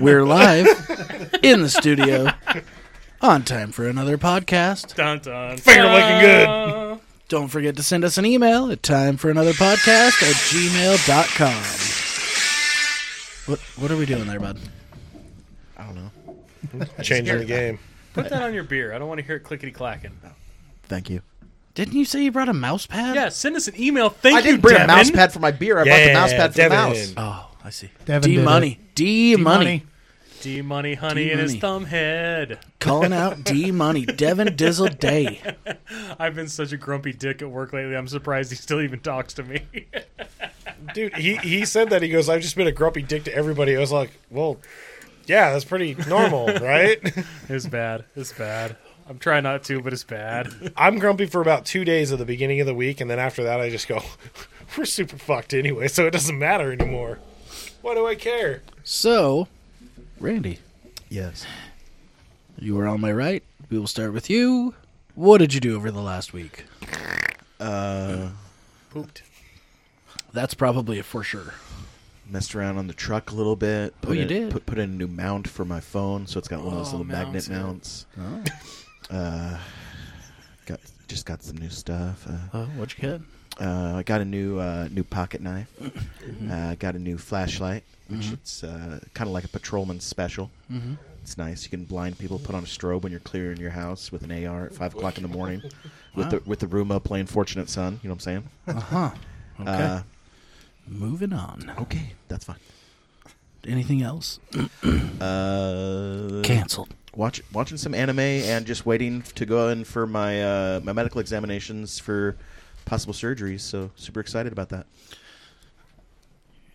We're live in the studio on time for another podcast. Dun, dun, Finger licking good. dun. Don't forget to send us an email at time for another podcast at gmail.com. What, what are we doing there, bud? I don't know. Changing the game. Put that on your beer. I don't want to hear it clickety clacking. Thank you. Didn't you say you brought a mouse pad? Yeah, send us an email. Thank I you, didn't bring Devin. a mouse pad for my beer. I brought the mouse Yeah, pad for Devin. the mouse. Oh, I see. Devin D did money. D money. D money, honey, D in his Money. thumb head. Calling out D money. Devin Dizzle Day. I've been such a grumpy dick at work lately. I'm surprised he still even talks to me. Dude, he, he said that. He goes, I've just been a grumpy dick to everybody. I was like, well, yeah, that's pretty normal, right? it's bad. It's bad. I'm trying not to, but it's bad. I'm grumpy for about two days at the beginning of the week. And then after that, I just go, we're super fucked anyway. So it doesn't matter anymore. Why do I care? So, Randy, Yes. you were on my right. We will start with you. What did you do over the last week? Pooped. That's probably a for sure. Messed around on the truck a little bit. Put you in, did? Put, put in a new mount for my phone, so it's got one of those Oh, little mounts, magnet yeah. mounts. Oh. Uh, got just got some new stuff. Uh, Oh, what you get? uh, I got a new uh, new pocket knife. Uh, got a new flashlight, which it's uh, kind of like a patrolman's special. Mm-hmm. It's nice. You can blind people. Put on a strobe when you're clearing your house with an AR at five o'clock in the morning, with the with the room up playing Fortunate Son. You know what I'm saying? Uh huh. Okay. Uh, Moving on. okay, that's fine. Anything else? Uh, Cancelled. watch, watching some anime and just waiting to go in for my uh, my medical examinations for possible surgeries. So super excited about that.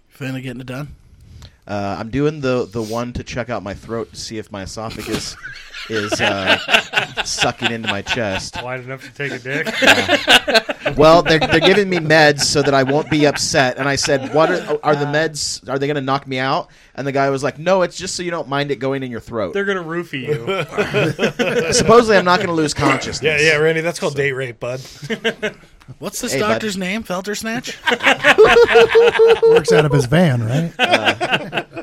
Finally getting it done. Uh, I'm doing the the one to check out my throat to see if my esophagus is uh, sucking into my chest. Wide enough to take a dick. Well, they're, they're giving me meds so that I won't be upset. And I said, "What are, are the meds? Are they going to knock me out?" And the guy was like, "No, it's just so you don't mind it going in your throat." They're gonna roofie you. Supposedly, I'm not going to lose consciousness. Yeah, yeah, Randy, that's called date rape, bud. What's this Hey, bud. doctor's name? Feltersnatch? Works out of his van, right?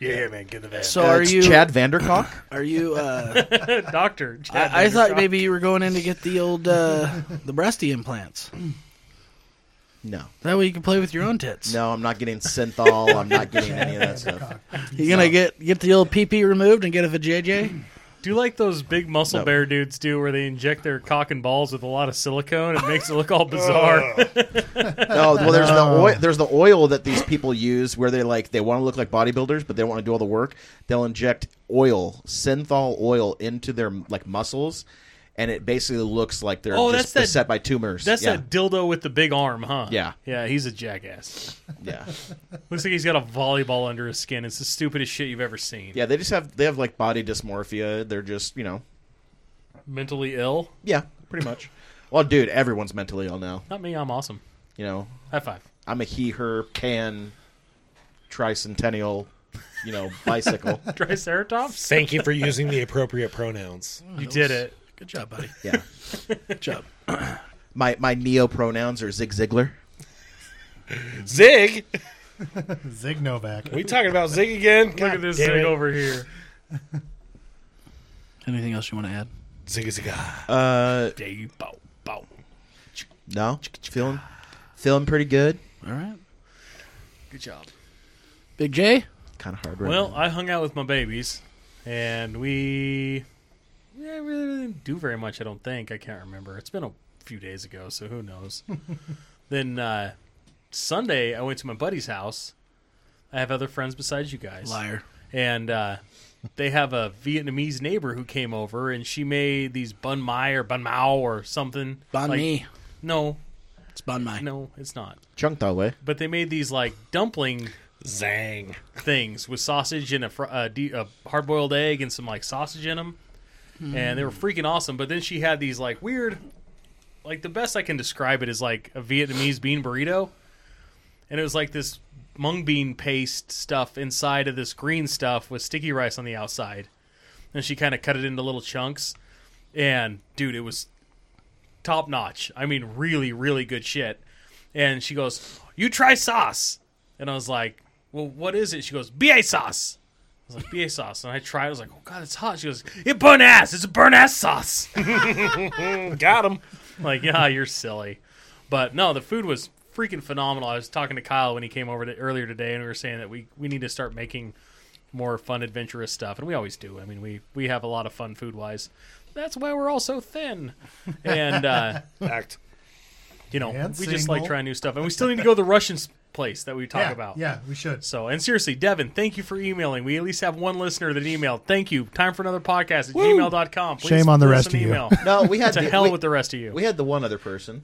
Yeah, man, get the van. so Uh, are it's you Chad Vandercock? are you uh Doctor. Chad I, I thought Vandercock. maybe you were going in to get the old uh the breasty implants. No. That way you can play with your own tits. No, I'm not getting synthol. I'm not getting any of that stuff. You gonna get get the old PP removed and get a vajayjay? Do you like those big muscle No. bear dudes do where they inject their cock and balls with a lot of silicone? It makes it look all bizarre. No, well, there's the oil, there's the oil that these people use where they like they want to look like bodybuilders, but they don't want to do all the work. They'll inject oil, synthol oil, into their like muscles, and it basically looks like they're Oh, just that's that- beset by tumors. That's yeah. that dildo with the big arm, huh? Yeah. Yeah, he's a jackass. yeah, Looks like he's got a volleyball under his skin. It's the stupidest shit you've ever seen. yeah. They just have they have like body dysmorphia. They're just you know Mentally ill? yeah, pretty much. well, dude, everyone's mentally ill now. Not me, I'm awesome. You know, High five. I'm a he, her, can, tricentennial, you know, bicycle. Triceratops? Thank you for using the appropriate pronouns. You did it. Good job, buddy. yeah. Good job. My my neo pronouns are Zig Ziglar. Mm. Zig, Zig Novak. we talking about Zig again? Look at this thing over here. Anything else you want to add? Zig is a guy. Uh, Day bow bow. no, feeling feeling pretty good. All right. Good job. Big J? Kind of hard. Right Well, now. I hung out with my babies and we yeah, we really didn't do very much, I don't think. I can't remember. It's been a few days ago, so who knows. then uh Sunday I went to my buddy's house. I have other friends besides you guys. Liar. and uh, they have a Vietnamese neighbor who came over, and she made these bun mai or bun mao or something. Bon like, me. No, It's bon mai. no, it's not. Chung Tao Wei. But they made these like dumpling Zang. things with sausage and a, fr- a, de- a hard-boiled egg and some like sausage in them, and they were freaking awesome. But then she had these like weird, like the best I can describe it is like a Vietnamese bean burrito, and it was like this mung bean paste stuff inside of this green stuff with sticky rice on the outside, and she kind of cut it into little chunks, and dude, it was top notch. I mean, really, really good shit. And she goes, "You try sauce," and I was like, "Well, what is it?" She goes, "Ba sauce," was like BA sauce, and I tried. I was like, "Oh God, it's hot." She goes, "It burn ass. It's a burn ass sauce." Got him. like, yeah, you're silly. But no, the food was freaking phenomenal. I was talking to Kyle when he came over to, earlier today, and we were saying that we, we need to start making more fun, adventurous stuff, and we always do. I mean, we we have a lot of fun food wise. That's why we're all so thin, and uh, Act. you know, And we just like single. trying new stuff, and we still need to go to the Russian s- place that we talk yeah, about. Yeah, we should. So, and seriously, Devin, thank you for emailing. We at least have one listener that emailed. Thank you. Time for another podcast at gmail.com. Please Shame on the send rest us an of you. Email. No, we had to the, hell we, with the rest of you. we had the one other person.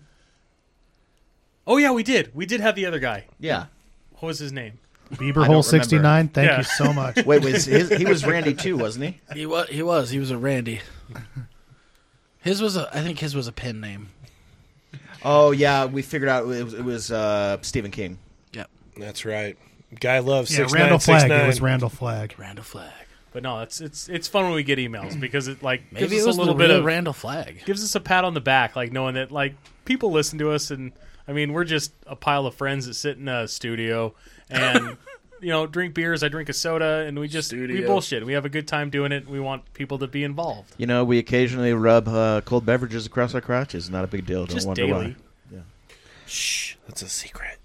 oh, yeah, we did. We did have the other guy. Yeah. What was his name? Bieber hole sixty nine. Thank Yeah. you so much. Wait, was his, he was Randy too, wasn't he? He was. He was. He was a Randy. His was a. I think his was a pen name. Oh yeah, we figured out it was, it was uh, Stephen King. Yep. That's right. Guy loves yeah, six Randall nine Flag. six nine. It was Randall Flag. Randall Flag. But no, it's it's it's fun when we get emails because it like Maybe gives it us was a little the bit real of Randall Flag. gives us a pat on the back, like knowing that like people listen to us, and I mean we're just a pile of friends that sit in a studio and you know drink beers. I drink a soda, and we just we Studio. bullshit. We have a good time doing it. We want people to be involved. You know, we occasionally rub uh, cold beverages across our crotches. Not a big deal. Don't Just wonder daily. That's a secret.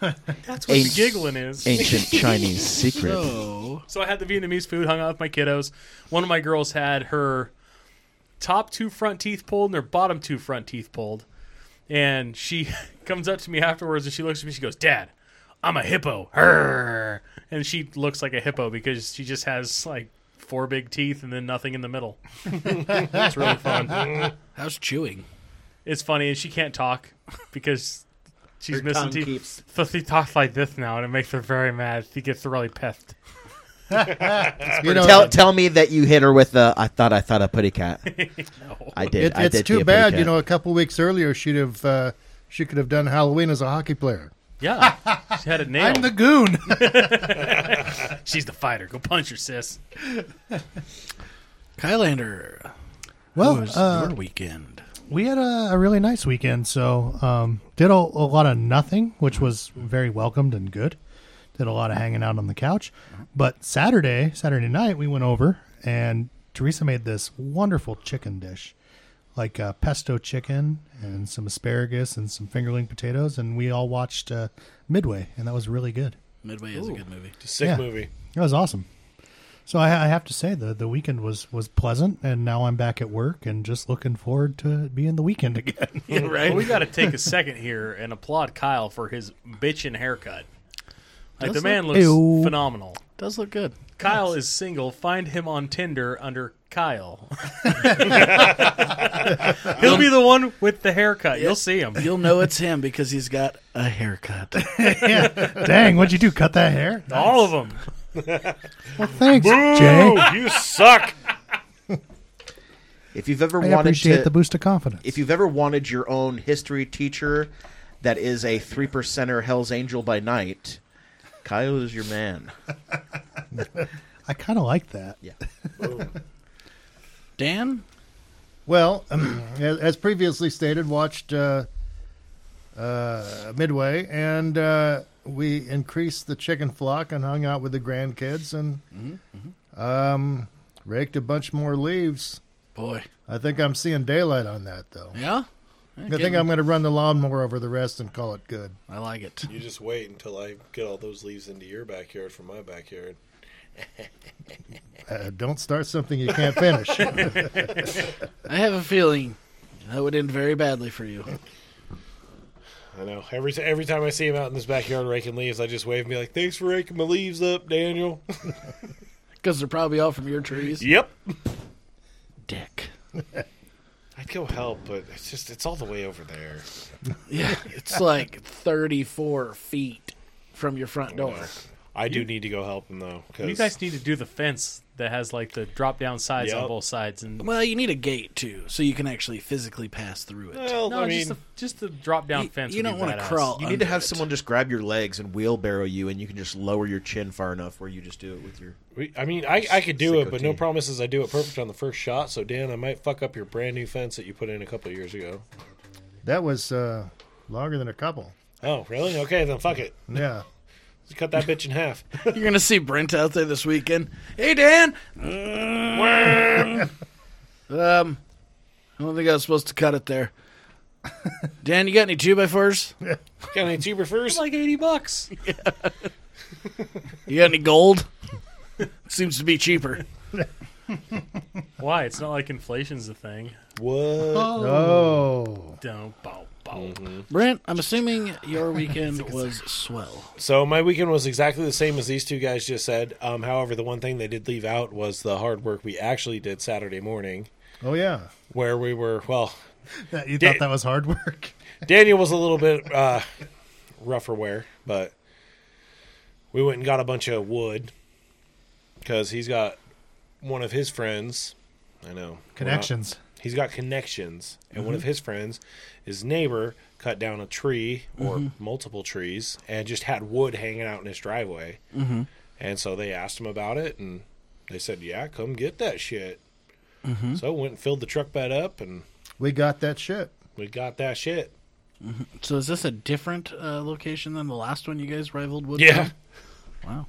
That's what the Ain't- giggling is. why. Ancient Chinese secret. So So I had the Vietnamese food, hung out with my kiddos. One of my girls had her top two front teeth pulled and her bottom two front teeth pulled. And she comes up to me afterwards and she looks at me. She goes, Dad, I'm a hippo. Her. And she looks like a hippo because she just has like four big teeth and then nothing in the middle. it's really fun. how's chewing? It's funny. And she can't talk because she's Her missing tongue teeth. keeps- So she talks like this now and it makes her very mad. She gets really pissed. You know, Tell, tell me that you hit her with the I thought I thought a putty cat. I did. it, I did it's be too a putty bad. You cat. know, a couple weeks earlier, she'd have uh, she could have done Halloween as a hockey player. Yeah. She had it nailed. I'm the goon. She's the fighter. Go punch her, sis. Kylander. How well, was uh, your weekend? we had a, a really nice weekend. So um, did a, a lot of nothing, which was very welcomed and good. Did a lot of hanging out on the couch. But Saturday, Saturday night, we went over and Teresa made this wonderful chicken dish, like uh, pesto chicken and some asparagus and some fingerling potatoes, and we all watched uh, Midway, and that was really good. Midway is a good movie. It's a sick Yeah. movie. That was awesome. So I, I have to say the the weekend was was pleasant, and now I'm back at work and just looking forward to it being the weekend again. Well, we got to take a second here and applaud Kyle for his bitchin' haircut. Like the Does man look- looks Ew. phenomenal. Does look good. Kyle is single. Find him on Tinder under Kyle. He'll be the one with the haircut. You'll see him. You'll know it's him because he's got a haircut. Dang, what'd you do? Cut that hair? All of them. Thanks, Jay. Oh, you suck. if you've ever I wanted appreciate to, the boost of confidence. if you've ever wanted your own history teacher that is a three percenter Hell's Angel by night, Kyle is your man. I kind of like that. Yeah. Dan, Well, as as previously stated, watched uh, uh, Midway, and uh, we increased the chicken flock and hung out with the grandkids and Um, raked a bunch more leaves. boy, I think I'm seeing daylight on that, though. yeah, I think I'm going to run the lawnmower over the rest and call it good. I like it. You just wait until I get all those leaves into your backyard from my backyard. Uh, don't start something you can't finish. I have a feeling that would end very badly for you. I know. Every t- every time I see him out in this backyard raking leaves, I just wave and be like, "Thanks for raking my leaves up, Daniel." Because they're probably all from your trees. yep. Dick. I'd go help, but it's just it's all the way over there. Yeah, it's like 34 feet from your front door. I do need to go help him though. 'cause- You guys need to do the fence that has like the drop down sides on Yep. both sides and Well, you need a gate too, so you can actually physically pass through it. Well, no, I just mean, the, just the drop down You- fence. you would be don't wanna badass. crawl. You need Under to have it. someone just grab your legs and wheelbarrow you, and you can just lower your chin far enough where you just do it with your. we, I mean, I, I could do Sicko it, but no tea. promises. I do it perfect on the first shot. So Dan, I might fuck up your brand new fence that you put in a couple years ago. that was uh, longer than a couple. Oh, really? Okay, then fuck it. Yeah. Just cut that bitch in half. You're gonna see Brent out there this weekend. Hey Dan. um, I don't think I was supposed to cut it there. Dan, you got any two by fours? Got any tuber first? like eighty bucks. You got any gold? Seems to be cheaper. Why? It's not like inflation's a thing. What? Oh. Don't bow bow. Brent, I'm assuming your weekend was swell. So my weekend was exactly the same as these two guys just said. Um, however, the one thing they did leave out was the hard work we actually did Saturday morning, Oh yeah. where we were well. That, you Did- thought that was hard work? Daniel was a little bit uh, rougher wear, but we went and got a bunch of wood because he's got one of his friends. I know we're not- Connections. he's got connections, and one of his friends, his neighbor, cut down a tree or multiple trees and just had wood hanging out in his driveway. Mm-hmm. And so they asked him about it, and they said, "Yeah, come get that shit." So went and filled the truck bed up, and We got that shit. we got that shit. So is this a different uh, location than the last one you guys rivaled with? Yeah. Wow.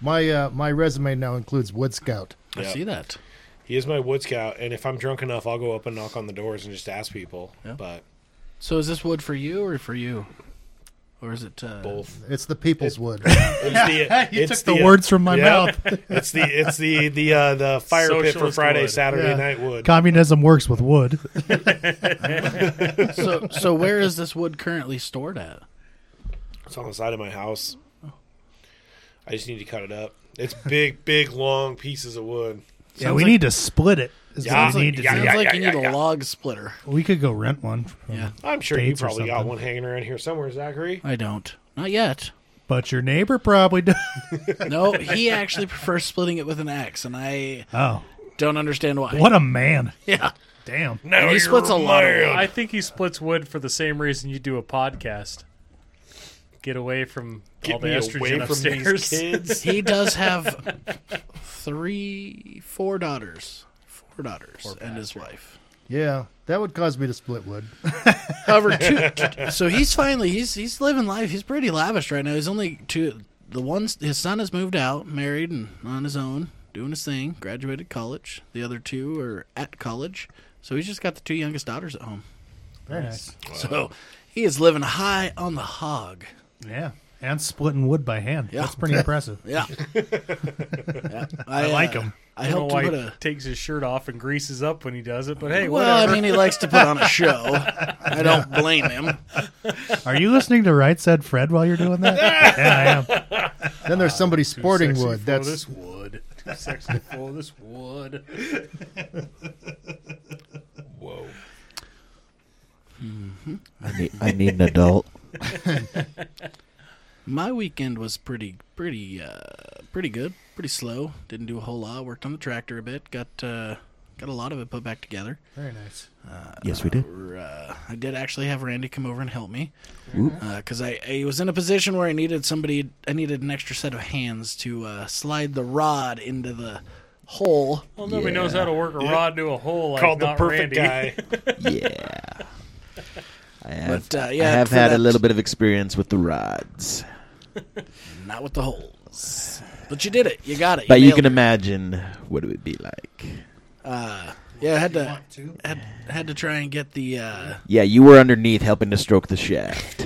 My uh, my resume now includes Wood Scout. I Yeah. see that. He is my wood scout, and if I'm drunk enough, I'll go up and knock on the doors and just ask people. Yeah. But So is this wood for you or for you? Or is it uh, both, It's the people's wood. it's the, you it's took the, words from my yeah. mouth. It's the it's the the uh, the fire pit for Socialist Friday, wood. Saturday Yeah. night wood. Communism works with wood. So so where is this wood currently stored at? It's on the side of my house. I just need to cut it up. It's big, big, long pieces of wood. Yeah, we need to split it. is what Yeah, we, need to yeah, do. Sounds yeah, like yeah, you yeah, need a yeah. log splitter. we could go rent one from Yeah. I'm sure Baits you or probably got something. one hanging around here somewhere, Zachary. I don't. Not yet. But your neighbor probably does. No, he actually prefers splitting it with an axe, and I Oh, don't understand why. what a man! Yeah. Damn. No, he splits a lot of I think he splits wood for the same reason you do a podcast. Get away from all Get the me estrogen away from upstairs. these kids. He does have three, four daughters, four daughters, and his wife. yeah, that would cause me to split wood. However, two, t- so he's finally he's he's living life. He's pretty lavish right now. He's only two. The one his son has moved out, married, and on his own, doing his thing. Graduated college. The other two are at college. So he's just got the two youngest daughters at home. Very nice. So he is living high on the hog. Yeah, and splitting wood by hand. Yeah. That's pretty impressive. Yeah, yeah. I, like uh, him. I I don't helped know him why put he a. takes his shirt off and greases up when he does it, but hey, Well, whatever. I mean, he likes to put on a show. I don't blame him. Are you listening to Right Said Fred while you're doing that? yeah, I am. Then there's somebody sporting Sexy wood. for That's this wood. Too sexy for this wood. Whoa. I need, I need an adult. My weekend was pretty, pretty, uh, pretty good. Pretty slow. Didn't do a whole lot. Worked on the tractor a bit. Got uh, got a lot of it put back together. very nice. Yes, we do. Or, Uh, I did actually have Randy come over and help me because I, I was in a position where I needed somebody. I needed an extra set of hands to uh, slide the rod into the hole. Well, nobody knows how to work a rod to a hole like Called the not perfect Randy. guy. Yeah. I have, But, uh, I yeah, have for had a that- little bit of experience with the rods. Not with the holes. But you did it. You got it. But you nailed can it. imagine what it would be like. Yeah, I had to, had had to try and get the. Uh, Yeah, you were underneath helping to stroke the shaft.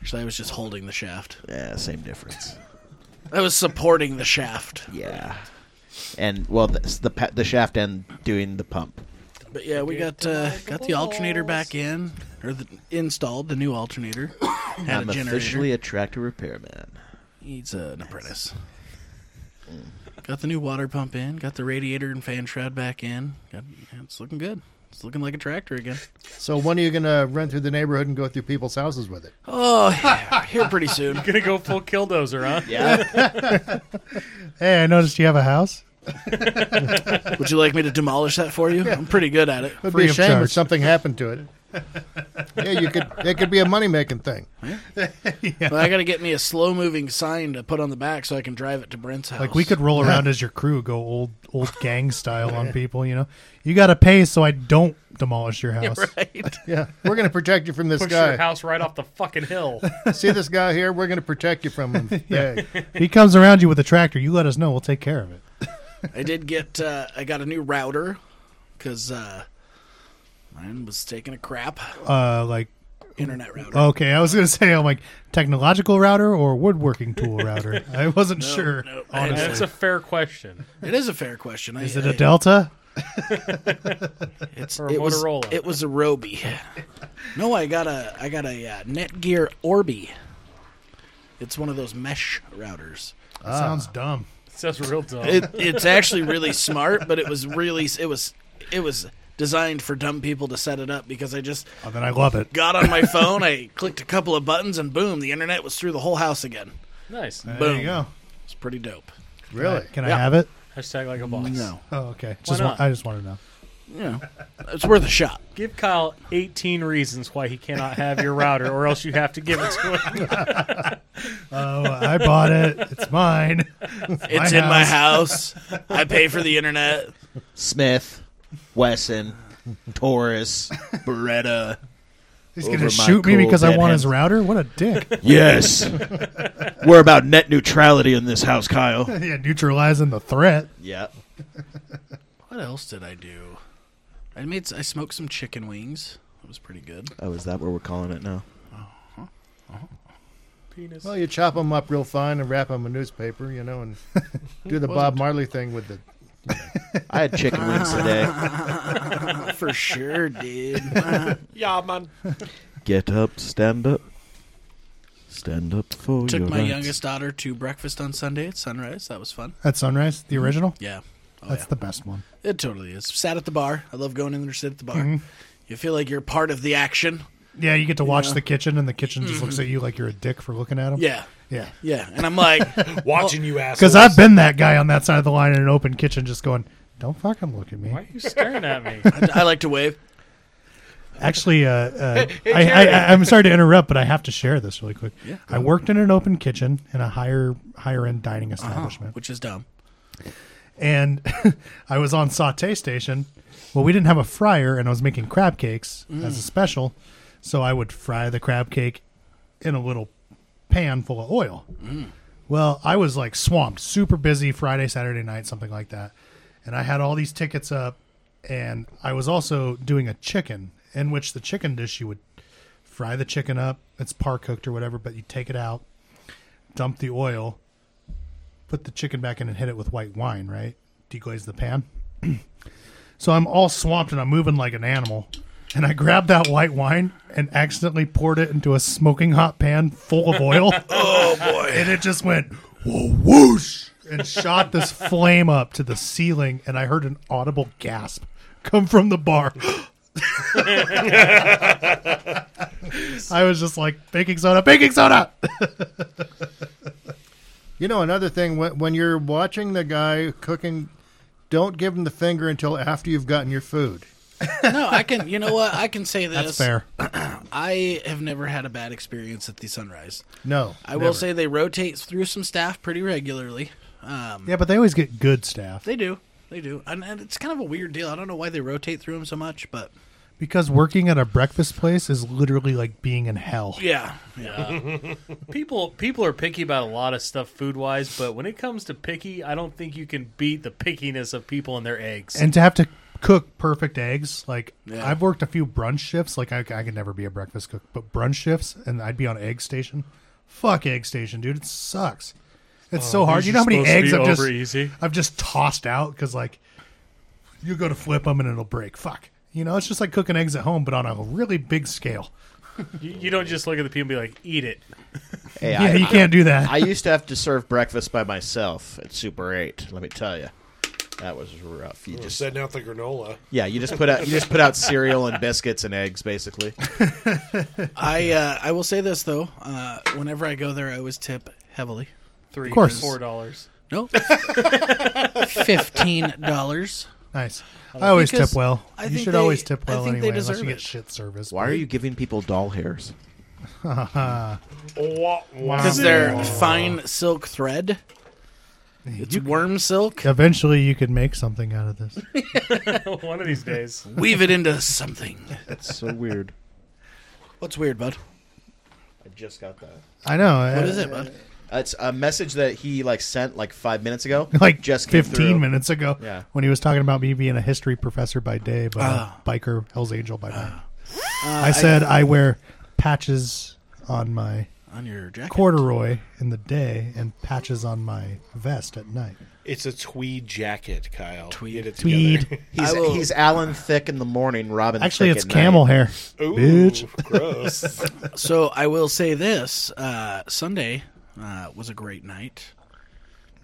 actually, I was just holding the shaft. Yeah, same difference. I was supporting the shaft. Yeah. And well, the the, pa- the shaft and doing the pump. But yeah, we got uh, got the alternator back in or the, installed the new alternator. Had I'm a generator. officially a tractor repairman. He's an apprentice. Got the new water pump in. Got the radiator and fan shroud back in. Got, yeah, it's looking good. It's looking like a tractor again. so when are you gonna run through the neighborhood and go through people's houses with it? Oh, here pretty soon. Gonna go full killdozer, huh? Yeah. Hey, I noticed you have a house. Would you like me to demolish that for you? I'm pretty good at it. It would Free be a of shame charge. if something happened to it. Yeah, you could. It could be a money making thing. But I got to get me a slow moving sign to put on the back so I can drive it to Brent's house. Like we could roll around as your crew, go old old gang style on people. You know, you got to pay so I don't demolish your house. right? Yeah, we're gonna protect you from this Push your guy. house right off the fucking hill. See this guy here? We're gonna protect you from him. yeah. If he comes around you with a tractor, you let us know. We'll take care of it. I did get. Uh, I got a new router because uh, mine was taking a crap. Uh, like Internet router. okay, I was gonna say I'm like technological router or woodworking tool router. I wasn't sure. no, I- honestly, That's a fair question. It is a fair question. I- is it I- a Delta? It's Or a it was, Motorola? It was a Roby. no, I got a I got a uh, Netgear Orbi. It's one of those mesh routers. That Ah. sounds dumb. That's real dumb. It, it's actually really smart, but it was really it was it was designed for dumb people to set it up because I just Oh, then I love it. got on my phone, I clicked a couple of buttons, and boom, the internet was through the whole house again. nice. There Boom. you go. It's pretty dope. Really? Can I Yeah. have it? Hashtag like a boss. Oh, okay. Just not? wa- I just want to know. Yeah, it's worth a shot. Give Kyle 18 reasons why he cannot have your router, or else you have to give it to him. Oh, I bought it. It's mine. It's in my house. I pay for the internet. Smith, Wesson, Taurus, Beretta. He's Over gonna my shoot me cool because I dead want hands. his router. What a dick! Yes. We're about net neutrality in this house, Kyle. yeah, neutralizing the threat. Yeah. What else did I do? I made s- I smoked some chicken wings. That was pretty good. Oh, is that what we're calling it now? Penis. Well, you chop them up real fine and wrap them in newspaper, you know, and do the Bob Marley thing with the. I had chicken wings today. For sure, dude. Yeah, man. Get up, stand up. Stand up for Took your my rights. youngest daughter to breakfast on Sunday at sunrise. That was fun. At sunrise, the original. Yeah. Oh, That's yeah. the best one. It totally is. Sat at the bar. I love going in there, sit at the bar. Mm-hmm. You feel like you're part of the action. Yeah, you get to watch Yeah. the kitchen, and the kitchen just looks at you like you're a dick for looking at him. Yeah. yeah. Yeah. And I'm like, Watching you assholes. Because I've been that guy on that side of the line in an open kitchen, just going, "Don't fucking look at me." Why are you staring at me? I, I like to wave. Actually, uh, uh, I, I, I'm sorry to interrupt, but I have to share this really quick. Yeah. I worked in an open kitchen in a higher higher end dining Oh, establishment. which is dumb. and I was on saute station. Well, we didn't have a fryer, and I was making crab cakes as a special, so I would fry the crab cake in a little pan full of oil. Well, I was like swamped, super busy Friday, Saturday night, something like that, and I had all these tickets up, and I was also doing a chicken in which the chicken dish you would fry the chicken up. It's par cooked or whatever, but you take it out, dump the oil, put the chicken back in and hit it with white wine, right? Deglaze the pan. so I'm all swamped and I'm moving like an animal. And I grabbed that white wine and accidentally poured it into a smoking hot pan full of oil. oh boy. And it just went whoa, whoosh and shot this flame up to the ceiling and I heard an audible gasp come from the bar. I was just like baking soda, baking soda. You know, another thing when, when you're watching the guy cooking, don't give him the finger until after you've gotten your food. No, I can, you know what? I can say this. That's fair. I have never had a bad experience at the sunrise. No, I will never. say they rotate through some staff pretty regularly. Um, Yeah, but they always get good staff. They do. They do. And, and it's kind of a weird deal. I don't know why they rotate through them so much, but Because working at a breakfast place is literally like being in hell. yeah. Yeah. People people are picky about a lot of stuff food wise, but when it comes to picky, I don't think you can beat the pickiness of people and their eggs. And to have to cook perfect eggs, like Yeah. I've worked a few brunch shifts. Like I, I could never be a breakfast cook, but brunch shifts, and I'd be on egg station. Fuck egg station, dude. It sucks. It's so hard. You know how many eggs I've just easy. I've just tossed out because like you go to flip them and it'll break. Fuck. You know, it's just like cooking eggs at home, but on a really big scale. You, you don't just look at the people and be like, "Eat it." Hey, Yeah, you I, can't do that. I used to have to serve breakfast by myself at Super 8, let me tell you. That was rough. You Just just setting out the granola. Yeah, you just put out you just put out cereal and biscuits and eggs basically. I uh, I will say this though. Uh, whenever I go there, I always tip heavily. Three, course. four dollars. No, fifteen dollars. Nice. I always Because tip well. I you think should they- always tip I well think they anyway, unless deserve you it. get shit service. Why are you giving people doll hairs? Because they're fine silk thread. It's worm silk. Eventually, you could make something out of this. One of these days. Weave it into something. That's so weird. What's weird, bud? I just got that. I know. Uh, What is it, bud? It's a message that he like sent like five minutes ago. Like just just came 15 through. minutes ago Yeah. when he was talking about me being a history professor by day, but Ah. a biker Hell's Angel by night. I said I, wear patches on my On your jacket. corduroy in the day and patches on my vest at night. It's a tweed jacket, Kyle. Tweed. Get it Tweed. together. He's, I will- he's Alan Thick in the morning, Robin. Actually, Thicke it's at night. camel hair. Ooh, Bitch. gross. So I will say this: uh, Sunday uh, was a great night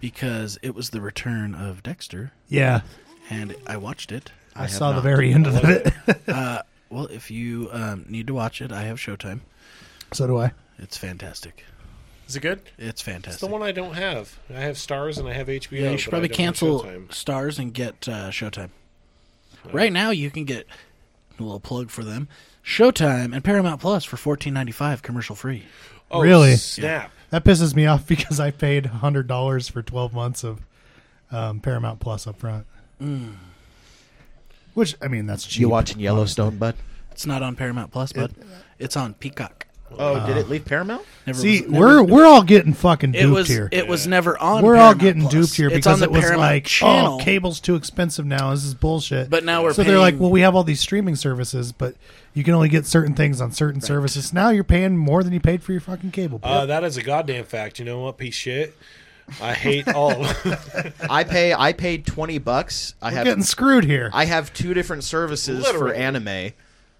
because it was the return of Dexter, Yeah. and I watched it. I, have saw the not. very end of it. Well, if you um, need to watch it, I have Showtime. so do I. It's fantastic. Is it good? It's fantastic. It's the one I don't have. I have Stars and I have HBO. yeah, you should but I probably don't have cancel Showtime. Stars and get uh, Showtime. Right now, you can get a little plug for them: Showtime and Paramount Plus for fourteen ninety five, commercial free. Oh, Really? Snap. That pisses me off because I paid hundred dollars for twelve months of um, Paramount Plus up front. Mm. Which I mean, that's cheap. You watching Yellowstone, bud? It's not on Paramount Plus, but it's on Peacock. Oh, did Uh, it leave Paramount? Never See, was- never- we're we're all getting fucking duped It was here. it was never on. we're all Paramount getting Plus. duped here It's because on the it was Paramount like, channel. oh, cable's too expensive now. This is bullshit. But now we're so they're like, paying- well, we have all these streaming services, but you can only get certain things on certain services. Now you're paying more than you paid for your fucking cable. bill. Uh, that is a goddamn fact. You know what? Piece of shit. I hate all. I pay. I paid twenty bucks. I getting have. screwed here. I have two different services Literally. for anime.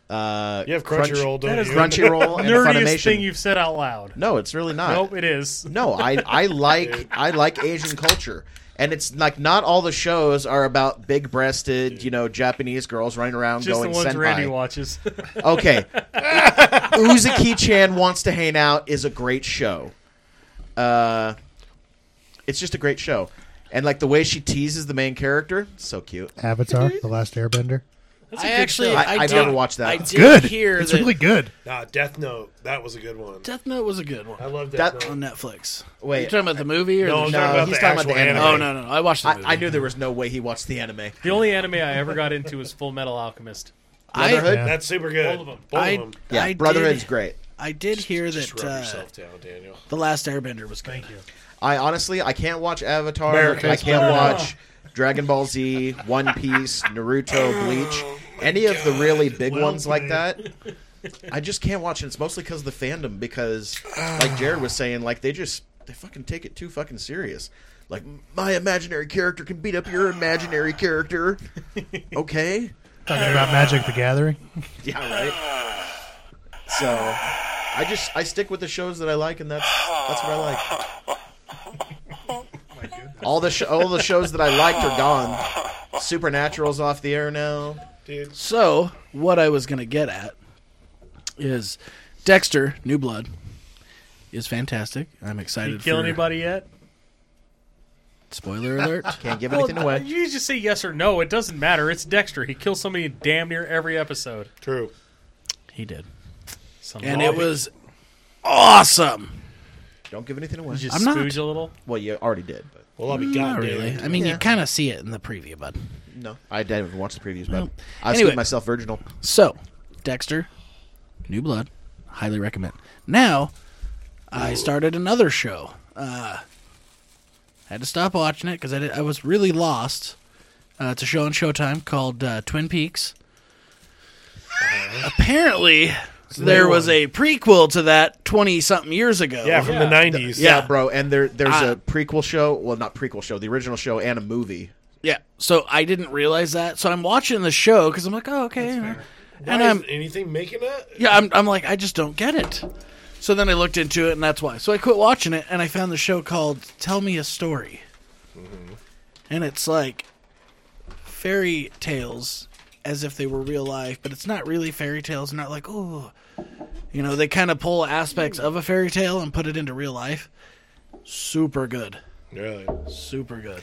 Uh, You have Crunchyroll, don't That you? is Crunchyroll, and Nerdiest Funimation. thing you've said out loud. no, it's really not. Nope, it is. No, I I like I like Asian culture. And it's like not all the shows are about big-breasted, you know, Japanese girls running around Just the going ones senpai. Randy watches. Okay, Uzuki-chan wants to hang out is a great show. Uh, it's just a great show, and like the way she teases the main character, so cute. Avatar: The Last Airbender. I actually show. I- I, I've did, never watched that. I It's did Good. hear It's that really good. nah, Death Note. That was a good one. Death Note was a good one I love Death That- Note. on Netflix. Wait. you talking about the movie or No, the I'm show? talking about he's the talking about actual the anime. Oh no no, no. I watched the I, movie. I knew there was no way he watched the anime. the only anime I ever got into was Full Metal Alchemist. Brotherhood, Yeah. That's super good. Both of 'em. Both I, of 'em. yeah, I Brotherhood's did, great. I did hear Just that rub uh, yourself down, Daniel. the Last Airbender was good. Thank you. I honestly I can't watch Avatar. America's I can't Mother. watch Dragon Ball Z, One Piece, Naruto, Bleach, any of the really big Well ones like played. that. I just can't watch it. It's mostly because of the fandom. Because like Jared was saying, like they just they fucking take it too fucking serious. Like my imaginary character can beat up your imaginary character. Okay. Talking about Magic: The Gathering. Yeah. Right. So I just I stick with the shows that I like, and that's that's what I like. All the sh- all the shows that I liked are gone. Supernatural's off the air now. Dude, So what I was gonna get at is Dexter New Blood is fantastic. I'm excited. Did you kill for- anybody yet? Spoiler alert. Can't give anything away. Uh, You just say yes or no. It doesn't matter. It's Dexter. He kills somebody in damn near every episode. true. he did, Some and lobby. it was awesome. Don't give anything away. You just I'm not. spooge a little. Well, you already did. But Well, I'll be Not goddamn. really. I mean, Yeah. you kind of see it in the preview, bud. no, I didn't even watch the previews, but Well, I was anyway. keeping myself virginal. So, Dexter, New Blood, highly recommend. Now, I started another show. Uh, had to stop watching it because I, did- I was really lost. Uh, it's a show on Showtime called uh, Twin Peaks. Apparently, there was a prequel to that twenty something years ago. Yeah, from the nineties. Yeah. bro. And there there's I- a prequel show. Well, not prequel show. The original show and a movie. yeah. So I didn't realize that. So I'm watching the show because I'm like, oh, okay. you know. And And I'm anything making it? Yeah, I'm, I'm like, I just don't get it. So then I looked into it, and that's why. So I quit watching it, and I found the show called Tell Me a Story. Mm-hmm. And it's like fairy tales as if they were real life, but it's not really fairy tales. Not like, oh, you know, they kind of pull aspects of a fairy tale and put it into real life. Super good. Really. Super good.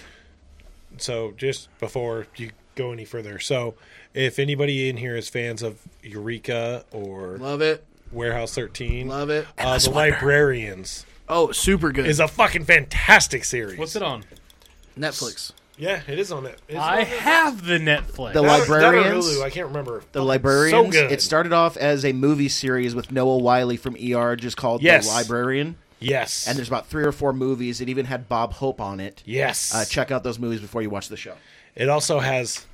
So just before you go any further. So, if anybody in here is fans of Eureka or Love it. Warehouse 13, Love it. uh, The Librarians Oh, super good. is a fucking fantastic series. What's it on? Netflix. Yeah, it is on it. It's I on it. have the Netflix. The That or- that or Librarians? Hulu, I can't remember. The Librarians. good. It started off as a movie series with Noah Wiley from ER, just called Yes. The Librarian. Yes. And there's about three or four movies. It even had Bob Hope on it. yes. Uh, check out those movies before you watch the show. It also has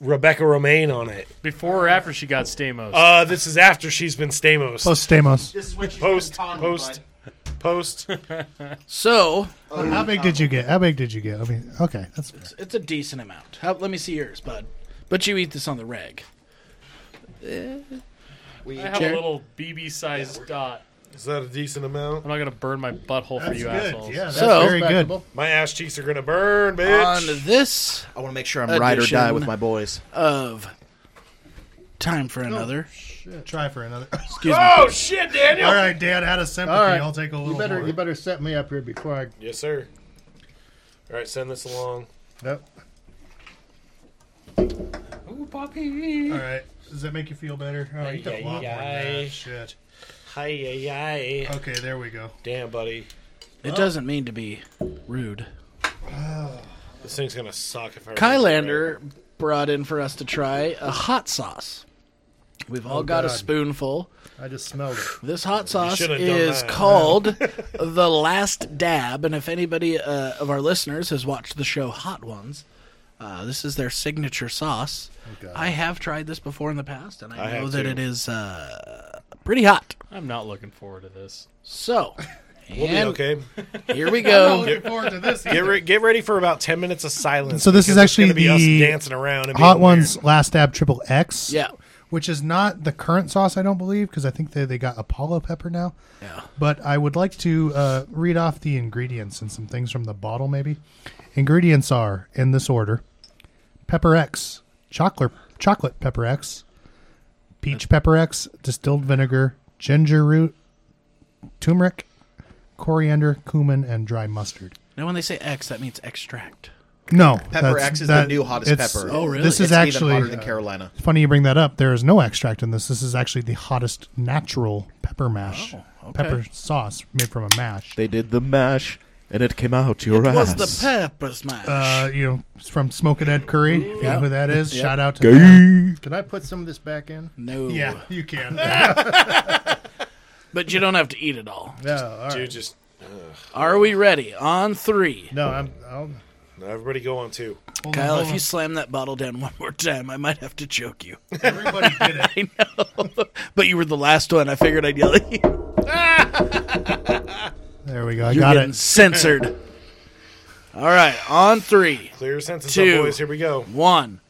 Rebecca Romaine on it. Before or after she got Stamos? Uh, this is after she's been Stamos. Post Stamos. This is what you Post, post, post. So How big did you get? How big did you get? I mean, okay, that's fair. it's a decent amount. How, let me see yours, bud. But you eat this on the reg. I have Jared? a little BB sized dot. Is that a decent amount? I'm not gonna burn my butthole for you assholes. Yeah, that's So- very good. My ass cheeks are gonna burn, On bitch. this I want to make sure I'm ride or die Edition. with my boys. of time for another. Try for another. Excuse me. oh shit, Daniel. All right, Dan, out of sympathy, All right. I'll take a little You better more. you better set me up here before I. Yes, sir. All right, send this along. Nope. Ooh, puppy. All right. Does that make you feel better? Oh, you got a lot more than Ay-yi-yi. that. Shit. Hi, hi, hi. Okay, there we go. Damn, buddy, It doesn't mean to be rude. this thing's gonna suck if I. Kylander brought in for us to try a hot sauce. We've Oh, all got a God. spoonful. I just smelled it. This hot sauce should've done is that. called The Last Dab. And if anybody uh, of our listeners has watched the show Hot Ones, uh, this is their signature sauce. God. I have tried this before in the past, and I, Oh, I know have that too. it is uh, pretty hot. I'm not looking forward to this. So, We'll be and okay. here we go. Looking forward to this. Get, re- get ready for about ten minutes of silence. So this because is actually it's gonna be the us dancing around. And Hot being Ones Last Dab Triple X. Yeah. Which is not the current sauce, I don't believe, because I think they, they got Apollo pepper now. Yeah. But I would like to uh, read off the ingredients and some things from the bottle, maybe. Ingredients are in this order Pepper X, chocolate, chocolate Pepper X, peach Pepper X, distilled vinegar, ginger root, turmeric, coriander, cumin, and dry mustard. Now, when they say X, that means extract. No. Pepper that's- X is that- the new hottest it's- pepper. Oh, really? This is It's actually. Uh, even hotter than Carolina. Funny you bring that up. There is no extract in this. This is actually the hottest natural pepper mash, Oh, pepper sauce made from a mash. They did the mash, and it came out your It was the pepper smash? Uh, you know, it's from Smokin' Ed Curry. You know who that is? Shout out to them. Gay. Can I put some of this back in? no. Yeah, you can. But you don't have to eat it all. No. All right. Dude, just Are we ready? On three. No, I'm. I'll, everybody go on too. Hold on, Kyle, hold if on. you slam that bottle down one more time, I might have to choke you. everybody did it. I know. but you were the last one. I figured I'd yell at you. There we go. I You're got getting it. censored. All right. On three. Clear your senses Two. up, boys. Here we go. One.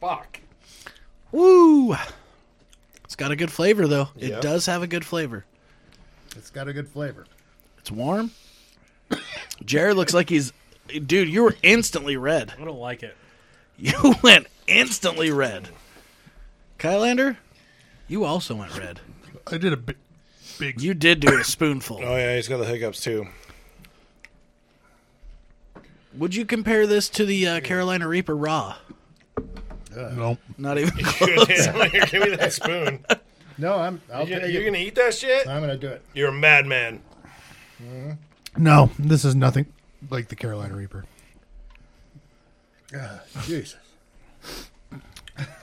Fuck. Woo. It's got a good flavor, though. It Yep. does have a good flavor. it's got a good flavor. It's warm. Jared looks like he's. Dude, you were instantly red. I don't like it. You went instantly red. Kylander, you also went red. I did a big. big You did do a spoonful. Oh yeah, he's got the hiccups too. Would you compare this to the uh, Carolina Reaper raw? no. Not even Dude, close. here, give me that spoon. No, I'm. I'll You, take you're it. gonna eat that shit? I'm gonna do it. You're a madman. No, this is nothing like the Carolina Reaper. Ah, Jesus.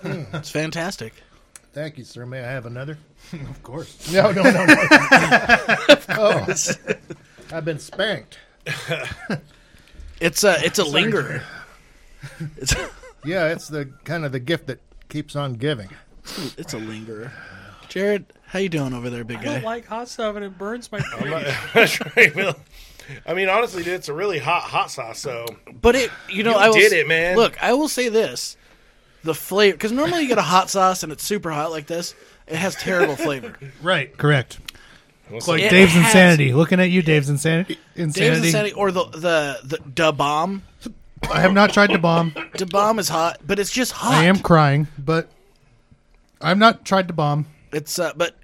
It's fantastic. Thank you, sir. May I have another? Of course. No, no, no, no. oh, I've been spanked. It's a it's a lingerer. It's a, Yeah, it's the kind of the gift that keeps on giving. it's a lingerer. Jared, how you doing over there, big I don't guy? like hot stuff and it burns my face. That's right, Will. I mean, honestly, dude, it's a really hot hot sauce. So But it, you know, You I will did s- it, man. Look, I will say this: the flavor, because normally you get a hot sauce and it's super hot like this. It has terrible flavor. Right. Correct. Like It Dave's has- insanity. Looking at you, Dave's insanity. Dave's Insanity. insanity or the the the da bomb. I have not tried to bomb. Da bomb is hot, but it's just hot. I am crying, but I'm not tried to bomb. It's uh, but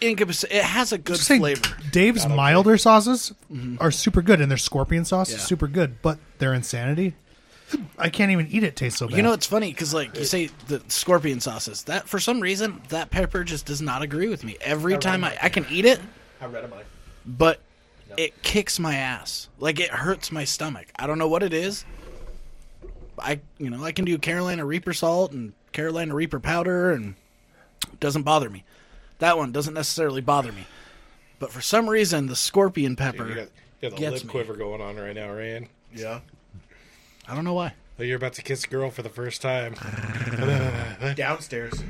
Incompa- it has a good Just saying, flavor. Mm-hmm. Dave's milder sauces are super good, and their scorpion sauce Yeah. is super good, but their insanity, I can't even eat it. Tastes so bad. You know, it's funny because, like, you say the scorpion sauces. That for some reason, that pepper just does not agree with me. Every time I, I can eat it, I read a mic. but it kicks my ass. Like it hurts my stomach. I don't know what it is. I you know I can do Carolina Reaper salt and Carolina Reaper powder and it doesn't bother me. That one doesn't necessarily bother me. But for some reason, the scorpion pepper. You got, you got the Gets lip me. quiver going on right now, Ryan. yeah. I don't know why. Like you're about to kiss a girl for the first time. Downstairs.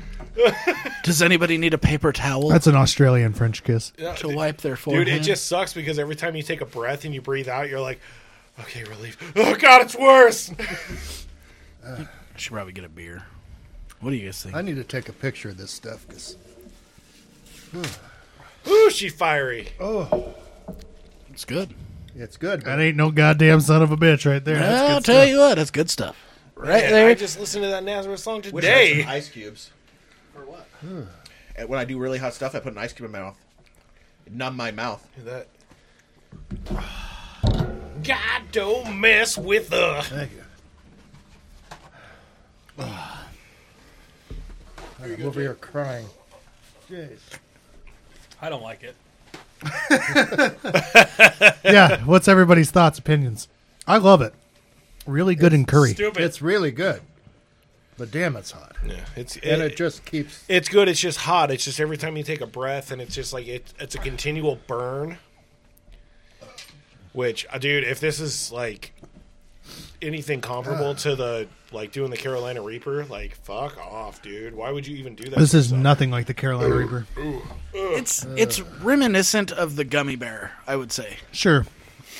Does anybody need a paper towel that's an Australian French kiss. to wipe their forehead? Dude, it just sucks because every time you take a breath and you breathe out, you're like, okay, relief. Oh, God, it's worse. should probably get a beer. What do you guys think? I need to take a picture of this stuff because Ooh, she fiery. It's good. it's good. That ain't no goddamn son of a bitch right there. That's good I'll tell you what, that's good stuff. Right Man, there. I just listened to that Nazareth song today. ice cubes. For what? And when I do really hot stuff, I put an ice cube in my mouth. It numb my mouth. That- God, don't mess with the. Thank you. I'm over here crying. Jeez. I don't like it. stuff. yeah. What's everybody's thoughts, opinions? I love it. Really good in curry. Stupid. It's really good, but damn, it's hot. Yeah, it's And it just keeps. it's good. It's just hot. It's just every time you take a breath, and it's just like it, it's a continual burn. Which, uh, dude, if this is like anything comparable to the like doing the Carolina Reaper, like fuck off, dude. Why would you even do that? This to is yourself? nothing like the Carolina Reaper. It's it's reminiscent of the gummy bear, I would say. Sure,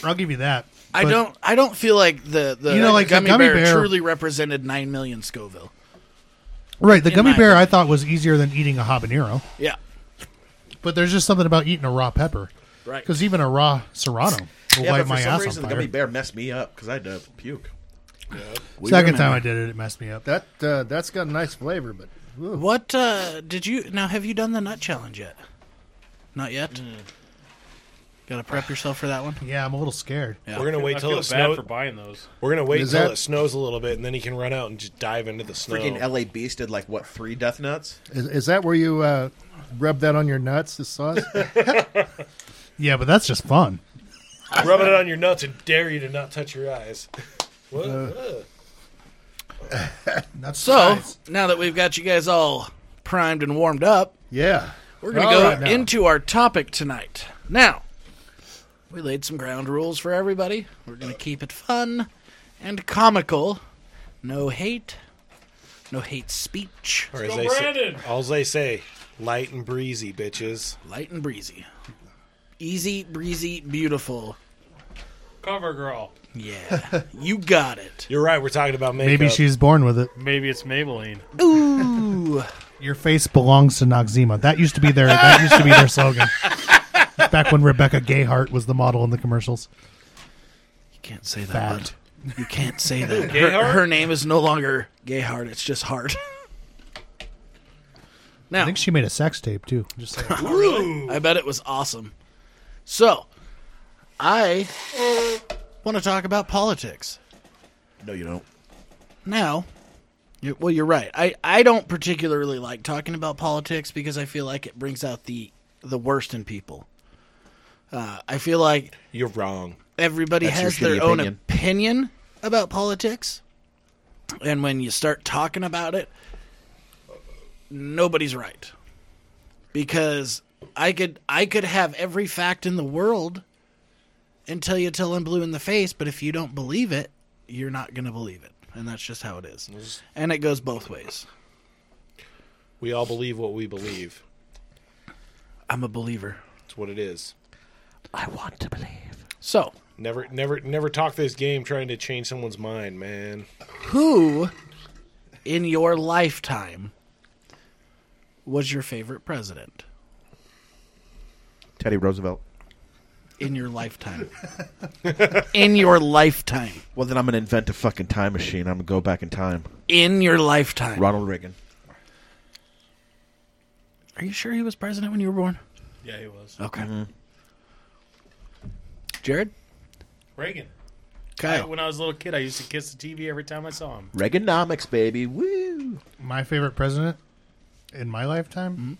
I'll give you that. I but don't I don't feel like the the You know, like the gummy, gummy bear, bear- truly represented nine million Scoville. Right, the in gummy my bear I opinion. thought was easier than eating a habanero, Yeah, but there's just something about eating a raw pepper. right. Because even a raw serrano will yeah, light but for my some ass reason, on the fire. gummy bear messed me up because I had to puke. We Second remember. time I did it, it messed me up. That uh, that's got a nice flavor, but ooh, What uh, did you now? Have you done the nut challenge yet? Not yet. Got to prep yourself for that one. Yeah, I'm a little scared. Yeah. We're gonna wait I till feel it bad snows. for buying those. We're gonna wait Is till that- it snows a little bit, and then you can run out and just dive into the snow. Freaking LA Beast did like what three death nuts? is, is that where you uh, rub that on your nuts? The sauce. Yeah, but that's just fun. Rub it on your nuts and dare you to not touch your eyes. What? Ugh. That's So now that we've got you guys all primed and warmed up, yeah. We're going to All go right, now. into our topic tonight. Now, we laid some ground rules for everybody. We're going to keep it fun and comical. No hate, no hate speech, Or as go they say, Brandon. all they say, light and breezy, bitches. light and breezy. Easy, breezy, beautiful. Cover girl. Yeah, you got it. You're right. We're talking about makeup. Maybe she's born with it. Maybe it's Maybelline. Ooh, Your face belongs to Noxzema. That used to be their that used to be their slogan. Back when Rebecca Gayhart was the model in the commercials. you can't say that. Fat. bud. You can't say that. Gayheart? Her, her name is no longer Gayheart. It's just Hart. Now, I think she made a sex tape too. Just saying. I bet it was awesome. So, I want to talk about politics. No, you don't. Now, you well, you're right. I, I don't particularly like talking about politics because I feel like it brings out the, the worst in people. Uh, I feel like You're wrong. everybody That's has your shitty their own opinion. opinion about politics. And when you start talking about it, nobody's right. Because I could I could have every fact in the world until you tell them blue in the face, but if you don't believe it, you're not going to believe it. And that's just how it is. And it goes both ways. We all believe what we believe. I'm a believer. It's what it is. I want to believe. So, Never, never, never talk this game trying to change someone's mind, man. who in your lifetime was your favorite president? Teddy Roosevelt. in your lifetime. in your lifetime. Well, then I'm gonna invent a fucking time machine. I'm gonna go back in time. In your lifetime. Ronald Reagan. Are you sure he was president when you were born? Yeah, he was. Okay. Mm-hmm. Jared? Reagan. I- Kyle. when I was a little kid, I used to kiss the TV every time I saw him. Reaganomics, baby. Woo. My favorite president in my lifetime?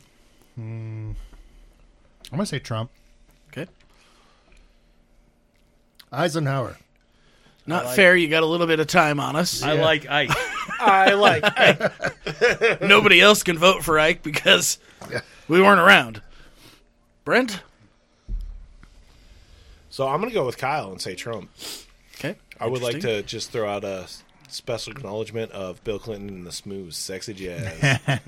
Mm. Mm-hmm. I'm going to say Trump. Okay. Eisenhower. Not fair. You got a little bit of time on us. I like Ike. I like. Nobody else can vote for Ike because we weren't around. Brent? so I'm gonna go with Kyle and say Trump. Okay. I would like Interesting. to just throw out a special acknowledgement of Bill Clinton and the smooth, sexy jazz. How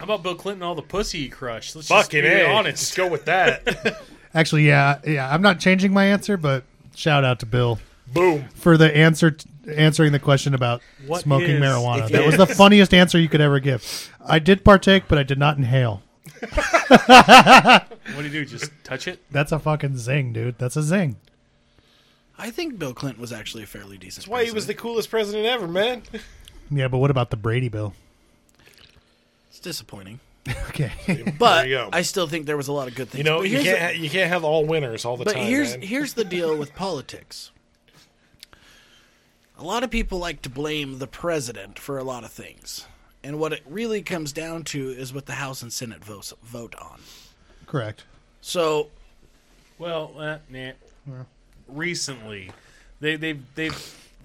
about Bill Clinton? and All the pussy he crushed. Let's Fucking just be A. honest. go with that. Actually, yeah, yeah. I'm not changing my answer, but shout out to Bill Boom. for the answer answering the question about What smoking is- marijuana. if That it was the funniest answer you could ever give. I did partake, but I did not inhale. What do you do? Just touch it? That's a fucking zing, dude. That's a zing. I think Bill Clinton was actually a fairly decent. That's why he was the president. coolest president ever, man. Yeah, but what about the Brady bill? It's disappointing, Okay. but you go. I still think there was a lot of good things. You know, but you here's can't the- ha- you can't have all winners all the But time. here's man. here's the deal with politics. A lot of people like to blame the president for a lot of things, and what it really comes down to is what the House and Senate vote vote on. Correct. So Well, uh, nah. Recently, they they they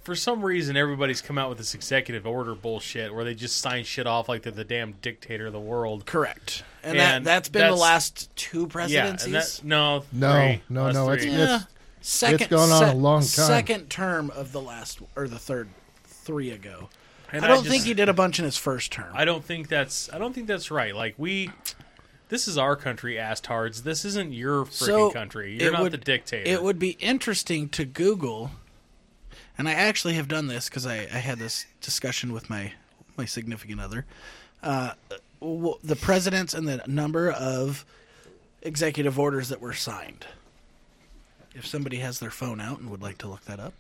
for some reason everybody's come out with this executive order bullshit where they just sign shit off like they're the damn dictator of the world. correct, and, And that that's been the that's- last two Yeah, and that, presidencies. no, No, three. no, Us no, three. yeah, it's- second it's gone on a long time. Second term of the last or the third three ago. And I don't just- think he did a bunch in his first term. I don't think that's I don't think that's right. Like we, this is our country, asstards. This isn't your freaking country. You're it not would- the dictator. It would be interesting to Google, and I actually have done this because I, I had this discussion with my my significant other. Uh, w- the presidents and the number of executive orders that were signed. If somebody has their phone out and would like to look that up,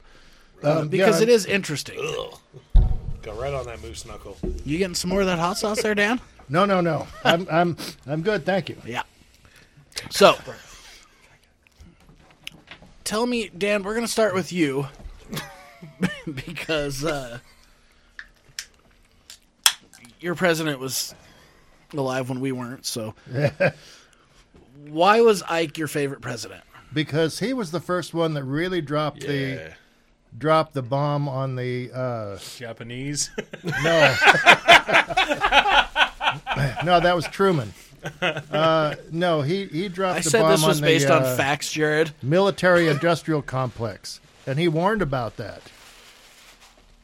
Um, because yeah, it is interesting. go right on that moose knuckle. You getting some more of that hot sauce there, Dan? No, no, no. I'm, I'm, I'm good. Thank you. Yeah. So, tell me, Dan, we're going to start with you because uh, your president was alive when we weren't. So, why was Ike your favorite president? Because he was the first one that really dropped Yeah. the dropped the bomb on the uh, Japanese. No. no, that was Truman. Uh, no, he, he dropped I the said bomb this was on the based uh, on facts, Jared. military industrial complex, and he warned about that.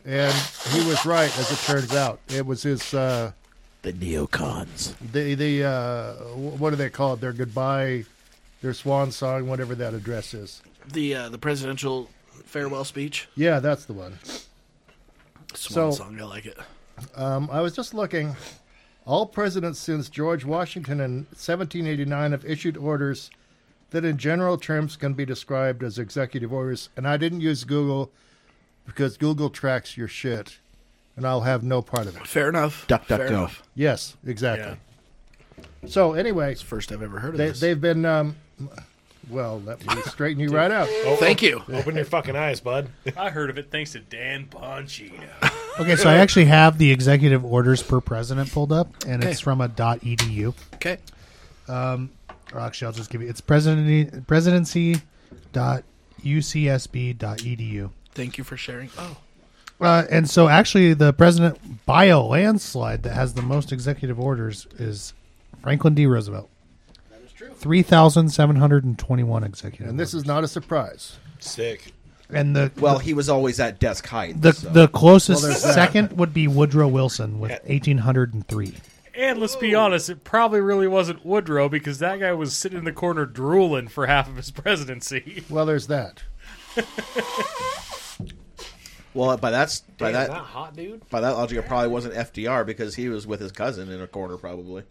And he was right, as it turns out. It was his uh, The neocons. the the uh, wh- what do they call it? Their goodbye, their swan song, whatever that address is. The uh, the presidential farewell speech. Yeah, that's the one. Swan So- song, I like it. Um, I was just looking. All presidents since George Washington in 1789 have issued orders that, in general terms, can be described as executive orders. And I didn't use Google because Google tracks your shit, and I'll have no part of it. Fair enough. Duck, duck, Fair go. enough. Yes, exactly. So, anyway, First I've ever heard of they, this. they've been. Um, well, let me straighten you right out. Thank you. Oh, Open your fucking eyes, bud. I heard of it thanks to Dan Bongino. Okay, so I actually have the executive orders per president pulled up, and it's Okay. from a .edu. Okay. Or actually, I'll just give you. It's presidency presidency dot ucsb dot E edu. Thank you for sharing. Oh. Uh, and so, actually, the president by a landslide that has the most executive orders is Franklin D. Roosevelt. That is true. Three thousand seven hundred and twenty-one executive. And this orders. is not a surprise. Sick. and the Well, he was always at desk height. the so. the closest Well, there's that. second would be Woodrow Wilson with eighteen hundred and three. And let's be honest, it probably really wasn't Woodrow because that guy was sitting in the corner drooling for half of his presidency. Well, there's that. well, by that's by Damn, that hot, dude? by that logic, it probably wasn't FDR because he was with his cousin in a corner, probably.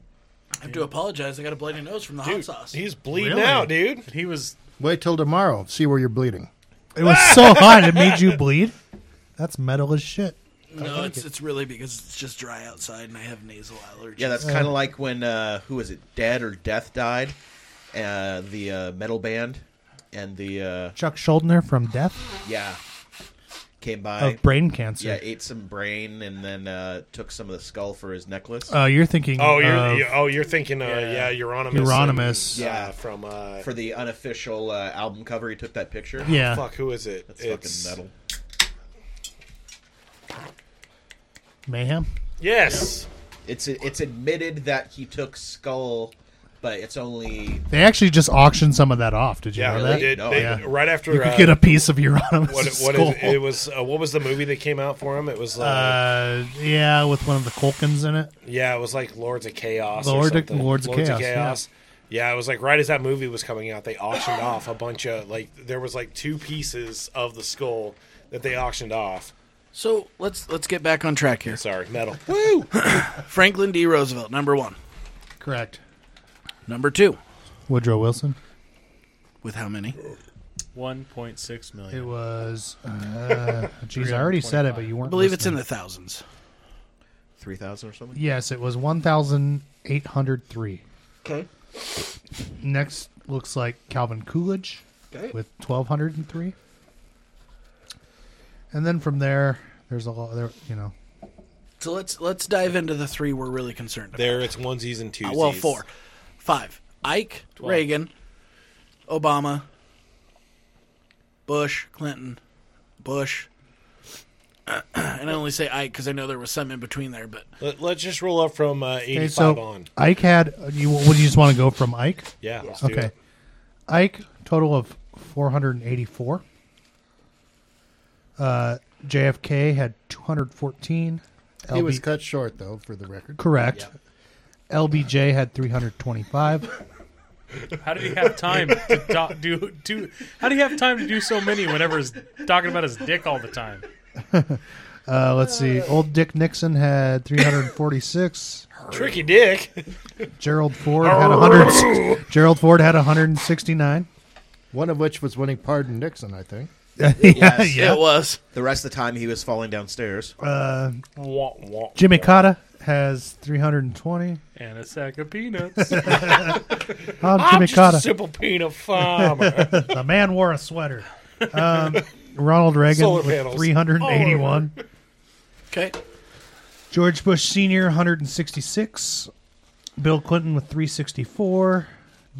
I have to apologize. I got a bloody nose from the hot Dude, sauce. he's bleeding Really? out, dude. He was Wait till tomorrow. See where you're bleeding. It was so hot it made you bleed. That's metal as shit. No, it's it's really because it's just dry outside and I have nasal allergies. Yeah, that's kind of like when uh, who was it, Dead or Death died, uh, the uh, metal band and the uh, Chuck Schuldner from Death yeah came by. of brain cancer. yeah, ate some brain and then uh, took some of the skull for his necklace. Uh, you're thinking. Oh, you're of- you- oh, you're thinking, uh, yeah, Euronymous. Euronymous. and, uh, Yeah. from uh, for the unofficial uh, album cover, he took that picture. yeah. fuck, who is it? That's It's- fucking metal. Mayhem. Yes, It's it's admitted that he took skull, but it's only They actually just auctioned some of that off. Did you yeah, know Really? they that? did. No, they- yeah. Right after You could uh, get a piece of Euronymous' what, what skull. is, it was. Uh, what was the movie that came out for him? It was uh, uh, yeah, with one of the Colkins in it. yeah, it was like Lords of Chaos. or Lord of- something. Lords of Chaos, yeah. Yeah. it was like right as that movie was coming out, they auctioned off a bunch of like there was like two pieces of the skull that they auctioned off. So let's let's get back on track here. Sorry, metal. Franklin D. Roosevelt, number one. Correct. Number two. Woodrow Wilson. With how many? One point six It million. was. Uh, geez, I already said it, but you I weren't. believe it's in listening. the thousands. three thousand or something. Yes, it was one thousand eight hundred three. Okay. Next looks like Calvin Coolidge Okay. with twelve hundred and three, and then from there, there's a lot. There, you know, So let's let's dive into the three we're really concerned about. There, it's onesies and Uh, twosies. well, four, five. Ike, Reagan, Obama, Bush, Clinton, Bush. and I only say Ike because I know there was some in between there, but Let, us just roll up from uh, Okay, eighty-five so on. Ike had. You would you just want to go from Ike? Yeah. let's do Okay, it. Ike total of four hundred and eighty four. Uh, JFK had two hundred fourteen. He was cut short, though, for the record. correct. LBJ had three hundred twenty five. How did he have time to do, do do? How do you have time to do so many whenever he's talking about his dick all the time? Uh, let's see. Old Dick Nixon had 346. Tricky Dick. Gerald Ford had 100. Gerald Ford had 169. One of which was when he pardoned Nixon, I think. yeah, Yes. it was. The rest of the time he was falling downstairs. Uh, Wah, wah. Jimmy Cotta has 320. And a sack of peanuts. Oh, I'm Jimmy just Cotta, a simple peanut farmer. the man wore a sweater. Um, Ronald Reagan Solar with panels. Oh. 381. Okay. George Bush Sr. 166. Bill Clinton with 364.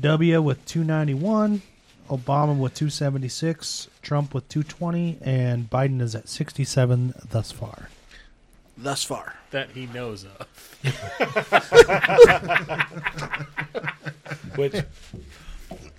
W with 291. Obama with 276. Trump with 220. And Biden is at 67 thus far. Thus far, that he knows of. Which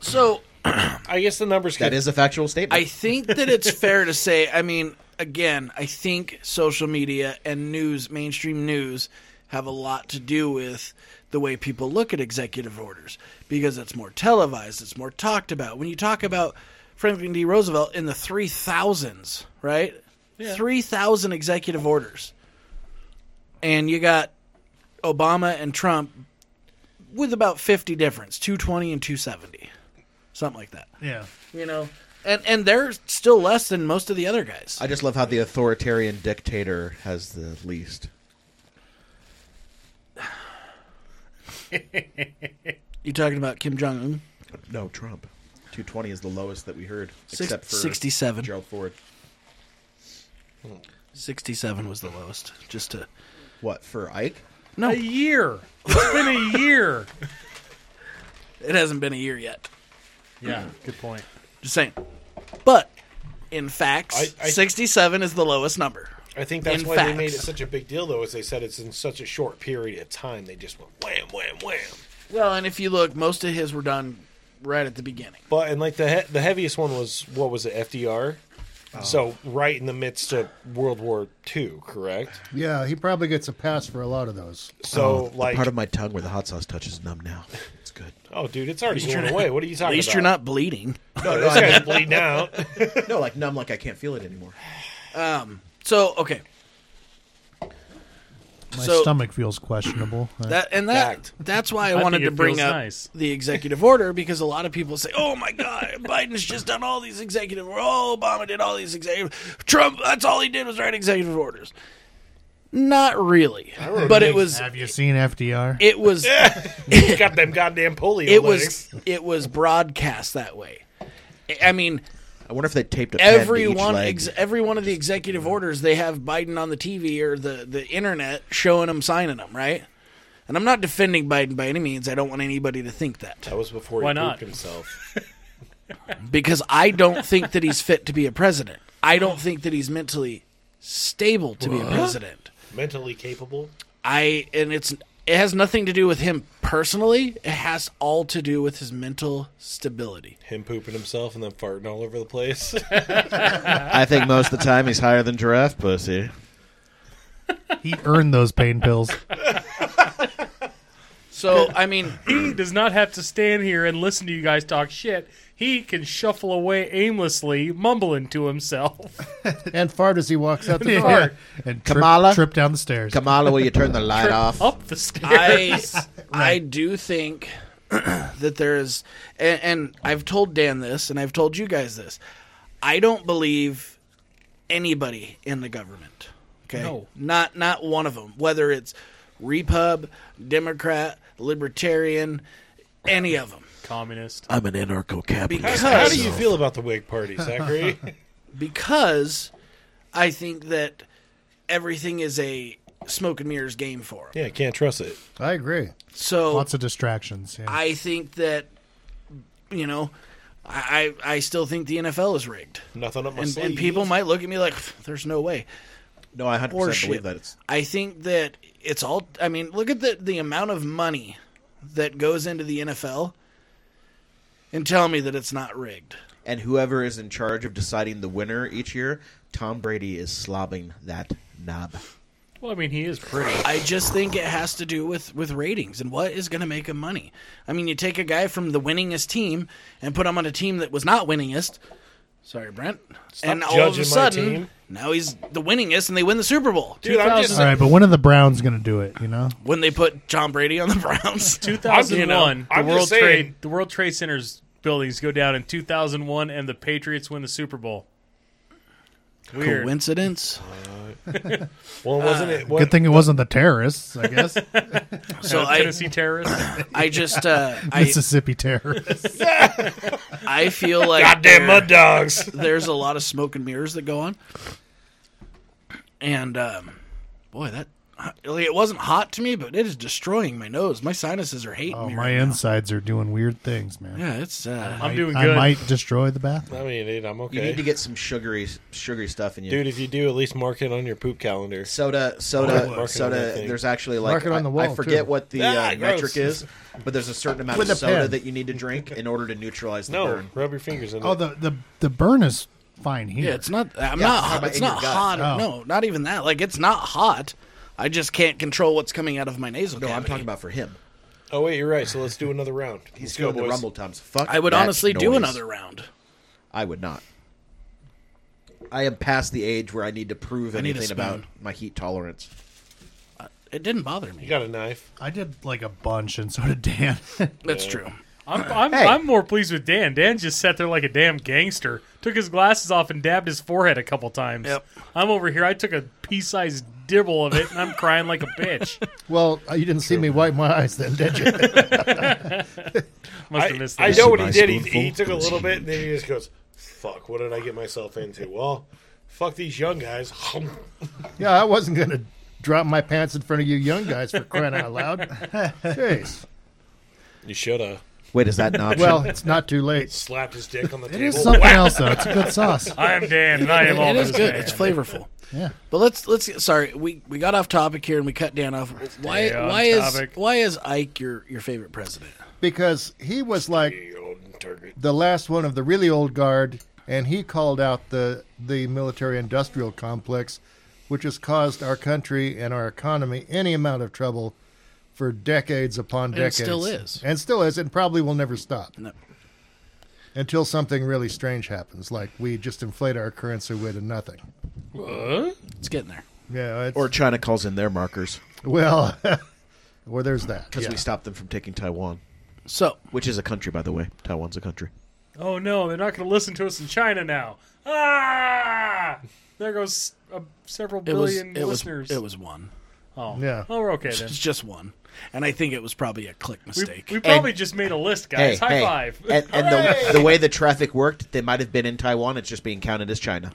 so I guess the numbers That could- is a factual statement. I think that it's fair to say, I mean, again, I think social media and news, mainstream news, have a lot to do with the way people look at executive orders because it's more televised, it's more talked about. When you talk about Franklin D. Roosevelt in the 3000s, right? 3,000 executive orders. And you got Obama and Trump with about 50 difference, 220 and 270, something like that Yeah. you know and and they're still less than most of the other guys I just love how the authoritarian dictator has the least. you talking about kim jong-un No, Trump. 220 is the lowest that we heard, Six- except for 67. Gerald Ford. 67 was the lowest just to What for Ike? A year. It's been a year. it hasn't been a year yet Yeah, good point. just saying but in facts I- I- 67 is the lowest number I think that's in why they made it facts. such a big deal, though, is they said it's in such a short period of time. They just went wham, wham, wham. well and if you look most of his were done right at the beginning But and like the he- the heaviest one was what was it FDR? Oh. So right in the midst of World War II, correct? Oh. Yeah, he probably gets a pass for a lot of those. So The like, part of my tongue where the hot sauce touches numb now. It's good. oh dude, it's already going away. What are you at talking least about? you're not bleeding No, this guy's bleeding out. no, like numb, like I can't feel it anymore. so okay My So- stomach feels questionable. That and that Fact. that's why I, think wanted to it bring feels up nice. the executive order because a lot of people say, "Oh my God, Biden's just done all these executive. Oh, Obama did all these executive. Trump, that's all he did was write executive orders." Not really, but it was Have you seen FDR? it was Got them goddamn polio. it legs. was it was broadcast that way. I- I mean, I wonder if they taped a pen to each every one leg. ex- every one of the executive orders they have Biden on the TV or the the internet showing him signing them, right? And I'm not defending Biden by any means. I don't want anybody to think that That was before Why he not? pooped himself. because I don't think that he's fit to be a president. I don't think that he's mentally stable to be a president. Mentally capable. I and it's it has nothing to do with him personally. It has all to do with his mental stability. Him pooping himself and then farting all over the place. I think most of the time he's higher than giraffe pussy. He earned those pain pills. So I mean, He does not have to stand here and listen to you guys talk shit. He can shuffle away aimlessly, mumbling to himself. and fart as he walks out the door. Yeah. And trip, Kamala? trip down the stairs. Kamala, will you turn the light off? Oh. Up the stairs. I I do think that there is, and, and I've told Dan this, and I've told you guys this. I don't believe anybody in the government. Okay, No. not not one of them. Whether it's Repub, Democrat, Libertarian, any of them. Communist. I'm an anarcho-capitalist. How do you feel about the Whig Party, Zachary? because I think that everything is a smoke and mirrors game for him. yeah, can't trust it. I agree. So Lots of distractions. Yeah. I think that you know, I I I still think the NFL is rigged, Nothing up my and, sleeve. and people might look at me like, "There's no way." No, I 100% Or believe shit. that it's I think that it's all. I mean, look at the the amount of money that goes into the NFL, and tell me that it's not rigged. and whoever is in charge of deciding the winner each year, Tom Brady is slobbing that knob. Well, I mean, he is pretty. I just think it has to do with with ratings and what is going to make him money. I mean, you take a guy from the winningest team and put him on a team that was not winningest. Sorry, Brent. and all of judging a my sudden, team. now he's the winningest, and they win the Super Bowl Dude, I'm All just. right, but when are the Browns going to do it? You know, when they put John Brady on the Browns. 2001. You know, the I'm just World saying- Trade the World Trade Center's buildings go down in 2001, and the Patriots win the Super Bowl. Weird. Coincidence. Well, wasn't it? What, good thing it wasn't the terrorists. I guess So I, Tennessee terrorists. I just, uh, I, Mississippi terrorists. I feel like there- goddamn mud dogs. there's a lot of smoke and mirrors that go on. And um, boy, that like, it wasn't hot to me, but it is destroying my nose. My sinuses are hating Oh, me. my right now. insides are doing weird things, man. Yeah, it's uh, I'm doing I good. might destroy the bathroom. I mean, dude, I'm okay. You need to get some sugary sugary stuff in you. Dude, if you do, at least mark it on your poop calendar. soda Mark it soda on that soda thing. there's actually like Mark it on I- the I, wall, forget too. what the Ah, uh, gross. metric is, but there's a certain amount With of a soda pen. that you need to drink in order to neutralize the No, burn. rub your fingers in Oh, it. the the the burn is fine here. yeah, it's not. I'm Yeah, not. talking hot about It's in your not gut. hot. Oh. No, not even that. Like it's not hot. I just can't control what's coming out of my nasal No, I'm cavity. talking about for him. Oh wait, you're right. So let's do another round. He's Let's go, doing the boys. rumble times. Fuck. I would that honestly do noise. another round. I would not. I am past the age where I need to prove need a anything about spoon. my heat tolerance. It didn't bother You me. got a knife? I did like a bunch, and so did Dan. That's true. I'm, I'm, Hey. I'm more pleased with Dan. Dan just sat there like a damn gangster, took his glasses off and dabbed his forehead a couple times. Yep. I'm over here. I took a pea-sized dibble of it, and I'm crying like a bitch. Well, uh, you didn't see me wipe my eyes then, did you? Must have I, missed I that. know what he My did. He, spoonful he took a was little bit, and then he just goes, "Fuck! What did I get myself into?" Well, fuck these young guys. yeah, I wasn't going to drop my pants in front of you young guys for crying out loud. Jeez. You shoulda Wait, is that an option? Well, it's not too late. slapped his dick on the It is table. something else though. It's a good sauce. I am Dan, and I am all it is this good. man. It's flavorful. Yeah. But let's let's get, sorry we, we got off topic here and we cut Dan off. Why on why is topic. why is Ike your, your favorite president? Because he was like You old target. the last one of the really old guard, and he called out the the military industrial complex, which has caused our country and our economy any amount of trouble for decades upon And it decades. still is. And still is, and probably will never stop. No. Until something really strange happens, like we just inflate our currency way to nothing. It's getting there. Yeah, it's, or China calls in their markers well, well, there's that. because yeah. we stopped them from taking Taiwan, So which is a country, by the way. Taiwan's a country. Oh no, they're not going to listen to us in China now. Ah! ah, there goes uh, several It was billion it was listeners. it was one. oh Yeah. Oh, we're okay then. It's just one, and I think it was probably a click We, mistake. we probably just made a list, guys. High five. And, and the, the way the traffic worked, they might have been in Taiwan. It's just being counted as China.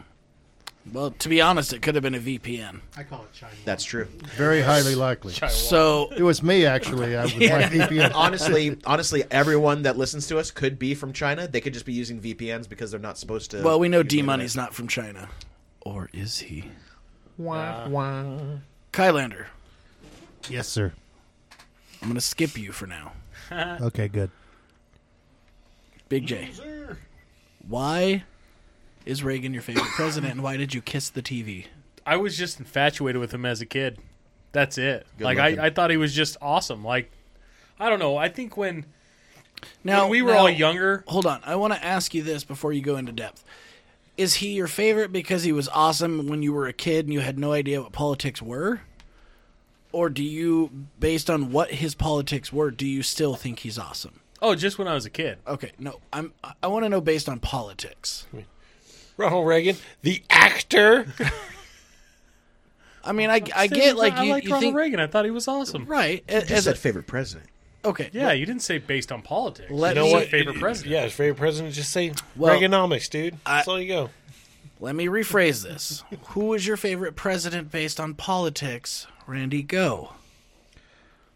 well, to be honest, it could have been a VPN. I call it China. That's true. Very highly likely. So It was me actually. I was my VPN. honestly, honestly, everyone that listens to us could be from China. They could just be using VPNs because they're not supposed to. well, we know use the D internet. Money's not from China, or is he? Kylander, Yes, sir. I'm gonna skip you for now. Okay, good. Big J, why is Reagan your favorite president, and why did you kiss the TV? I was just infatuated with him as a kid. That's it. like looking. I, I thought he was just awesome. Like I don't know. I think when Now when we were now- all younger, Hold on, I want to ask you this before you go into depth. Is he your favorite because he was awesome when you were a kid and you had no idea what politics were? Or do you, based on what his politics were, do you still think he's awesome? oh, just when I was a kid. Okay, no, I'm. I- I want to know based on politics. Ronald Reagan, the actor. I mean, I, I Same as get like I you, liked you Ronald think Reagan. I thought he was awesome. right a- Just as a, said favorite president. okay. Yeah, you didn't say based on politics. Let you me- said favorite president. Yeah, his favorite president. Just say Well, Reaganomics, dude. That's I- all you go. Let me rephrase this. Who is your favorite president based on politics? Randy, go.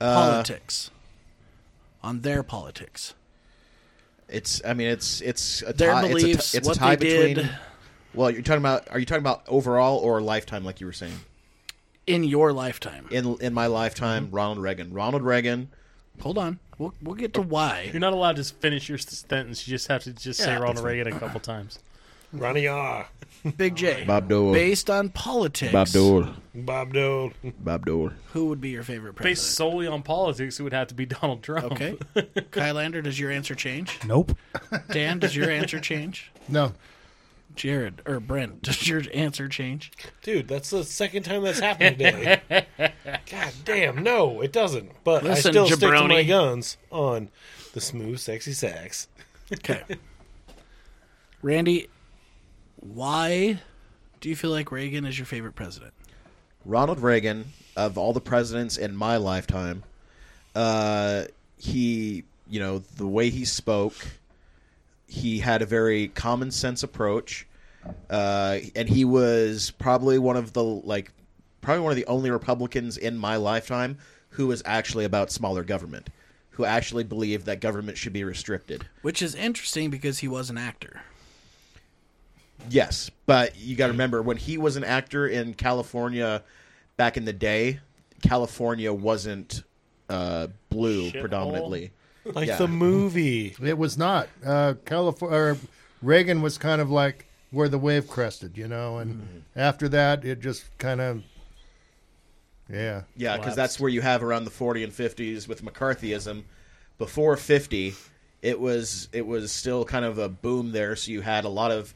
Uh, politics. On their politics. It's. I mean, it's it's a Their tie. It's a, beliefs, t- it's what a tie they did. between. Well, you're talking about. Are you talking about overall or lifetime? Like you were saying, in your lifetime. in in my lifetime, Ronald Reagan. Ronald Reagan. Hold on. We'll, we'll get to why. You're not allowed to finish your s- sentence. You just have to just say Yeah, Ronald Reagan a couple times. Ronnie Ah, R. Big J. Bob Dole. Based on politics, Bob Dole. Bob Dole. who would be your favorite Based president? solely on politics, it would have to be Donald Trump. Okay. Kylander, does your answer change? Nope. Dan, does your answer change? No. Jared or Brent, does your answer change? Dude, that's the second time that's happened today. God damn, no, it doesn't. But Listen, I still stick to my jabroni. guns on the smooth, sexy sax. Okay. Randy, why do you feel like Reagan is your favorite president? Ronald Reagan, of all the presidents in my lifetime, uh, he, you know, the way he spoke, he had a very common sense approach, uh, and he was probably one of the like, probably one of the only Republicans in my lifetime who was actually about smaller government, who actually believed that government should be restricted. Which is interesting because he was an actor. Yes, but you Mm. got to remember when he was an actor in California back in the day, California wasn't uh, blue Shithole. predominantly. Like Yeah. the movie. It was not. Uh, California. Reagan was kind of like where the wave crested, you know, and after that, it just kind of. Yeah. Yeah, because Collapsed. that's where you have around the 40 and 50s with McCarthyism. Before 50, it was it was still kind of a boom there, so you had a lot of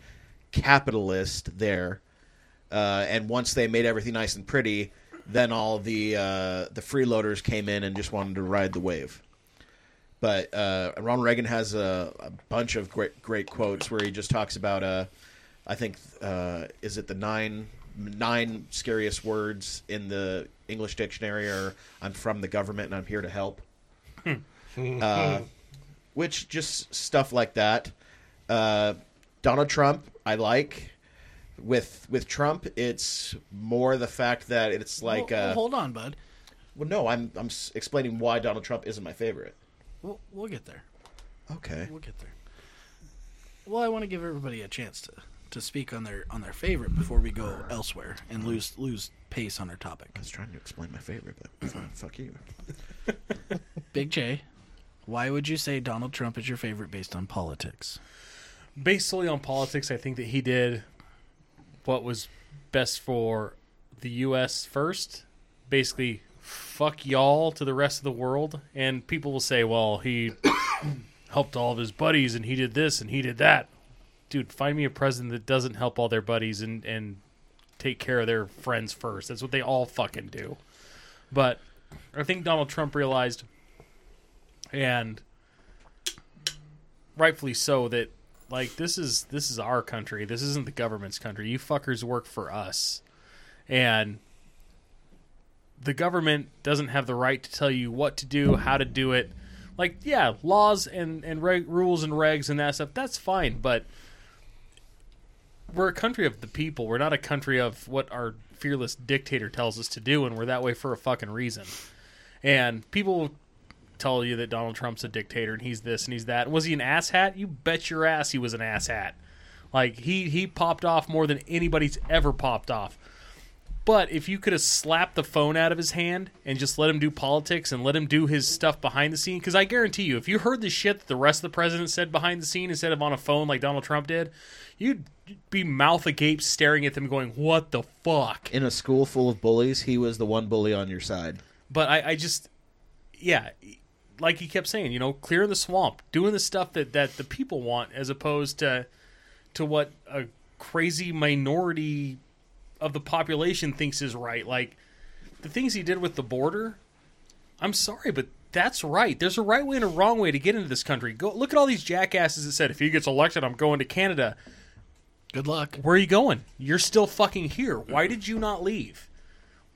capitalist there. Uh, and once they made everything nice and pretty, then all the uh, the freeloaders came in and just wanted to ride the wave. but uh, Ronald Reagan has a, a bunch of great great quotes where he just talks about uh, I think uh, is it the nine nine scariest words in the English dictionary or I'm from the government and I'm here to help, uh, which just stuff like that. Uh, Donald Trump, I like. With with Trump, it's more the fact that it's like Well, uh, hold on, bud. well, no, I'm I'm s- explaining why Donald Trump isn't my favorite. We'll, we'll get there. Okay. We'll get there. Well, I want to give everybody a chance to, to speak on their on their favorite before we go elsewhere and lose lose pace on our topic. I was trying to explain my favorite, but fine, fuck you. Big J, why would you say Donald Trump is your favorite based on politics? based solely on politics, I think that he did what was best for the U.S. first. Basically, fuck y'all to the rest of the world. And people will say, well, he helped all of his buddies and he did this and he did that. Dude, find me a president that doesn't help all their buddies and, and take care of their friends first. That's what they all fucking do. But I think Donald Trump realized, and rightfully so, that Like this is this is our country. This isn't the government's country. You fuckers work for us, and the government doesn't have the right to tell you what to do, how to do it. Like yeah, laws and and reg, rules and regs and that stuff. That's fine, but we're a country of the people. We're not a country of what our fearless dictator tells us to do, and we're that way for a fucking reason. And people tell you that Donald Trump's a dictator and he's this and he's that. Was he an asshat? You bet your ass he was an asshat. Like he he popped off more than anybody's ever popped off. But if you could have slapped the phone out of his hand and just let him do politics and let him do his stuff behind the scene, because I guarantee you, if you heard the shit that the rest of the president said behind the scene instead of on a phone like Donald Trump did, you'd be mouth agape staring at them going, What the fuck? In a school full of bullies, he was the one bully on your side. But I, I just, yeah, like he kept saying, you know, clearing the swamp, doing the stuff that that the people want, as opposed to to what a crazy minority of the population thinks is right. Like the things he did with the border. I'm sorry, but that's right. There's a right way and a wrong way to get into this country. Go look at all these jackasses that said, if he gets elected, I'm going to Canada. Good luck. Where are you going? You're still fucking here. Why did you not leave?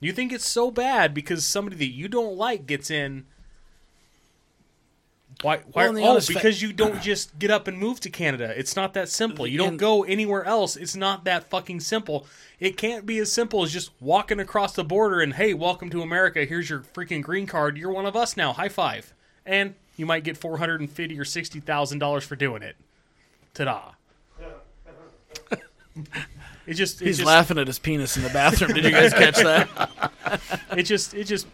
You think it's so bad because somebody that you don't like gets in. Why? Why? Well, and the oh, honest fa- because you don't just get up and move to Canada. It's not that simple. You don't And- go anywhere else. It's not that fucking simple. It can't be as simple as just walking across the border and hey, welcome to America. Here's your freaking green card. You're one of us now. High five. And you might get four hundred and fifty or sixty thousand dollars for doing it. Ta-da. it just it He's just, laughing at his penis in the bathroom. Did you guys catch that? it just it just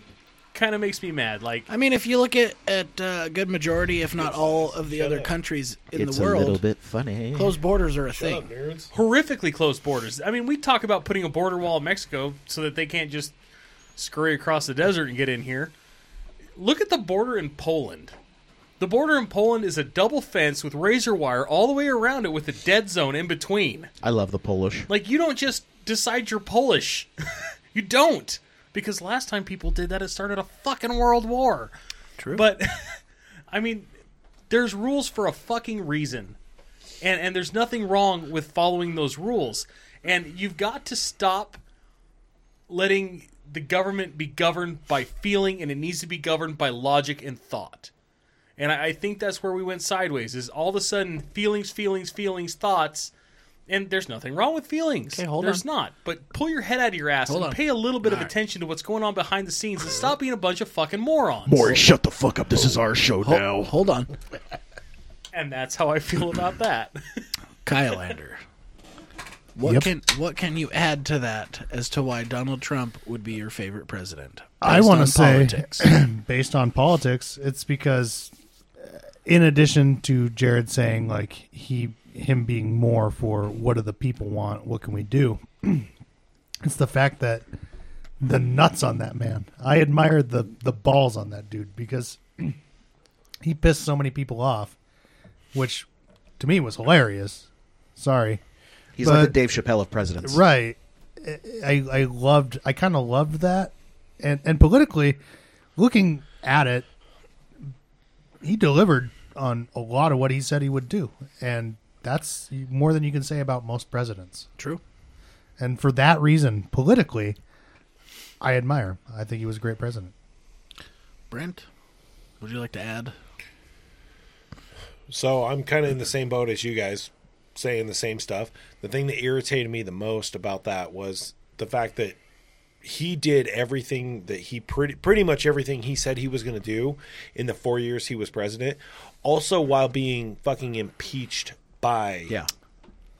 kind of makes me mad. Like I mean, if you look at at uh, a good majority, if not all, of the other countries in it's the a little world, bit funny. closed borders are a Shut up, thing. nerds. horrifically closed borders. I mean, we talk about putting a border wall in Mexico so that they can't just scurry across the desert and get in here. Look at the border in Poland. The border in Poland is a double fence with razor wire all the way around it with a dead zone in between. I love the Polish. Like you don't just decide you're Polish. you don't. Because last time people did that it started a fucking world war. True. But I mean, there's rules for a fucking reason. And and there's nothing wrong with following those rules. And you've got to stop letting the government be governed by feeling and it needs to be governed by logic and thought. And I, I think that's where we went sideways is all of a sudden feelings, feelings, feelings, thoughts. And there's nothing wrong with feelings. Okay, hold there's on. not. But pull your head out of your ass Hold and on. pay a little bit of attention to what's going on behind the scenes and stop being a bunch of fucking morons. shut the fuck up. This is our show Ho- hold on, And that's how I feel about that. Kylander. What Yep. can what can you add to that as to why Donald Trump would be your favorite president? I Based wanna on say- politics. based on politics, it's because uh, in addition to Jared saying like he him being more for what do the people want, what can we do? it's the fact that the nuts on that man. I admired the the balls on that dude because he pissed so many people off, which to me was hilarious. Sorry. He's like the but- Dave Chappelle of presidents. Right. I I loved I kind of loved that, and and politically, looking at it, he delivered on a lot of what he said he would do, and that's more than you can say about most presidents. True. And for that reason, politically, I admire him. I think he was a great president. Brent, would you like to add? So I'm kind of in the same boat as you guys, saying the same stuff. The thing that irritated me the most about that was the fact that he did everything that he pretty pretty much everything he said he was going to do in the four years he was president. Also, while being fucking impeached by Yeah.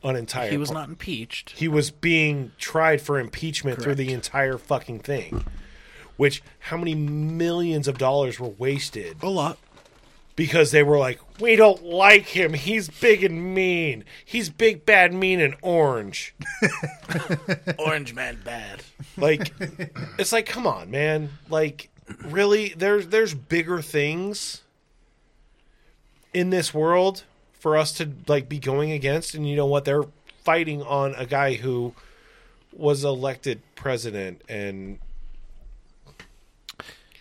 an entire He was par- not impeached. he was being tried for impeachment through the entire fucking thing. Which how many millions of dollars were wasted A lot. because they were like, we don't like him. He's big and mean. He's big, bad, mean, and orange. Orange man bad. Like, it's like, come on, man. Like, really? There's there's bigger things in this world for us to like be going against, and you know what? They're fighting on a guy who was elected president, and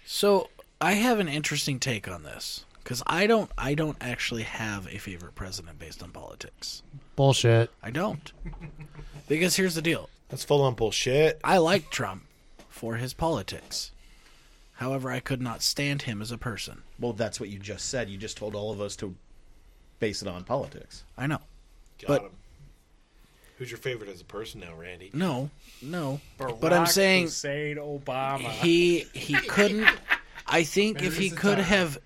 So I have an interesting take on this. because I don't I don't actually have a favorite president based on politics. Bullshit. I don't. because here's the deal. That's full on bullshit. I like Trump for his politics. However, I could not stand him as a person. Well, that's what you just said. You just told all of us to base it on politics. I know. Got But- him. Who's your favorite as a person now, Randy? No, no. but I'm Barack saying Hussein Obama. he he couldn't I think if he Barry's a could time. have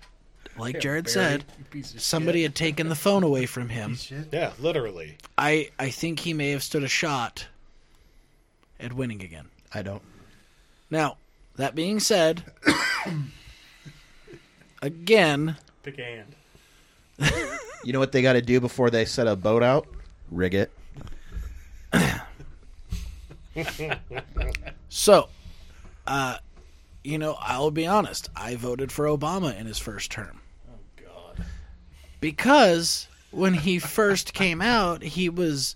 like Jared Barry, said, you piece of somebody had taken the phone away from him. Yeah, literally. I I think he may have stood a shot at winning again. I don't. Now, that being said, again, shit. pick a hand. You know what they got to do before they set a boat out? Rig it. so, uh, you know, I'll be honest. I voted for Obama in his first term God. because when he first came out, he was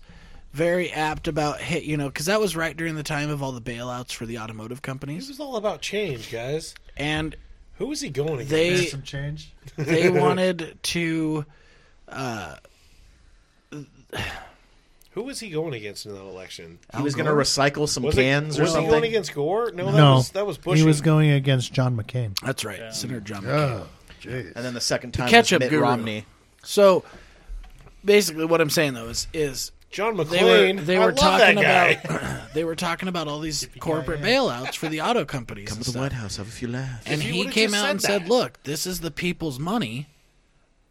very apt about hit, you know, because that was right during the time of all the bailouts for the automotive This companies, is all about change, guys. and Who is he going against? they Some change. they wanted to. Who was he going against in that election? He was going to recycle some Was, cans it, or was he something. going against Gore? No, that no, was that was Bush. He was going against John McCain. That's right, Senator John. McCain. Oh, jeez. and then the second time, ketchup was Mitt guru. Romney. So, basically, what I'm saying though is is John they were McClain. they I were love talking that guy. about they were talking about all these corporate bailouts for the auto companies and To the stuff. White House, have a few laughs. And If you he would've came just out said and said, that. "Look, this is the people's money.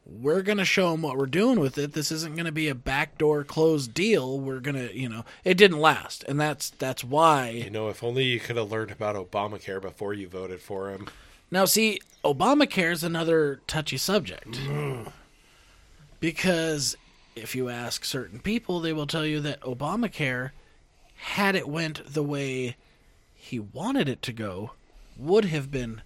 We're going to show them what we're doing with it. This isn't going to be a backdoor closed deal. We're going to, you know, it didn't last, and that's that's You why. know, if only you could have learned about Obamacare before you voted for him. Now, see, Obamacare is another touchy subject because if you ask certain people, they will tell you that Obamacare, had it went the way he wanted it to go, would have been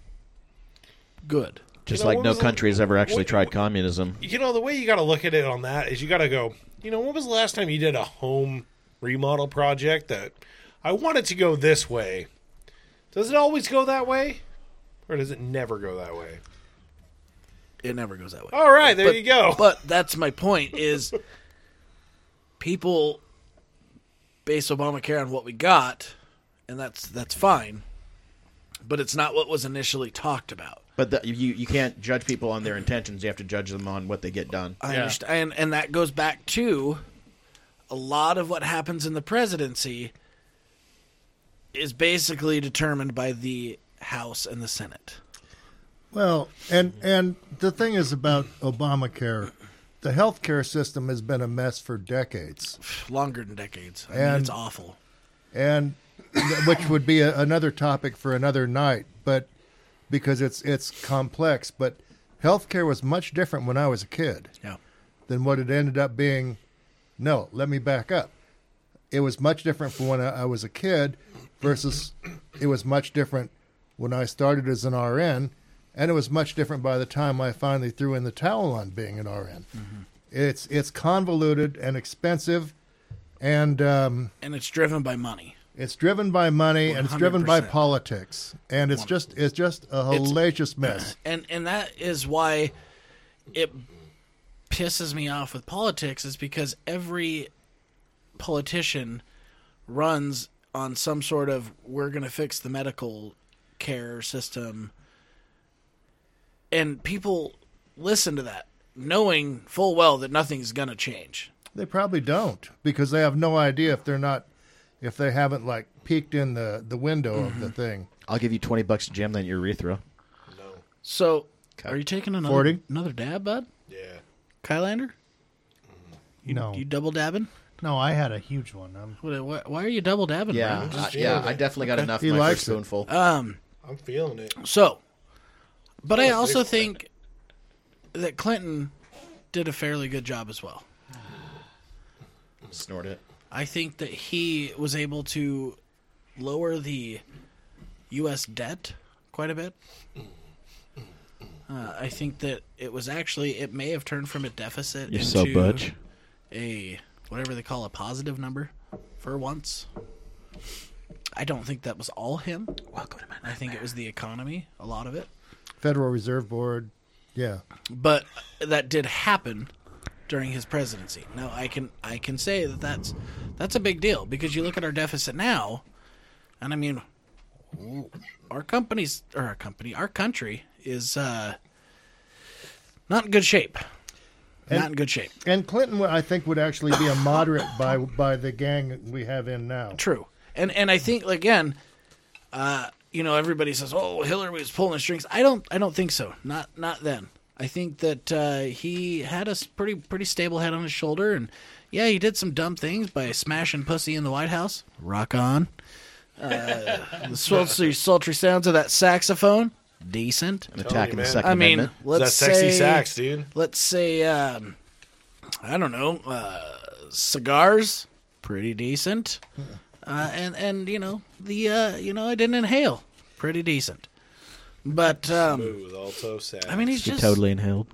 good. Just You know, like what no was the- country has ever actually what- tried communism. You know, the way you got to look at it on that is you got to go, you know, when was the last time you did a home remodel project that I want it to go this way? Does it always go that way? Or does it never go that way? It never goes that way. All right, there you go. But that's my point is people base Obamacare on what we got, and that's that's fine. But it's not what was initially talked about. But the, you you can't judge people on their intentions. You have to judge them on what they get done. I Yeah. understand, and, and that goes back to a lot of what happens in the presidency is basically determined by the House and the Senate. Well, and and the thing is about Obamacare, the healthcare system has been a mess for decades, Longer than decades. I mean, And- it's awful. and which would be a, another topic for another night, but because it's it's complex, but healthcare was much different when I was a kid Yeah. than what it ended up being. No, let me back up. It was much different from when I, I was a kid versus it was much different when I started as an RN, and it was much different by the time I finally threw in the towel on being an RN. It's it's convoluted and expensive, and um, And it's driven by money. it's driven by money and it's driven by 100%. politics, and it's just it's just a hellacious mess. and and that is why it pisses me off with politics is because every politician runs on some sort of we're going to fix the medical care system and people listen to that knowing full well that nothing's going to change They probably don't because they have no idea if they're not if they haven't like peeked in the the window of the thing. I'll give you twenty bucks to jam that in your urethra. no. so are you taking another 40? another dab bud Yeah. kylander no, you double dabbing no, I had a huge one. I'm, What- why, why are you double dabbing Yeah, Brian? I- just yeah. jamming I it. definitely got enough. He my likes first it. Uh, spoonful. I'm feeling it. So, but I also think that Clinton did a fairly good job as well. Snort it. I think that he was able to lower the U.S. debt quite a bit. Uh, I think that it was actually it may have turned from a deficit into a whatever they call a positive number for once. I don't think that was all him. Welcome to my I think it was the economy, a lot of it. Federal Reserve Board, Yeah. but that did happen during his presidency. Now I can I can say that that's that's a big deal because you look at our deficit now, and I mean, our companies or our company our country is uh, not in good shape. not in good shape. And Clinton, I think, would actually be a moderate by by the gang we have in now. True. And and I think again, uh, you know, everybody says, "Oh, Hillary was pulling the strings." I don't I don't think so. Not not then. I think that uh, he had a s- pretty pretty stable head on his shoulder, and yeah, he did some dumb things by smashing pussy in the White House. Rock on. Uh, the sultry, sultry sounds of that saxophone, decent. An attack in the man. Second I mean, Amendment. let's that sexy say sax, dude. let's say um, I don't know uh, cigars, pretty decent, Hmm. uh, and and you know the uh, you know I didn't inhale, pretty decent, but um, Ooh, alto sax. I mean he's She just totally inhaled.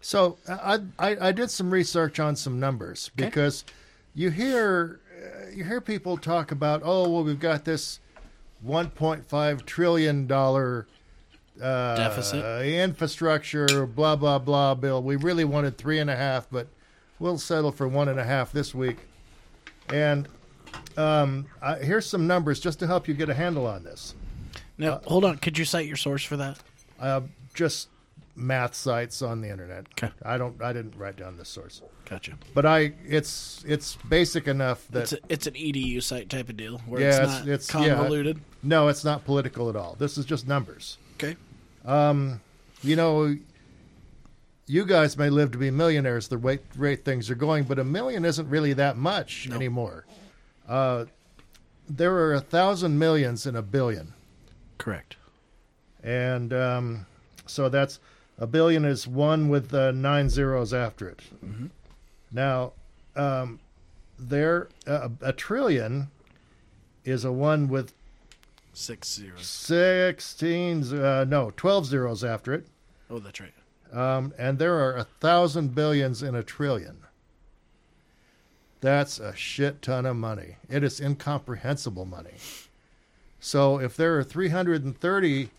So I, I I did some research on some numbers because you hear uh, you hear people talk about oh well we've got this 1.5 trillion dollar uh, Deficit. infrastructure blah blah blah bill we really wanted three and a half but we'll settle for one and a half this week and um, I, here's some numbers just to help you get a handle on this no. hold on, could you cite your source for that? uh, just math sites on the internet 'Kay. I don't I didn't write down this source. Gotcha. but I it's it's basic enough It's that a, it's an edu site type of deal where Yeah, it's it's- not it's- yeah. convoluted. no, it's not political at all. This is just numbers. Okay. You know, you guys may live to be millionaires the way rate things are going, but a million isn't really that much anymore. Uh, there are a thousand millions in a billion, Correct. and um, so that's a billion is one with uh, nine zeros after it. Now, um, there uh, a trillion is a one with Six zeros. 16 uh, no 12 zeros after it Oh, that's right. um, and there are a thousand billions in a trillion that's a shit ton of money it is incomprehensible money so if there are 330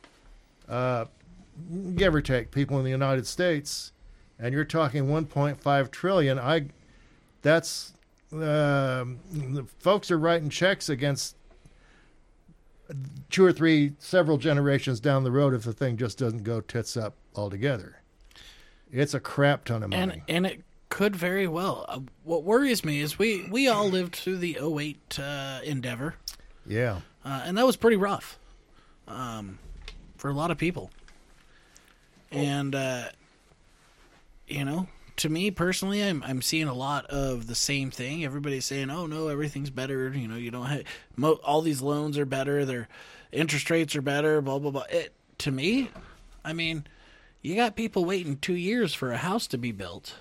uh, give or take people in the united states and you're talking 1.5 trillion i that's um the folks are writing checks against two or three several generations down the road if the thing just doesn't go tits up altogether. It's a crap ton of money. and and it could very well. Uh, what worries me is we we all lived through the 08 uh, endeavor. yeah. uh, and that was pretty rough um, for a lot of people. And uh, you know, to me personally, I'm I'm seeing a lot of the same thing. Everybody's saying, "Oh no, everything's better." You know, you don't have mo- all these loans are better. Their interest rates are better. Blah blah blah. It, to me, I mean, you got people waiting two years for a house to be built.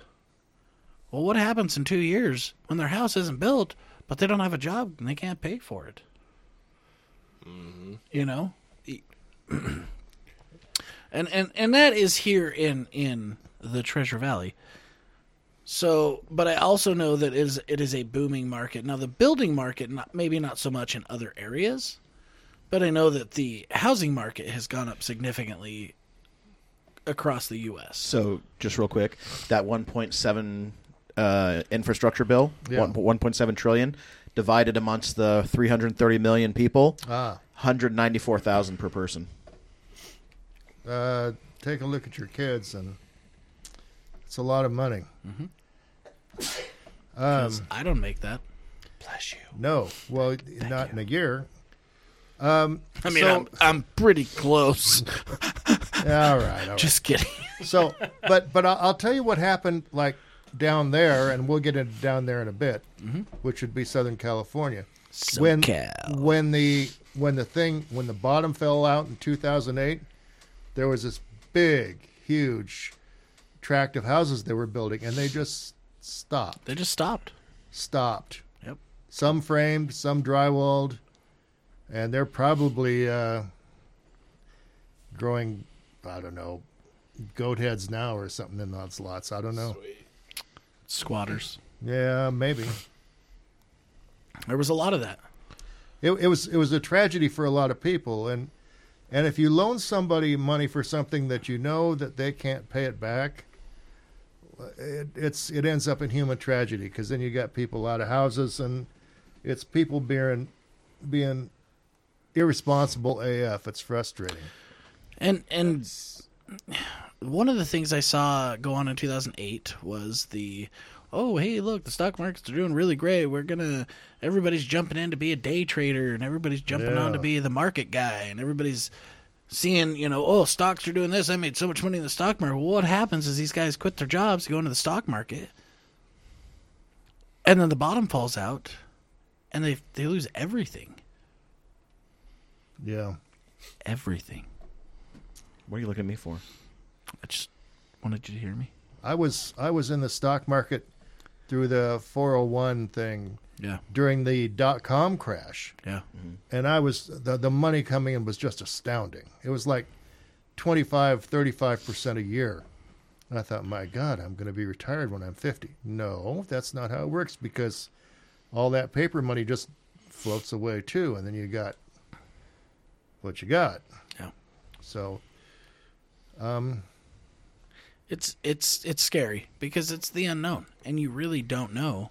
Well, what happens in two years when their house isn't built, but they don't have a job and they can't pay for it? you know E- and and and that is here in in the treasure valley so but i also know that it is it is a booming market now the building market not, maybe not so much in other areas but i know that the housing market has gone up significantly across the us So, just real quick, that 1.7 uh, infrastructure bill, Yeah. one- 1.7 trillion, divided amongst the 330 million people, Ah. 194,000 per person. Uh, take a look at your kids, and it's a lot of money. 'Cause i don't make that No, well, not in a year. i mean So- I'm, I'm pretty close All right, all right. just kidding so but but I'll, I'll tell you what happened like down there and we'll get into down there in a bit Mm-hmm. which would be southern california when SoCal. when the when the thing when the bottom fell out in 2008 there was this big huge tract of houses they were building and they just stopped they just stopped stopped yep some framed, some drywalled, and they're probably uh, growing, I don't know, goat heads now or something in those lots. I don't know. squatters Yeah, maybe. there was a lot of that It, it was it was a tragedy for a lot of people, and And if you loan somebody money for something that you know that they can't pay it back, it, it's it ends up in human tragedy because then you got people out of houses and it's people being being irresponsible AF. It's frustrating. And and one of the things I saw go on in 2008 was the oh hey look the stock market's doing really great we're gonna everybody's jumping in to be a day trader and everybody's jumping on Yeah. to be the market guy and everybody's seeing you know oh stocks are doing this I made so much money in the stock market. Well, what happens is these guys quit their jobs to go into the stock market and then the bottom falls out and they they lose everything Yeah. everything. What are you looking at me for? I just wanted you to hear me. I was I was in the stock market through the 401 thing Yeah, during the dot com crash. yeah. Mm-hmm. and I was the, the money coming in was just astounding. It was like 25, 35% a year. And I thought, my God, I'm going to be retired when I'm 50. No, that's not how it works because all that paper money just floats away too. And then you got what you got. Yeah. So, It's it's it's scary because it's the unknown, and you really don't know.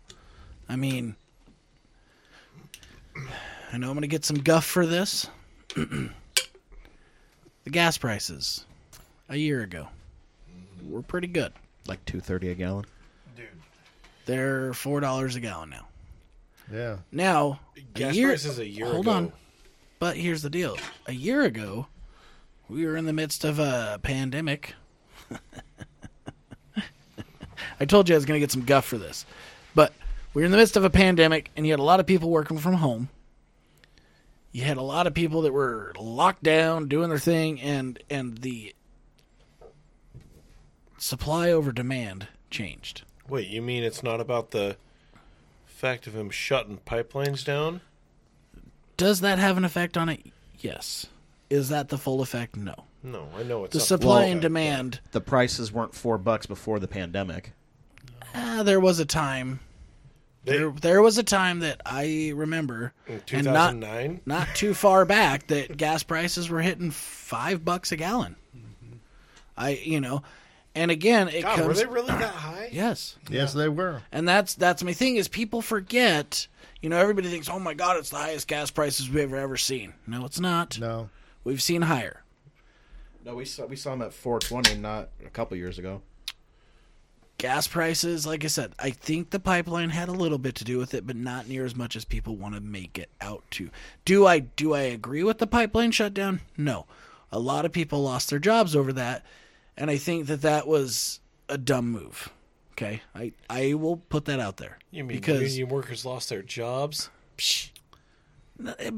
I mean, I know I'm gonna get some guff for this. the gas prices a year ago were pretty good. Like two thirty a gallon. They're four dollars a gallon now. yeah. Now Gas a year, prices a year Hold ago. on, but here's the deal: a year ago, we were in the midst of a pandemic. I told you I was going to get some guff for this, but we were in the midst of a pandemic, and you had a lot of people working from home. You had a lot of people that were locked down, doing their thing, and and the supply over demand changed. Wait, you mean it's not about the fact of him shutting pipelines down? Does that have an effect on it? Yes. Is that the full effect? No. No, I know it's The not- supply Well, and demand. The prices weren't four bucks before the pandemic. Ah, there was a time. They- There, there was a time that I remember, in and not 2009. not too far back, that gas prices were hitting five bucks a gallon. I, you know, and again, it Mm-hmm. God, were comes. they really that high? Yes, Yes, they were. and that's that's my thing is people forget. You know, everybody thinks, "Oh my God, it's the highest gas prices we've ever ever seen." No, it's not. No. We've seen higher. No, we saw we saw them at four twenty, not a couple years ago. gas prices like i said i think the pipeline had a little bit to do with it but not near as much as people want to make it out to do i do i agree with the pipeline shutdown no a lot of people lost their jobs over that and i think that that was a dumb move okay i i will put that out there You mean because union workers lost their jobs? eh,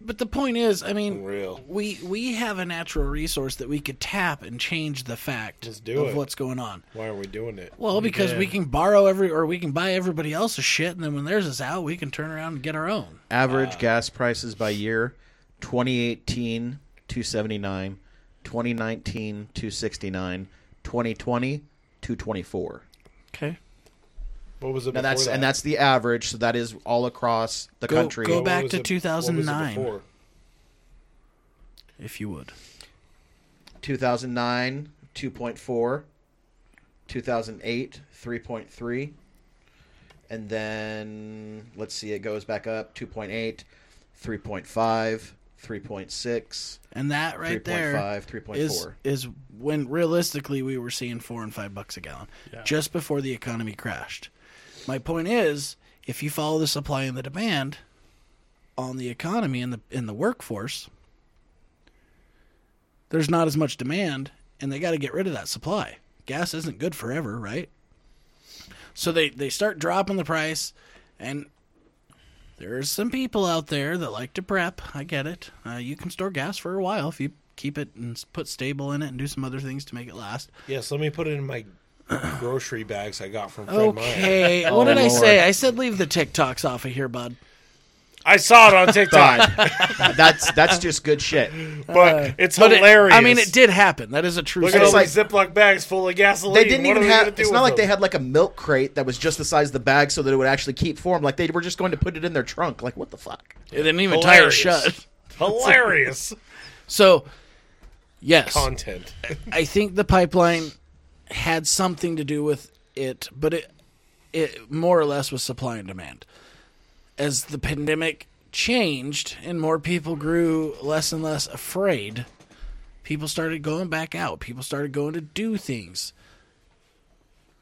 but the point is i mean Real. we we have a natural resource that we could tap and change the fact Let's do of it. what's going on Why are we doing it? Well, because we can borrow every or we can buy everybody else's shit, and then when theirs is out, we can turn around and get our own. Average gas prices by year: 2018, 279, 2019, 269, 2020, 224. Okay, What was it? Now before that's that? and that's the average. So that is all across the Go- country. go What back was to it- what was it 2009. before? if you would. 2009 2.4 2008 3.3 and then let's see it goes back up 2.8 3.5 3.6 And that right there 3.5 3.4 is is when realistically we were seeing four and five bucks a gallon just before the economy crashed. My point is, if you follow the supply and the demand on the economy and the in the workforce, there's not as much demand, and they got to get rid of that supply. Gas isn't good forever, right? So they they start dropping the price, and there's some people out there that like to prep. I get it. Uh, you can store gas for a while if you keep it and s- put stable in it and do some other things to make it last. Yes, let me put it in my grocery bags I got from Fred Meyer. Okay, what did I Lord. say? I said leave the TikToks off of here, bud. I saw it on TikTok, God. that's that's just good shit but it's But it- hilarious. I mean, it did happen. That is a true Look at story. all It's like- these Ziploc bags full of gasoline. they didn't What are even we have gonna do it's with not like them? they had like a milk crate that was just the size of the bag so that it would actually keep form like they were just going to put it in their trunk like what the fuck They didn't even tie her Hilarious. shut. hilarious. So, yes, Content. I think the pipeline had something to do with it, but it it more or less was supply and demand. As the pandemic changed and more people grew less and less afraid, people started going back out. People started going to do things.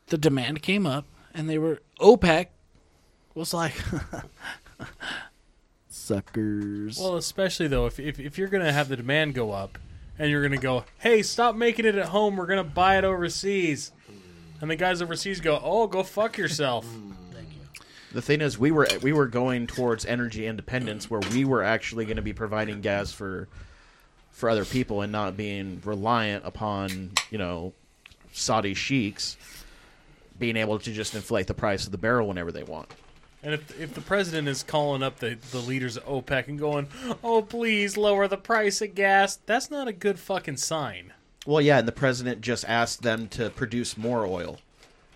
The demand came up, and they were OPEC was like suckers. Well, especially though, if, if if you're gonna have the demand go up, and you're gonna go, hey, stop making it at home. We're gonna buy it overseas, and the guys overseas go, oh, go fuck yourself. The thing is, we were we were going towards energy independence, where we were actually going to be providing gas for for other people and not being reliant upon you know Saudi sheiks being able to just inflate the price of the barrel whenever they want. And if if the president is calling up the the leaders of OPEC and going, oh, please lower the price of gas, that's not a good fucking sign. Well, yeah, and the president just asked them to produce more oil.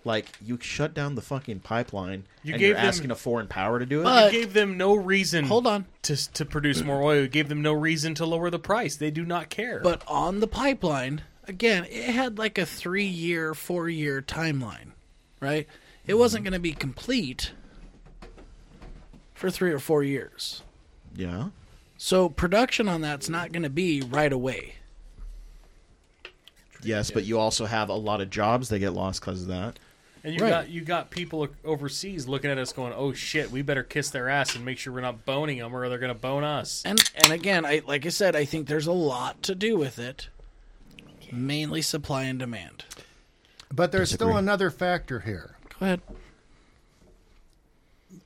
Like you shut down the fucking pipeline, You and gave you're them- asking a foreign power to do it. But- You gave them no reason. Uh, Hold on. To, to produce more oil, you gave them no reason to lower the price. They do not care. But on the pipeline, again, it had like a three year, four year timeline, right? It wasn't going to be complete for three or four years. yeah, So production on that's not going to be right away. yes, but you also have a lot of jobs that get lost because of that. And you Right. got you got people overseas looking at us going, "Oh shit, we better kiss their ass and make sure we're not boning them, or they're gonna bone us." And and again, I like I said, I think there's a lot to do with it. Mainly supply and demand. But there's still another factor here. Go ahead.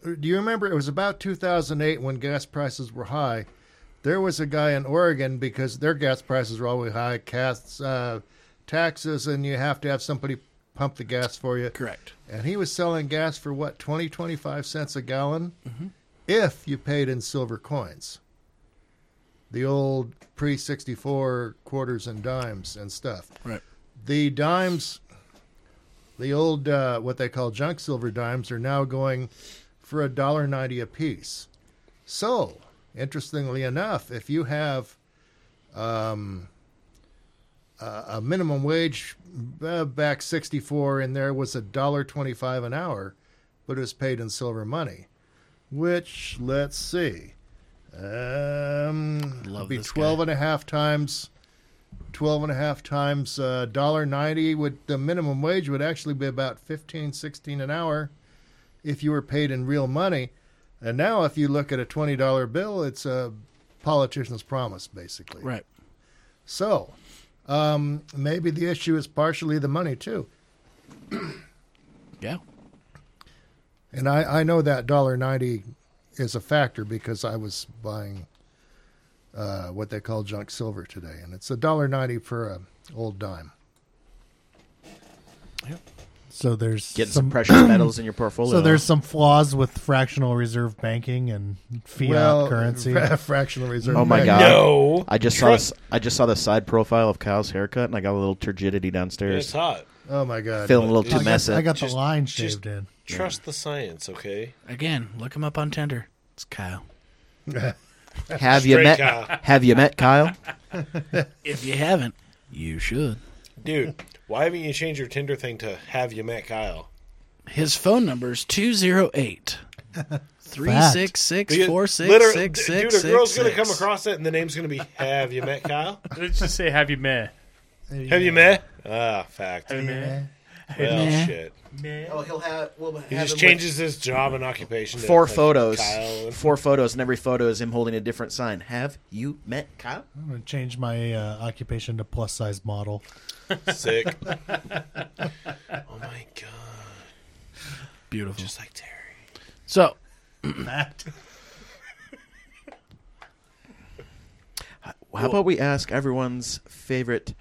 Do you remember it was about 2008 when gas prices were high? There was a guy in Oregon because their gas prices were always high, casts uh, taxes, and you have to have somebody pump the gas for you. Correct. And he was selling gas for what, 20, 25 cents a gallon? If you paid in silver coins, the old pre 64 quarters and dimes and stuff. Right. the dimes, the old uh, what they call junk silver dimes, are now going for a dollar ninety a piece. So, interestingly enough, if you have um, a, a minimum wage uh, back sixty four in there was a dollar twenty five an hour, but it was paid in silver money, which let's see. Um, Love would be this guy. 12 and a half times 12 and a half times uh, $1.90 would the minimum wage would actually be about 15 16 an hour if you were paid in real money and now if you look at a $20 bill it's a politician's promise basically Right. so um, maybe the issue is partially the money too Yeah. and i, I know that $1.90 is a factor because i was buying uh, what they call junk silver today and it's a $1.90 for a old dime So there's Getting some, precious metals in your portfolio. So there's some flaws with fractional reserve banking and fiat currency. fra- fractional reserve. Oh my bank. God. No. I just saw this, I just saw the side profile of Kyle's haircut, and I got a little turgidity It's downstairs, hot. Oh my god! feeling a little I too got, messy. I got Just- the line just- shaved in. Trust the science, okay? Again, look him up on Tinder. It's Kyle. have you Straight met? Kyle. Have you met Kyle? If you haven't, you should. Dude, why haven't you changed your Tinder thing to have you met Kyle? His phone number is 208 366 Literally- 4666. dude, a girl's gonna come across it, and the name's gonna be Have you met Kyle? Let's just say, "Have you met?" have you met? Ah, fact. Have you met? Well, Meh. shit. Oh, he'll have. We'll He just changes his job and occupation. to, four like, photos, Kyle. four photos, and every photo is him holding a different sign. Have you met Kyle? I'm gonna change my uh, occupation to plus size model. Sick. oh my god! Beautiful. It's like Terry. So, How about we ask everyone's favorite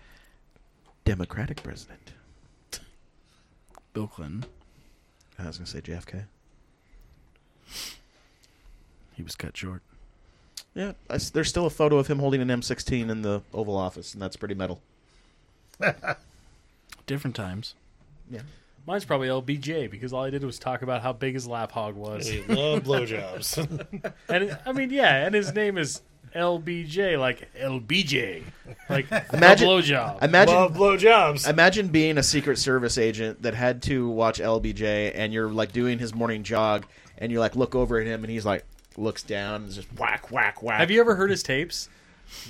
Democratic president? Bill Clinton, I was gonna say JFK. he was cut short. Yeah, I s there's still a photo of him holding an M16 in the Oval Office, and that's pretty metal. Different times. Mine's probably LBJ because all I did was talk about how big his lap hog was, We love blowjobs. and I mean, yeah, and his name is LBJ, like LBJ, like Imagine- imagine blowjob. Imagine Love blowjobs. Imagine being a Secret Service agent that had to watch LBJ, and you're like doing his morning jog, and you like look over at him, and he's like looks down, and just whack, whack, whack. Have you ever heard his tapes?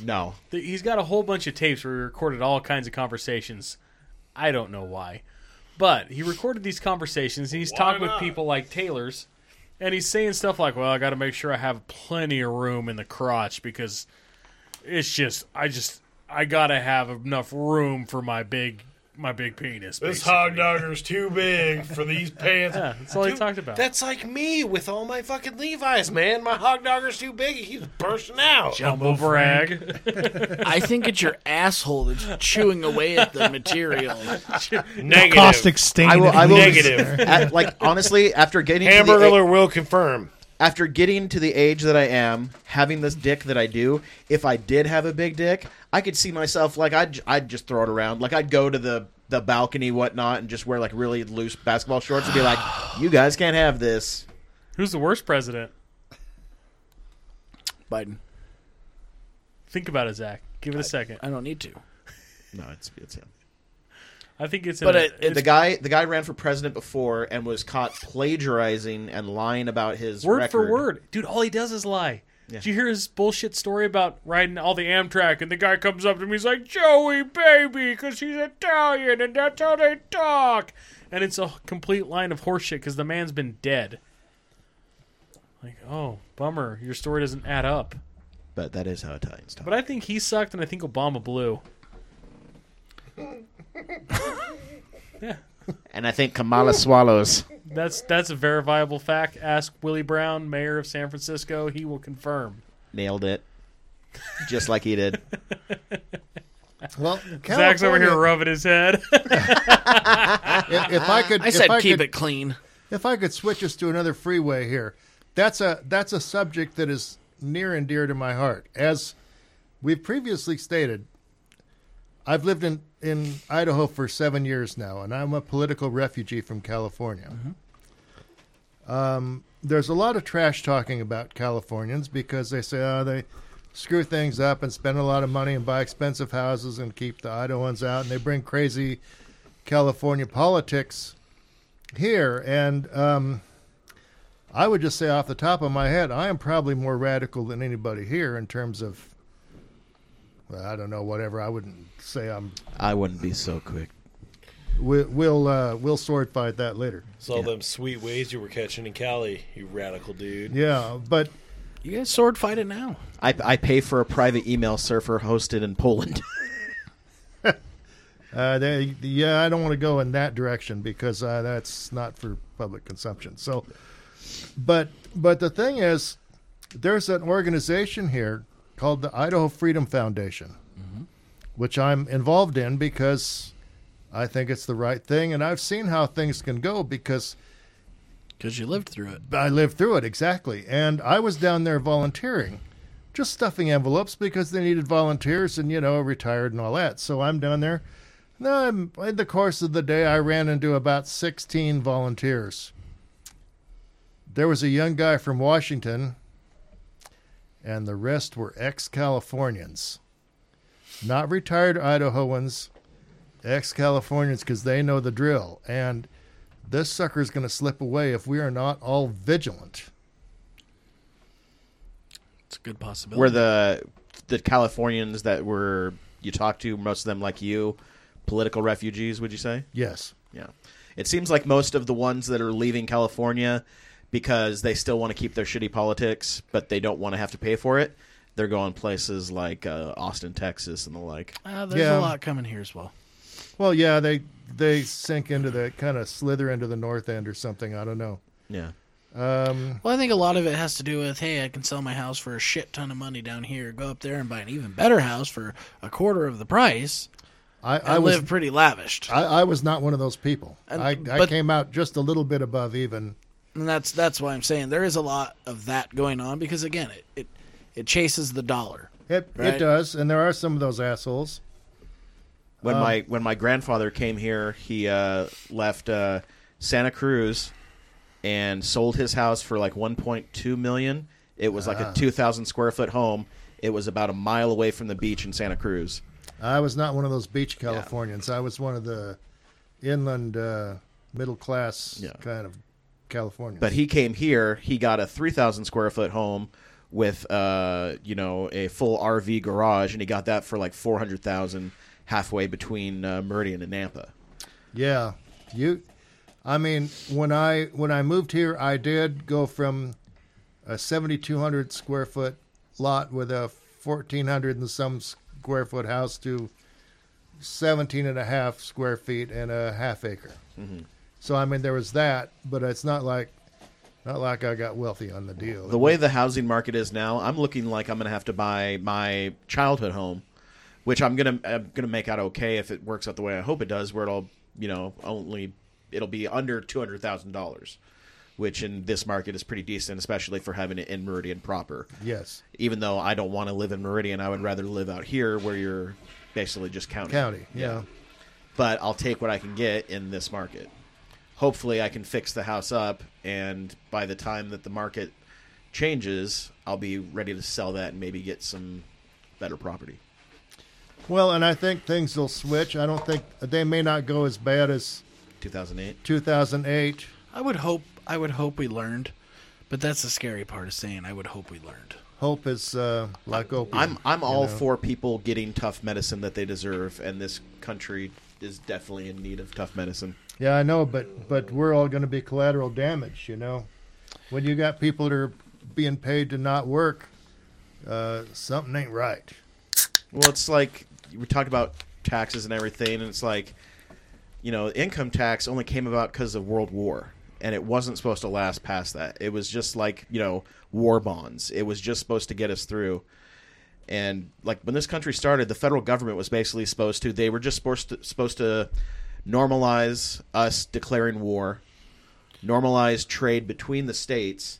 No, Th- He's got a whole bunch of tapes where he recorded all kinds of conversations. I don't know why, but he recorded these conversations and he's talking with people like Taylor's, and he's saying stuff like, "Well, I got to make sure I have plenty of room in the crotch because it's just I just I gotta have enough room for my big my big penis." This basically." hog dogger's too big for these pants. Yeah, that's all he talked about. That's like me with all my fucking Levi's, man. My hog dogger's too big. He keeps bursting out. Jumbo brag. I think it's your asshole that's chewing away at the material. Negative. Caustic stain. I will. that I will leaves Negative. at- like honestly, after getting to the Hamburger will confirm. after getting to the age that I am, having this dick that I do, if I did have a big dick, I could see myself like I'd I'd just throw it around. Like I'd go to the the balcony, whatnot, and just wear like really loose basketball shorts and be like, "You guys can't have this." Who's the worst president? Biden, Think about it, Zach. Give it a second. I don't need to. No, it's it's him. I think it's. But in a- it- it- the guy the guy ran for president before and was caught plagiarizing and lying about his word for record. word, dude. All he does is lie. Did you hear his bullshit story about riding all the Amtrak? And the guy comes up to me, he's like, "Joey, baby," because he's Italian, and that's how they talk. And it's a complete line of horseshit because the man's been dead. Like, oh, bummer, your story doesn't add up. But that is how Italians talk. But I think he sucked, and I think Obama blew. and I think Kamala swallows. That's that's a verifiable fact. Ask Willie Brown, mayor of San Francisco. He will confirm. Nailed it. Just like he did. Well, Zach's over California- here rubbing his head. If, if I could, I said if I keep could, it clean. If I could switch us to another freeway here, that's a that's a subject that is near and dear to my heart. As we've previously stated, I've lived in in Idaho for seven years now, and I'm a political refugee from California. Um, there's a lot of trash talking about Californians because they say, oh, they screw things up and spend a lot of money and buy expensive houses and keep the Idahoans out, and they bring crazy California politics here, and um, I would just say off the top of my head, I am probably more radical than anybody here in terms of, well, I don't know, whatever. I wouldn't say I'm. I wouldn't be so quick. We, we'll uh, we'll sword fight that later. It's all them sweet waves you were catching in Cali, you radical dude. Yeah, but You guys sword fight it now. I, I pay for a private email server hosted in Poland. uh, they, yeah, I don't want to go in that direction because uh, that's not for public consumption. So, but but the thing is, there's an organization here called the Idaho Freedom Foundation, which I'm involved in because I think it's the right thing, and I've seen how things can go because Because you lived through it. I lived through it exactly, and I was down there volunteering, just stuffing envelopes because they needed volunteers, and you know, retired and all that. So I'm down there. No, I'm, in the course of the day, I ran into about 16 volunteers. There was a young guy from Washington, and the rest were ex-Californians, not retired Idahoans, ex-Californians, because they know the drill and this sucker is going to slip away if we are not all vigilant. It's a good possibility. Where the the Californians that were you talked to, most of them like you, political refugees, would you say? Yes. Yeah. It seems like most of the ones that are leaving California because they still want to keep their shitty politics, but they don't want to have to pay for it. They're going places like uh, Austin, Texas, and the like. Ah, there's a Yeah. lot coming here as well. Well, yeah, they they sink into the kind of slither into the north end or something. I don't know. Yeah, Well, I think a lot of it has to do with hey, I can sell my house for a shit ton of money down here, go up there and buy an even better house for a quarter of the price. I, I, I was live pretty lavished, I, I was not one of those people. And- I, I but- came out just a little bit above even. and that's that's why I'm saying there is a lot of that going on because again, it it, it chases the dollar. It Right. it does, and there are some of those assholes. when my when my grandfather came here, he uh, left uh, Santa Cruz and sold his house for like 1.2 million. It was like a 2,000 square foot home. It was about a mile away from the beach in Santa Cruz. I was not one of those beach Californians. I was one of the inland uh, middle class Yeah. kind of Californians. But he came here. He got a three thousand square foot home with, uh, you know, a full RV garage, and he got that for like four hundred thousand, halfway between uh, Meridian and Nampa. Yeah, you. I mean, when I when I moved here, I did go from a seventy two hundred square foot lot with a fourteen hundred and some square foot house to 17 and a half square feet and a half acre. So I mean, there was that, but it's not like not like I got wealthy on the deal. The way the housing market is now, I'm looking like I'm going to have to buy my childhood home, which I'm going to I'm going to make out okay if it works out the way I hope it does, where it'll you know only it'll be under two hundred thousand dollars, which in this market is pretty decent, especially for having it in Meridian proper. yes, Even though I don't want to live in Meridian, I would rather live out here where you're basically just county. county. Yeah. But I'll take what I can get in this market. Hopefully, I can fix the house up, and by the time that the market changes, I'll be ready to sell that and maybe get some better property. Well, and I think things will switch. I don't think they may not go as bad as 2008. 2008. I would hope. I would hope we learned, but that's the scary part of saying I would hope we learned. Hope is uh, like opium. I'm I'm all know. for people getting tough medicine that they deserve, and this country is definitely in need of tough medicine. Yeah, I know, but but we're all going to be collateral damage, you know. When you got people that are being paid to not work, uh, something ain't right. Well, it's like we talked about taxes and everything, and it's like, you know, income tax only came about because of World War, and it wasn't supposed to last past that. It was just like you know war bonds. It was just supposed to get us through. And like when this country started, the federal government was basically supposed to. They were just supposed to, supposed to normalize us declaring war, normalize trade between the states,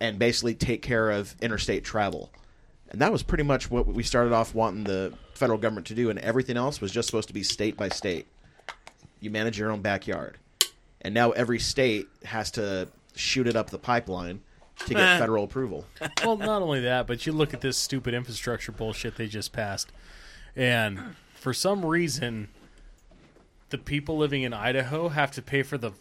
and basically take care of interstate travel. And that was pretty much what we started off wanting the federal government to do, and everything else was just supposed to be state by state. You manage your own backyard. And now every state has to shoot it up the pipeline to get federal approval. well, not only that, but you look at this stupid infrastructure bullshit they just passed, and for some reason, the people living in Idaho have to pay for the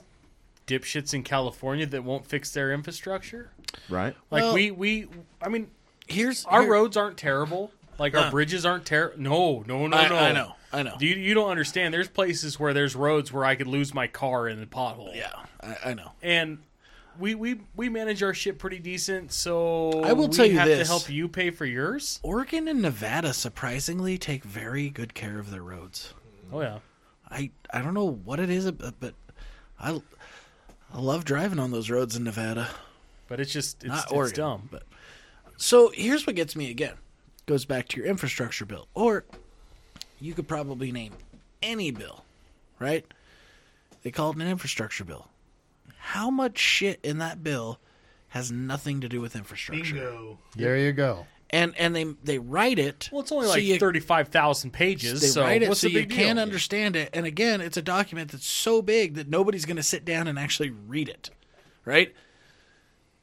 dipshits in California that won't fix their infrastructure. Right? Like Well- we, we, I mean, Here's our here- roads aren't terrible. Like our Huh. bridges aren't terrible. No, no, no, I, no. I know. I know. You, you don't understand. There's places where there's roads where I could lose my car in the pothole. yeah, I, I know. and we we we manage our shit pretty decent. So I will we tell you have this. to help you pay for yours. Oregon and Nevada surprisingly take very good care of their roads. Oh yeah, I I don't know what it is, but, but I I love driving on those roads in Nevada. but it's just it's, Not it's Oregon, dumb. but so here's what gets me again. Goes back to your infrastructure bill, or you could probably name any bill, right? They call it an infrastructure bill. How much shit in that bill has nothing to do with infrastructure? Bingo. There you go. And and they they write it. Well, it's only so like you- thirty five thousand pages. They so write it what's so the you big can deal? understand it. And again, it's a document that's so big that nobody's going to sit down and actually read it, right?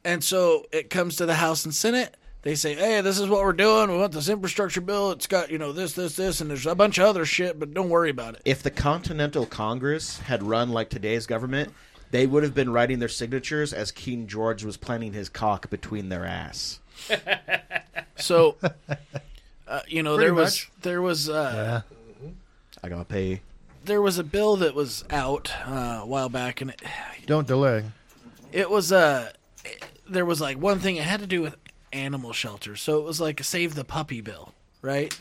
And so it comes to the House and Senate. They say, "Hey, this is what we're doing. We want this infrastructure bill. It's got you know this, this, this, and there's a bunch of other shit, but don't worry about it." If the Continental Congress had run like today's government, they would have been writing their signatures as King George was planting his cock between their ass. So, uh, you know, there Pretty was there was uh, Yeah. I gotta pay. there was a bill that was out uh, a while back, and it, Don't delay. it was uh there was like one thing it had to do with animal shelter so it was like a save the puppy bill right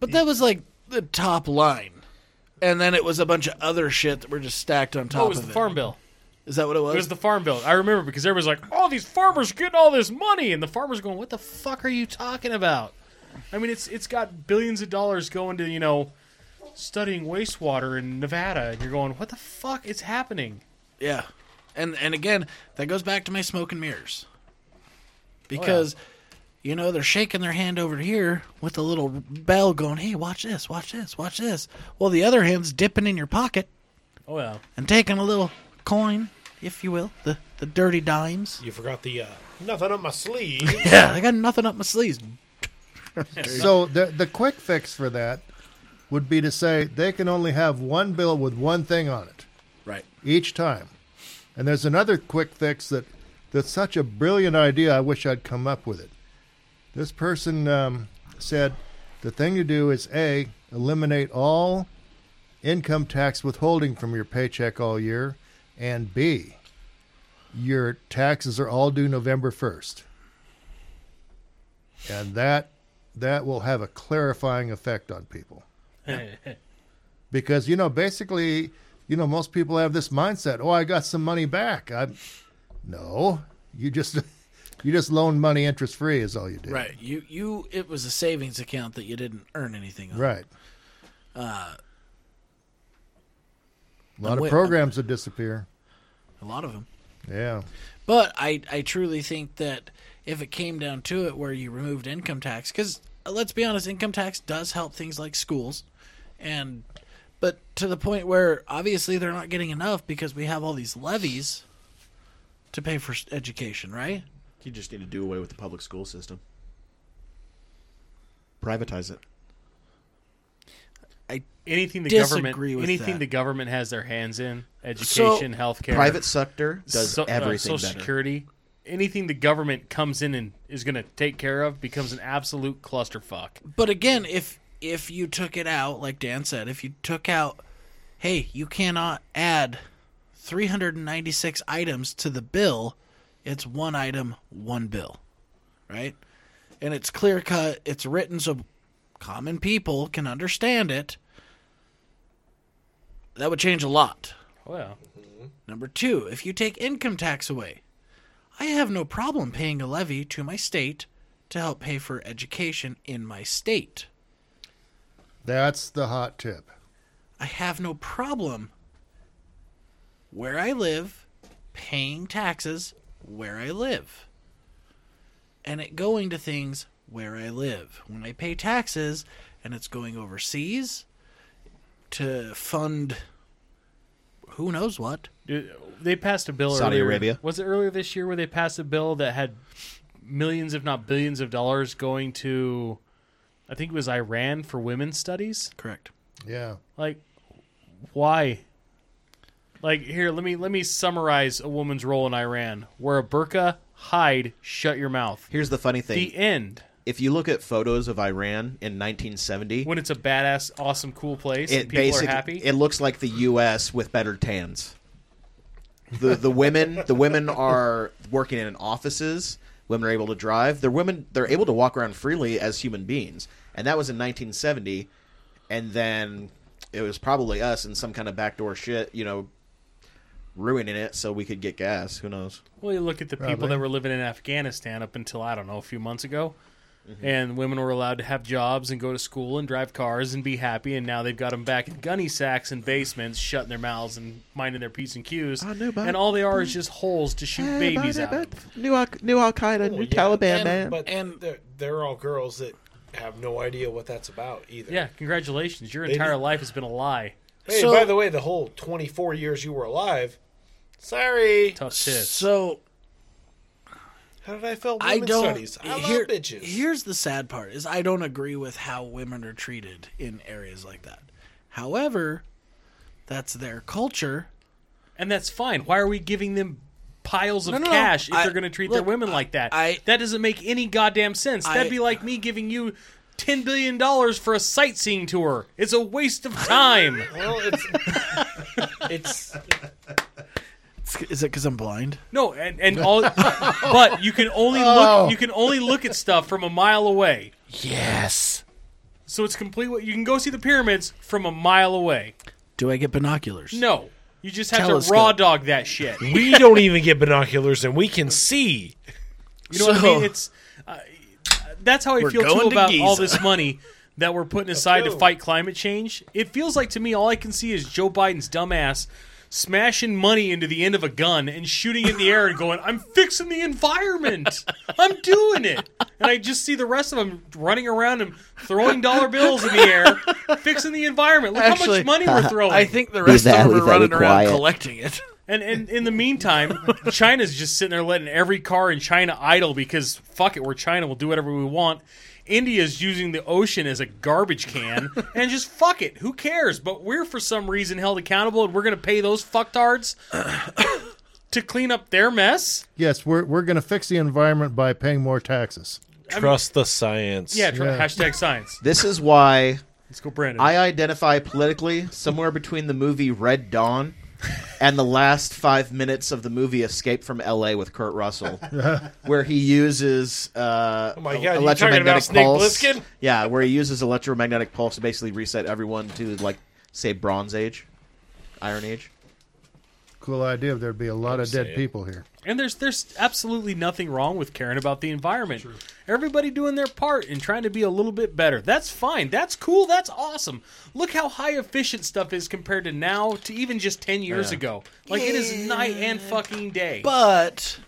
but that was like the top line and then it was a bunch of other shit that were just stacked on top Oh, it was of the it. farm bill. Is that what it was? It was the farm bill. I remember because everybody's like, "Oh, these farmers getting all this money," and the farmers going, "What the fuck are you talking about?" I mean, it's it's got billions of dollars going to you know studying wastewater in Nevada, and you're going, "What the fuck is happening?" yeah. And and again, that goes back to my smoke and mirrors. Oh, Because you know, they're shaking their hand over here with a little bell going, "Hey, watch this, watch this, watch this." Well, the other hand's dipping in your pocket. Oh yeah. and taking a little coin if you will, the the dirty dimes. You forgot the uh, nothing up my sleeve. Yeah, I got nothing up my sleeves. So the the quick fix for that would be to say they can only have one bill with one thing on it Right. each time. And there's another quick fix that that's such a brilliant idea. I wish I'd come up with it. This person um, said the thing to do is a eliminate all income tax withholding from your paycheck all year, and b your taxes are all due November first, and that that will have a clarifying effect on people because you know basically you know most people have this mindset oh i got some money back i no you just you just loan money interest free is all you do Right. You you it was a savings account that you didn't earn anything on. right a lot Uh, I'm of wi- programs that disappear A lot of them. yeah But I, I truly think that if it came down to it, where you removed income tax, because let's be honest, income tax does help things like schools, and but to the point where obviously they're not getting enough because we have all these levies to pay for s- education, right? You just need to do away with the public school system. Privatize it. Anything the Disagree government, with anything that. the government has their hands in, So, education, healthcare, Private sector does so- uh, everything Social better. Security, anything the government comes in and is going to take care of becomes an absolute clusterfuck. But again, if if you took it out, like Dan said, if you took out, hey, you cannot add 396 items to the bill. It's one item, one bill, right? And it's clear cut. It's written so common people can understand it. That would change a lot. Well, Number two, if you take income tax away, I have no problem paying a levy to my state to help pay for education in my state. that's the hot tip I have no problem where I live paying taxes where I live and it going to things where I live. When I pay taxes and it's going overseas to fund who knows what. dude, they passed a bill. Saudi earlier, Arabia. was it earlier this year where they passed a bill that had millions, if not billions, of dollars going to, I think it was Iran for women's studies. Correct. yeah Like, why? Like here, let me let me summarize a woman's role in Iran: wear a burqa, hide, shut your mouth. Here's the funny thing. The end. if you look at photos of Iran in 1970, When it's a badass, awesome, cool place, and it people are basically happy. it looks like the U.S. with better tans. the The women the women are working in offices. Women are able to drive. They're women. They're able to walk around freely as human beings, and that was in 1970. And then it was probably us in some kind of backdoor shit, you know, ruining it so we could get gas. Who knows? Well, you look at the people Probably. that were living in Afghanistan up until I don't know a few months ago, Mm-hmm. and women were allowed to have jobs and go to school and drive cars and be happy, and now they've got them back in gunny sacks and basements, shutting their mouths and minding their p's and q's, I knew about and all they are is just holes to shoot babies out. of. New Al- new Al Qaeda, new Taliban, man. Oh, But And- they're, they're all girls that have no idea what that's about either. Yeah, congratulations! Your They entire do- life has been a lie. Hey, So- by the way, the whole 24 years you were alive. Sorry. Tough shit. So How did I fail I women's don't. studies? I love here- bitches. Here's the sad part: is I don't agree with how women are treated in areas like that. However, that's their culture. And that's fine. Why are we giving them piles of No, no, no. cash if I- they're going to treat look, their women like that? I- that doesn't make any goddamn sense. I- That'd be like me giving you ten billion dollars for a sightseeing tour. It's a waste of time. well, it's, it's Is it because I'm blind? no, and, and all, but you can only Oh. look. You can only look at stuff from a mile away. Yes. So it's complete. You can go see the pyramids from a mile away. Do I get binoculars? No, you just have Telescope. to raw dog that shit. we don't even get binoculars and we can see. You know what I So- mean? It's uh, that's how I feel going too to about all Giza. this money that we're putting aside to go. fight climate change. It feels like to me all I can see is Joe Biden's dumbass smashing money into the end of a gun and shooting it in the air and going, "I'm fixing the environment. I'm doing it." And I just see the rest of them running around and throwing dollar bills in the air, fixing the environment. Look how Actually, much money we're throwing. I think the rest that- of them leave are that running be around quiet. collecting it. And and in the meantime, China's just sitting there letting every car in China idle because fuck it, we're China. We'll do whatever we want. India's using the ocean as a garbage can and just fuck it. Who cares? But we're for some reason held accountable and we're going to pay those fucktards to clean up their mess. Yes, we're we're going to fix the environment by paying more taxes. Trust the science. Yeah, tr- Yeah. hashtag science. This is why Let's go, Brandon. I identify politically somewhere between the movie Red Dawn and the last five minutes of the movie Escape from L.A. with Kurt Russell, where he uses uh, Oh my God, you electromagnetic talking about pulse. Snake Plissken? Yeah, where he uses electromagnetic pulse to basically reset everyone to like say Bronze Age, Iron Age. Cool idea. There'd be a lot of dead it. people here. And there's there's absolutely nothing wrong with caring about the environment. Everybody doing their part and trying to be a little bit better. That's fine. That's cool. That's awesome. Look how high efficient stuff is compared to now to even just 10 years ago. Like it is night and fucking day. But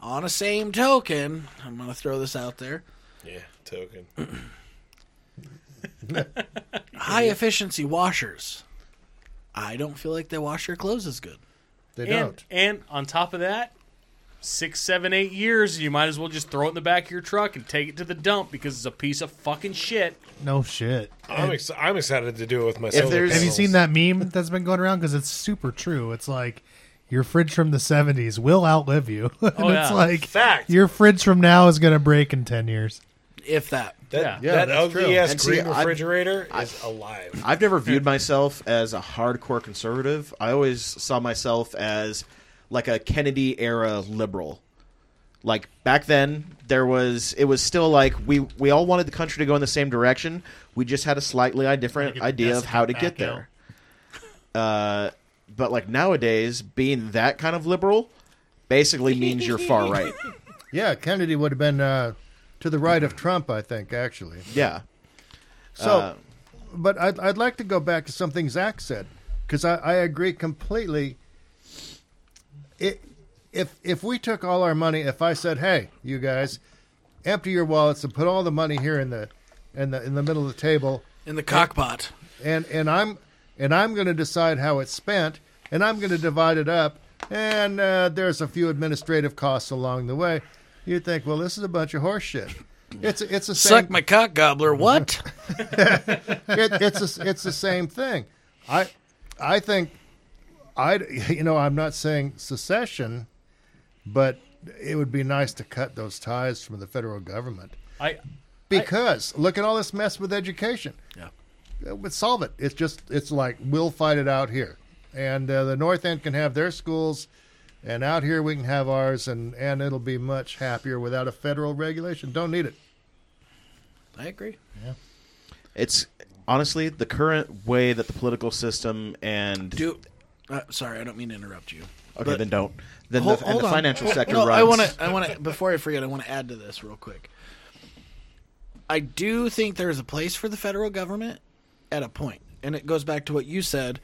on the same token, I'm going to throw this out there. Yeah, token. High efficiency washers. I don't feel like they wash their clothes as good. They and, don't. and on top of that, six, seven, eight years, you might as well just throw it in the back of your truck and take it to the dump because it's a piece of fucking shit. No shit. I'm, ex- I'm excited to do it with my solar there's- Have you panels. seen that meme that's been going around? Because it's super true. It's like your fridge from the '70s will outlive you. and Oh, It's yeah. like Fact. your fridge from now is going to break in ten years. If that. That, Yeah, that that's ugly true. ass And see, green I- refrigerator is alive. I've never viewed myself as a hardcore conservative. I always saw myself as like a Kennedy era liberal. Like back then, there was it was still like we we all wanted the country to go in the same direction. We just had a slightly i- different Like a idea of how to destined get back there. Uh, but like nowadays, being that kind of liberal basically means you're far right. Yeah, Kennedy would have been uh, to the right of Trump, I think, actually. Yeah. So, but I'd, I'd like to go back to something Zach said because I, I agree completely. It, if if we took all our money, if I said, "Hey, you guys, empty your wallets and put all the money here in the in the in the middle of the table," In the cockpot. and and I'm and I'm going to decide how it's spent, and I'm going to divide it up, and uh, there's a few administrative costs along the way. You think, well, this is a bunch of horseshit. It's it's the same. Suck my cock gobbler. What? it, it's a, it's the same thing. I I think I you know I'm not saying secession, but it would be nice to cut those ties from the federal government I because look at all this mess with education. Yeah. Uh, But solve it. It's just it's like we'll fight it out here, and uh, the North End can have their schools, and out here we can have ours, and and it'll be much happier without a federal regulation. Don't need it. I agree. It's honestly the current way that the political system and Do. Uh, sorry, I don't mean to interrupt you. Okay, then don't. Then Hol- the, and the on. financial Well, sector no, runs. I want to. I want to. Before I forget, I want to add to this real quick. I do think there is a place for the federal government at a point, and it goes back to what you said,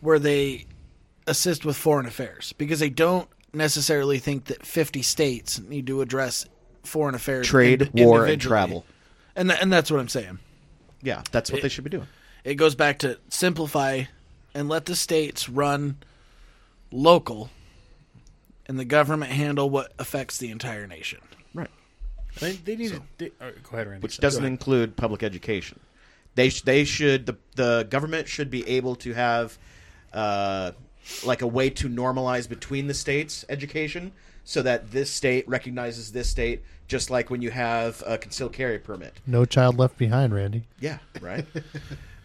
where they assist with foreign affairs because they don't necessarily think that fifty states need to address foreign affairs, Trade, ind- war, and individually. travel. and tha- and that's what I'm saying Yeah, that's what they should be doing. it goes back to simplify and let the states run local and the government handle what affects the entire nation. Right. they, they need to. They, all right, go ahead, Randy. Which doesn't include public education. They sh- they should the the government should be able to have uh, like a way to normalize between the states education so that this state recognizes this state just like when you have a concealed carry permit. No child left behind, Randy. Yeah, right?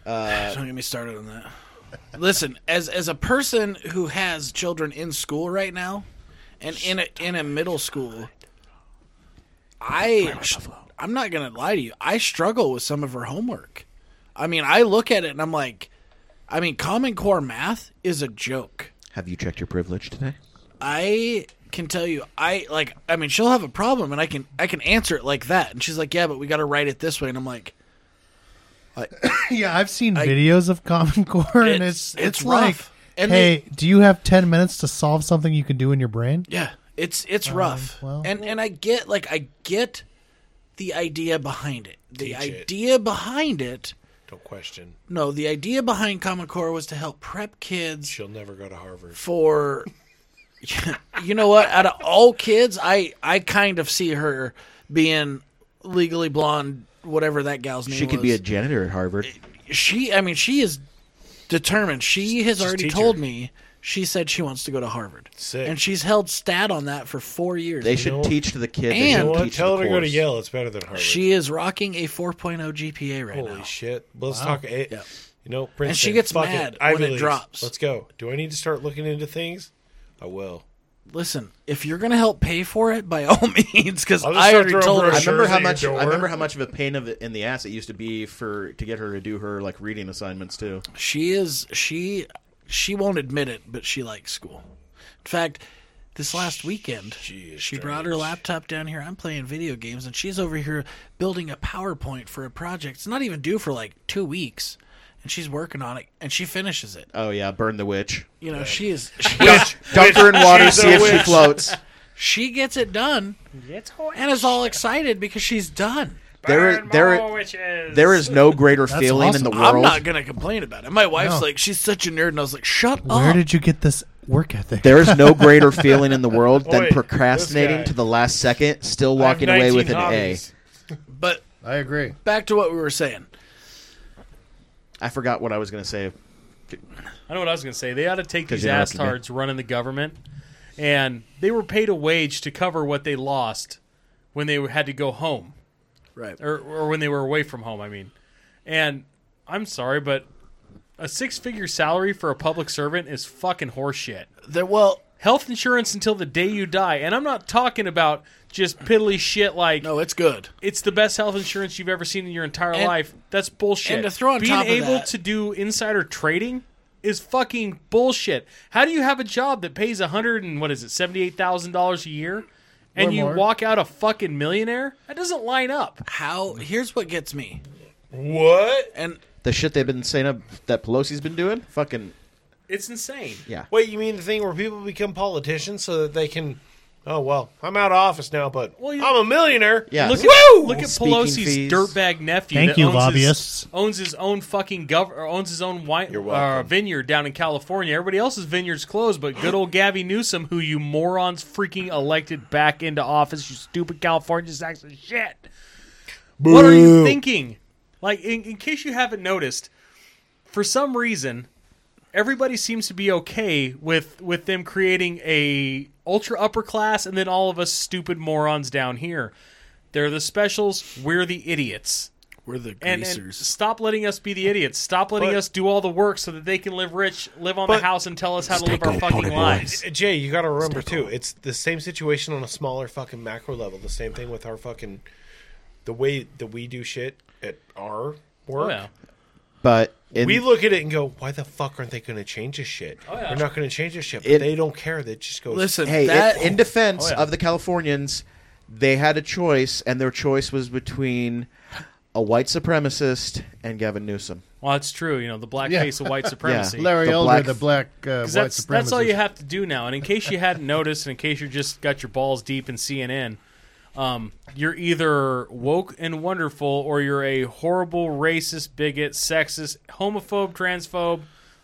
Don't get me started on that. Listen, as as a person who has children in school right now, and in a in a middle school, I I'm not gonna lie to you. I struggle with some of her homework. I mean, I look at it and I'm like, I mean, Common Core math is a joke. have you checked your privilege today? I can tell you, I like. I mean, she'll have a problem, and I can I can answer it like that. And she's like, "Yeah, but we got to write it this way." And I'm like, Yeah, I've seen videos of Common Core, and It's- it's it's it's, rough. like, And hey, do you have ten minutes to solve something you can do in your brain? "Yeah, it's it's rough." well- and and I get like I get the idea behind it. The idea behind it No question. No, the idea behind Common Core was to help prep kids She'll never go to Harvard. for. you know what? Out of all kids, I I kind of see her being legally blonde, whatever that gal's name. She could be was. a janitor at Harvard. she i mean she is determined she has she's a already teacher. told me she said she wants to go to harvard Sick. and she's held stat on that for four years They should know- teach to the kid. And- They You know should what? teach Tell the her to go to course. Yale. It's better than Harvard. she is rocking a 4.0 gpa right Holy now shit. Let's talk. It, Yeah. You know, Princeton. she gets fuck mad it. Ivy when it Leagues. drops. Let's go. Do I need to start looking into things? I will. listen if you're gonna help pay for it by all means because I'll just i start already throwing told her I remember how Jersey much. door. I remember how much of a pain of in the ass it used to be for to get her to do her like reading assignments too. she is she she won't admit it but she likes school in fact this last weekend she, brought her laptop down here i'm playing video games and she's over here building a powerpoint for a project it's not even due for like two weeks and she's working on it and she finishes it Oh yeah, burn the witch. you know she is she, Dump her in water, she's a see if she witch. floats. she gets it done and is all excited because she's done There, there, witches. there is no greater That's feeling in the awesome. world. i'm not gonna complain about it my wife's No. like she's such a nerd and i was like shut Where up did you get this work ethic? There is no greater feeling in the world than Oi, procrastinating this guy. to the last second, still walking away with an but I agree. back to what we were saying A. I forgot what I was going to say. I know what I was going to say. They ought to take 'Cause these you don't have to do- asstards running the government, and they were paid a wage to cover what they lost when they had to go home right or, or when they were away from home. I mean, and I'm sorry, but a six figure salary for a public servant is fucking horseshit. that well Health insurance until the day you die, and I'm not talking about just piddly shit like no it's good it's the best health insurance you've ever seen in your entire And- life. That's bullshit. and to throw on being top of able that- to do insider trading is fucking bullshit. How do you have a job that pays a hundred and what is it, seventy eight thousand dollars a year, and Or you more. walk out a fucking millionaire? That doesn't line up. how here's what gets me What? and The shit they've been saying up, that Pelosi's been doing? Fucking, It's insane. yeah. Wait, you mean the thing where people become politicians so that they can? Oh well, I'm out of office now, but Well, you- I'm a millionaire. Yeah. Look at look at Speaking Pelosi's fees. dirtbag nephew. Thank that you, owns lobbyists. His, owns his own fucking gov or owns his own wine uh, welcome. vineyard down in California. Everybody else's vineyard's closed, but good old Gavin Newsom, who you morons freaking elected back into office, you stupid California sacks of shit. What are you thinking? Like, in, in case you haven't noticed, for some reason, everybody seems to be okay with with them creating a ultra upper class and then all of us stupid morons down here. They're the specials. We're the idiots. we're the And, and stop letting us be the idiots. Stop letting But- us do all the work so that they can live rich, live on the But- house, and tell us how to live our Stay cool, fucking pony boy. lives. Jay, you got to remember too. It's the same situation on a smaller fucking macro level. The same thing with our fucking the way that we do shit at our work. Oh, yeah. But in, We look at it and go, "Why the fuck aren't they going to change this shit? Oh, yeah. They're not going to change this shit." But It- they don't care. They just go, listen hey, that in, in defense Oh, yeah. of the Californians, they had a choice, and their choice was between a white supremacist and Gavin Newsom. Well, it's true. You know, the black Yeah. face of white supremacy. Larry The Elder, black- the black uh, white 'Cause that's, supremacist. that's all you have to do now. And in case you hadn't noticed, and in case you just got your balls deep in CNN, um, you're either woke and wonderful, or you're a horrible racist, bigot, sexist, homophobe, transphobe.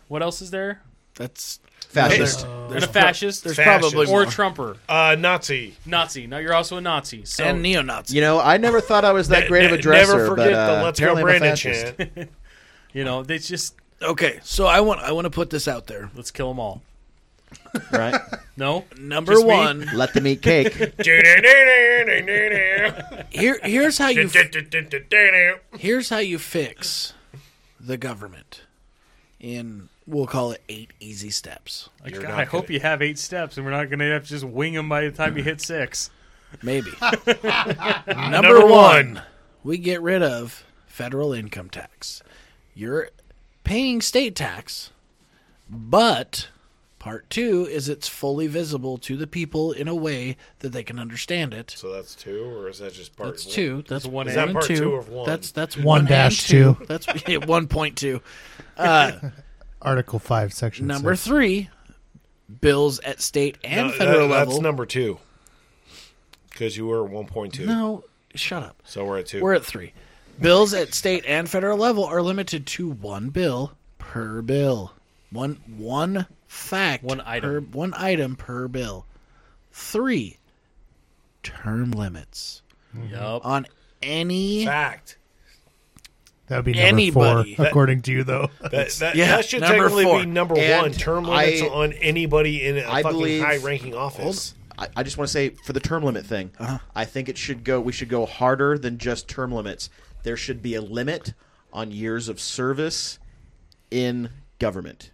What else is there? that's Fascist. and a fascist. there's Fascist. probably or more a Trumper, "Uh, Nazi." Nazi. Now you're also a Nazi. So and neo-Nazis. you know, I never thought I was that great of a Ne- dresser, Never forget but uh, the "Let's Go apparently I'm a Brandon" fascist. chant. you know, they just Okay, so I want I want to put this out there. let's kill them all. right? No, Number Just me? one, Let them eat cake. here here's how you f- here's how you fix the government in we'll call it eight easy steps. Like, You're God, not I hope gonna- you have eight steps, and we're not going to have to just wing them by the time you hit six. Maybe number, Number one, one. we get rid of federal income tax. You're paying state tax, but part two is it's fully visible to the people in a way that they can understand it. So that's two, or is that just part? That's one? two. That's one one. Is Is that and part two. two of one? That's that's One and dash two. That's yeah, one point two. Article five, section Number six. three, bills at state No, and Uh, that- federal level. That's number two. Because you were at one point two, no, shut up. so we're at two. We're at three. Bills at state and federal level are limited to one bill per bill. One one fact One item. per one item per bill. Three term limits Yup. on any Fact. That would be number Anybody. four, according to you, though. That, that, Yeah, that should number technically four. be number And one. Term limits I- on anybody in a I fucking believe- high-ranking office. I, I just want to say for the term limit thing, I think it should go. We should go harder than just term limits. There should be a limit on years of service in government.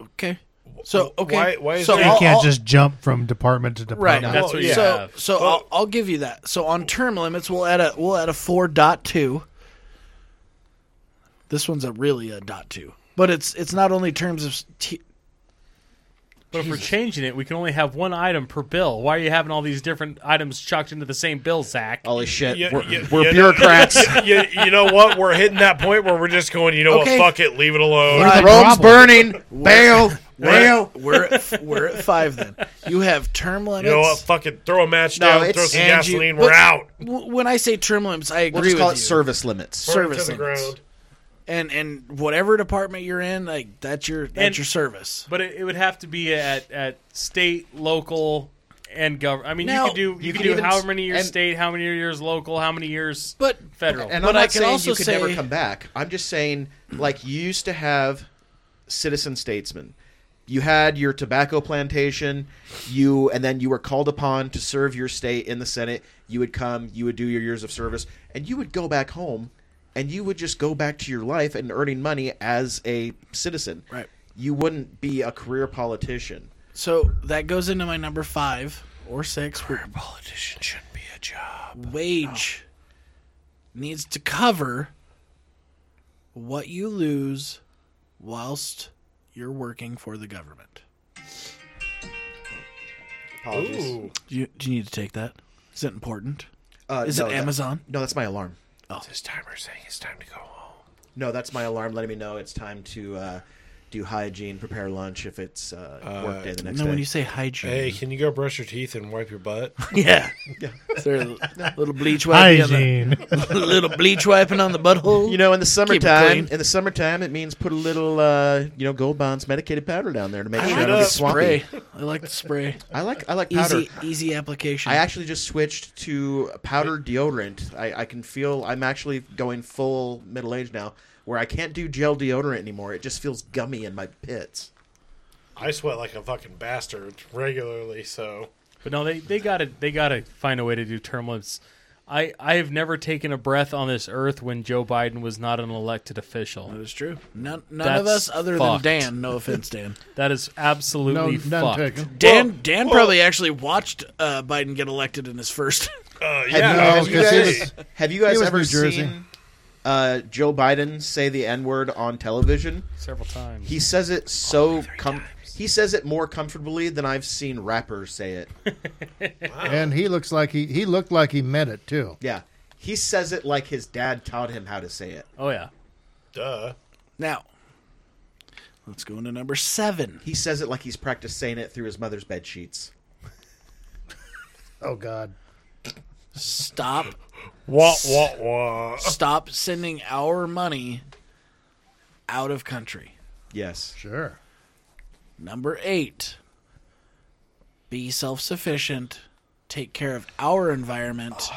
Okay. So okay. Why- why is so there- you I'll- can't I'll- just jump from department to Right. department. That's what you so have. so I'll, I'll give you that. So on term limits, we'll add a we'll add a four dot two. This one's a really a dot two, but it's it's not only terms of s- t- But if we're changing it, we can only have one item per bill. Why are you having all these different items chucked into the same bill, Zach? Holy shit, Yeah, we're, yeah, we're yeah, no. bureaucrats. you, you know what? We're hitting that point where we're just going. You know Okay. what? Fuck it. Leave it alone. What is the Rome's problem? burning. Bail. Well, we're at, f- we're at five then. You have term limits. You know what? Fuck it. Throw a match No, down. Throw it's- some and you- gasoline. but- we're out. W- When I say term limits, I agree We'll just call it with you. service limits. Burn it service to the limits. ground. and and whatever department you're in, like that's your that's And- your service. But it, it would have to be at, at state, local, and government. I mean, Now- you could do you, You could can do even how s- many years and- state, how many years local, how many years But federal. And But I'm not I can saying also you could say- never come back. I'm just saying, like you used to have citizen statesmen. You had your tobacco plantation, you, and then you were called upon to serve your state in the Senate. You would come, you would do your years of service, and you would go back home, and you would just go back to your life and earning money as a citizen. Right. You wouldn't be a career politician. So that goes into my number five or six. Career politician shouldn't be a job. Wage needs to cover what you lose whilst you're working for the government. Apologies. Do you, do you need to take that? Is it important? Uh, Is it that- Amazon? no, that's my alarm. This timer saying it's time to go home. No, that's my alarm letting me know it's time to uh, do hygiene, prepare lunch if it's uh, work day the next No, day. when you say hygiene, Hey, can you go brush your teeth and wipe your butt? yeah, Is there a little bleach wiping, on the, Hygiene. little bleach wiping on the butthole. You know, in the it summertime, clean. in the summertime, it means put a little, uh, you know, Gold Bonds medicated powder down there to make I sure like I don't the get swampy. spray. I like the spray. I like, I like powder. Easy, easy application. I actually just switched to powder deodorant. I, I can feel I'm actually going full middle age now, where I can't do gel deodorant anymore. It just feels gummy in my pits. I sweat like a fucking bastard regularly, so But no, they they gotta they gotta find a way to do term limits. I I have never taken a breath on this earth when Joe Biden was not an elected official. That is true. None, none of That's us other fucked. than Dan. No offense, Dan. That is absolutely none fucked. taken. Dan Dan probably actually watched uh, Biden get elected in his first. uh, Have yeah. you, No, have you 'cause he guys, was- have you guys he was ever New Jersey. seen uh, Joe Biden say the N word on television? several times. He says it so com- he says it more comfortably than I've seen rappers say it. And he looks like he he looked like he meant it too. Yeah. He says it like his dad taught him how to say it. oh yeah, Duh. now, let's go into number seven. He says it like he's practiced saying it through his mother's bed sheets. Oh God. Stop, Wah wah wah. stop sending our money out of country. Yes. Sure. Number eight. Be self-sufficient. Take care of our environment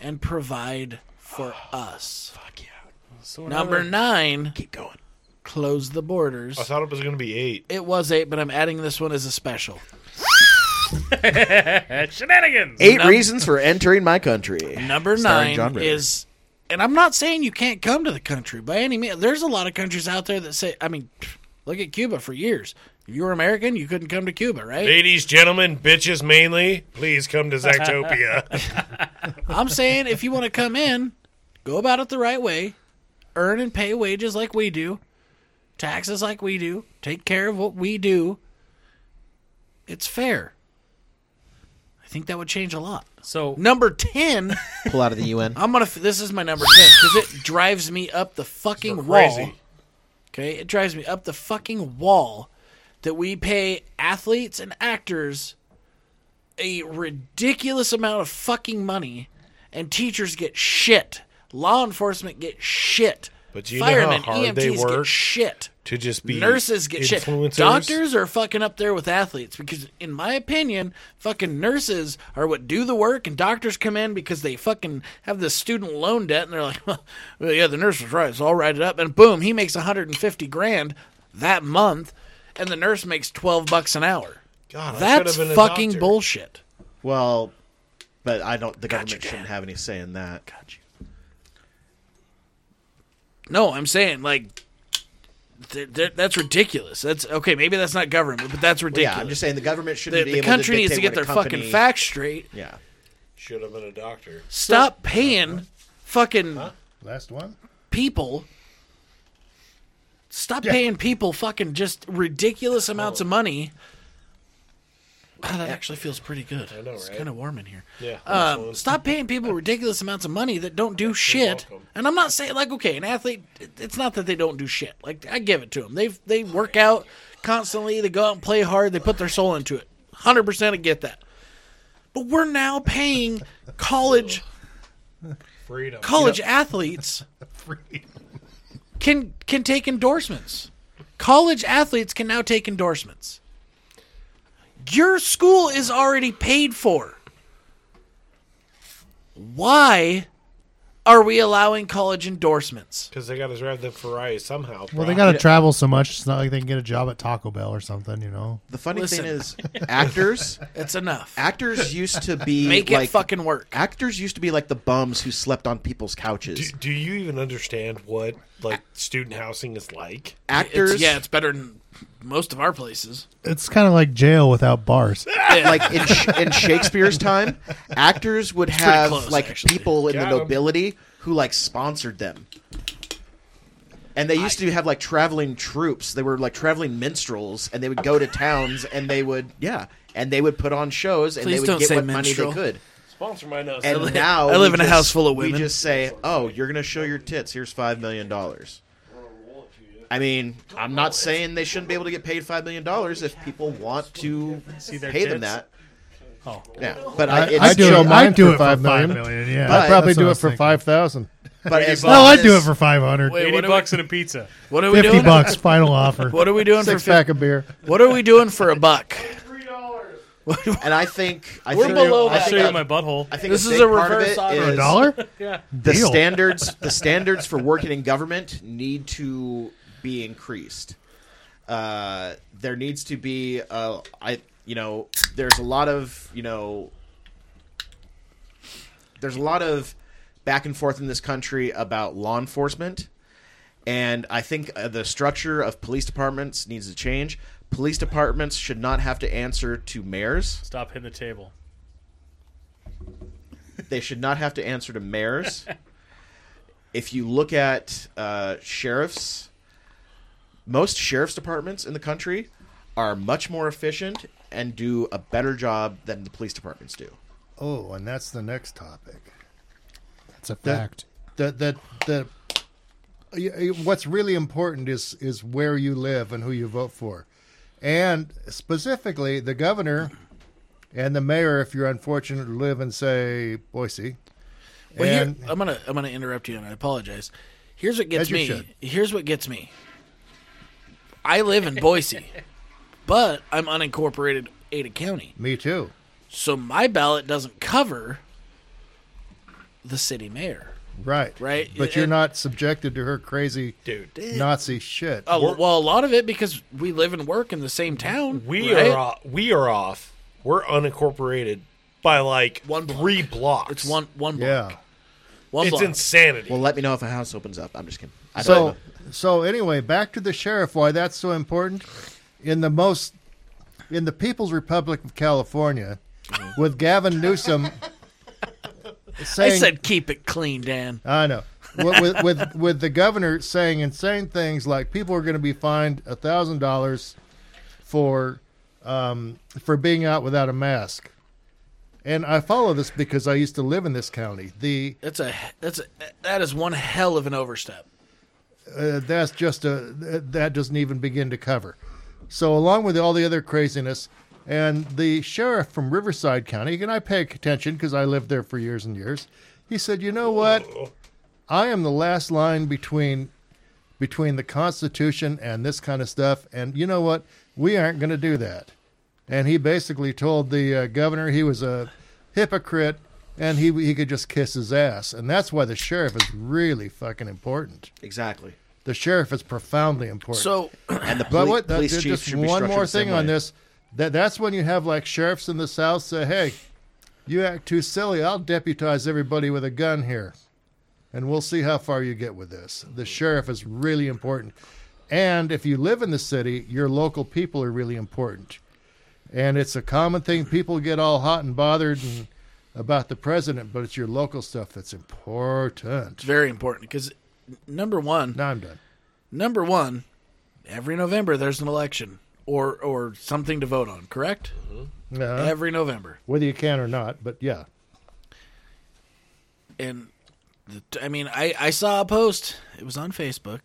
and provide for us. so Number another- nine. Keep going. Oh, Close the borders. I thought it was gonna be eight. It was eight, but I'm adding this one as a special. shenanigans. Eight reasons for entering my country. Number Starring nine John Ritter. is, and I'm not saying you can't come to the country by any means. There's a lot of countries out there that say, I mean, pff, look at Cuba for years. If you were American, you couldn't come to Cuba, right? Ladies, gentlemen, bitches mainly, please come to Zactopia. I'm saying if you want to come in, go about it the right way, earn and pay wages like we do, taxes like we do, take care of what we do. It's fair. I think that would change a lot. So Number 10 Pull out of the UN. I'm gonna. f- This is my number ten because it drives me up the fucking wall. crazy. Okay, it drives me up the fucking wall that we pay athletes and actors a ridiculous amount of fucking money, and teachers get shit. Law enforcement get shit. But you know how Firemen, hard EMTs they get work? shit. to just be Nurses get shit. influencers. Doctors are fucking up there with athletes because, in my opinion, fucking nurses are what do the work, and doctors come in because they fucking have this student loan debt, and they're like, well, yeah, the nurse was right, so I'll write it up, and boom, he makes 150 grand that month, and the nurse makes 12 bucks an hour. God, I That's should've been a fucking doctor. bullshit. Well, but I don't. The government Dan. shouldn't have any say in that. No, I'm saying like. th- th- that's ridiculous. That's okay. Maybe that's not government, but that's Well, ridiculous. yeah, I'm just saying the government the, shouldn't be the able country to needs to dictate get what their a fucking company- facts straight. Yeah. Should have been a doctor. Stop paying fucking Last one. people. Stop paying people fucking just ridiculous amounts of money. Oh, that actually feels pretty good. know, It's right? kind of warm in here. Yeah. Um, stop paying people ridiculous amounts of money that don't do shit. welcome. And I'm not saying like okay, an athlete. it- It's not that they don't do shit. Like I give it to them. They they work out constantly. They go out and play hard. They put their soul into it. Hundred percent, I get that. But we're now paying Oh. college Freedom. college athletes can can take endorsements. College athletes can now take endorsements. Your school is already paid for. Why are we allowing college endorsements? Because they got to drive the Ferrari somehow. Well, they got to travel so much. It's not like they can get a job at Taco Bell or something, you know. The funny Listen. thing is, actors It's enough. actors used to be Make like it fucking work. actors used to be like the bums who slept on people's couches. Do, do you even understand what like student housing is like? actors, It's- yeah, it's better than most of our places. It's kind of like jail without bars. like in, Sh- in Shakespeare's time, actors would pretty have close, like actually. people in Got the 'em. nobility who like sponsored them. And they used to have like traveling troops. They were like traveling minstrels, and they would go to towns, and they would yeah, and they would put on shows, and Please they don't would get say what minstrel. money they could. Sponsor my nuts. And li- now I live we in a just- house full of women. We just say, "Oh, you're gonna show your tits. Here's five million dollars." I mean, I'm not saying they shouldn't be able to get paid five million dollars if people want to their pay them tits? that. Oh. Yeah, but I, I, it's I do still- it. Show I mine do for it for five five million. million. Yeah, But- that's Probably what I do it was for thinking. five thousand. But as No, long I do it as- for five hundred. Wait, Eighty what are we- bucks and a pizza. What are we Fifty doing? bucks, final offer. What are we doing Six for fif- pack of beer. What are we doing for a buck? and I think I We're think, below I I'll that. show think, you my butthole. I think This a is big a part of reverse it auto. For is a dollar? Yeah. The Deal. standards the standards for working in government need to be increased. Uh, there needs to be uh, I you know there's a lot of you know there's a lot of back and forth in this country about law enforcement and I think uh, the structure of police departments needs to change. Police departments should not have to answer to mayors. Stop hitting the table. they should not have to answer to mayors. if you look at uh, sheriffs, most sheriff's departments in the country are much more efficient and do a better job than the police departments do. Oh, and that's the next topic. That's a That- fact. That that that. y- y- What's really important is is where you live and who you vote for, and specifically the governor, and the mayor. If you're unfortunate to live in say Boise, Well, here, and I'm gonna I'm gonna interrupt you, and I apologize. Here's what gets As you me. should. Here's what gets me. I live in Boise, but I'm unincorporated Ada County, me too. so my ballot doesn't cover the city mayor. Right, Right, But you're and- not subjected to her crazy Dude. Nazi shit. Uh, well, a lot of it because we live and work in the same town. We right? are off. We are off. We're unincorporated by like One block. three blocks. It's one one block. yeah. One It's block. insanity. Well, let me know if a house opens up. I'm just kidding. I don't know. So, so anyway, back to the sheriff. Why that's so important? In the most, in the People's Republic of California, Mm-hmm. with Gavin Newsom I saying, said keep it clean, Dan. I know." With, with with with the governor saying insane things like people are going to be fined a thousand dollars for um, for being out without a mask, and I follow this because I used to live in this county. The That's a that's a that is one hell of an overstep. uh, that's just a that doesn't even begin to cover. So along with all the other craziness, and the sheriff from Riverside County, and I pay attention because I lived there for years and years. He said, "You know what? I am the last line between between the Constitution and this kind of stuff. And you know what? We aren't going to do that. And he basically told the uh, governor he was a hypocrite and he he could just kiss his ass. And that's why the sheriff is really fucking important. Exactly. The sheriff is profoundly important. So And the poli- But what? That, police chief just should be one structured more the same thing on way. this. That that's when you have like sheriffs in the South say, "Hey, you act too silly. I'll deputize everybody with a gun here, and we'll see how far you get with this." The sheriff is really important, and if you live in the city, your local people are really important. And it's a common thing. People get all hot and bothered and about the president, but it's your local stuff that's important. it's very important because number one, Now I'm done. number one, every November there's an election or or something to vote on. Correct? Uh, Every November, whether you can or not, but yeah. and the, I mean, I I saw a post. It was on Facebook,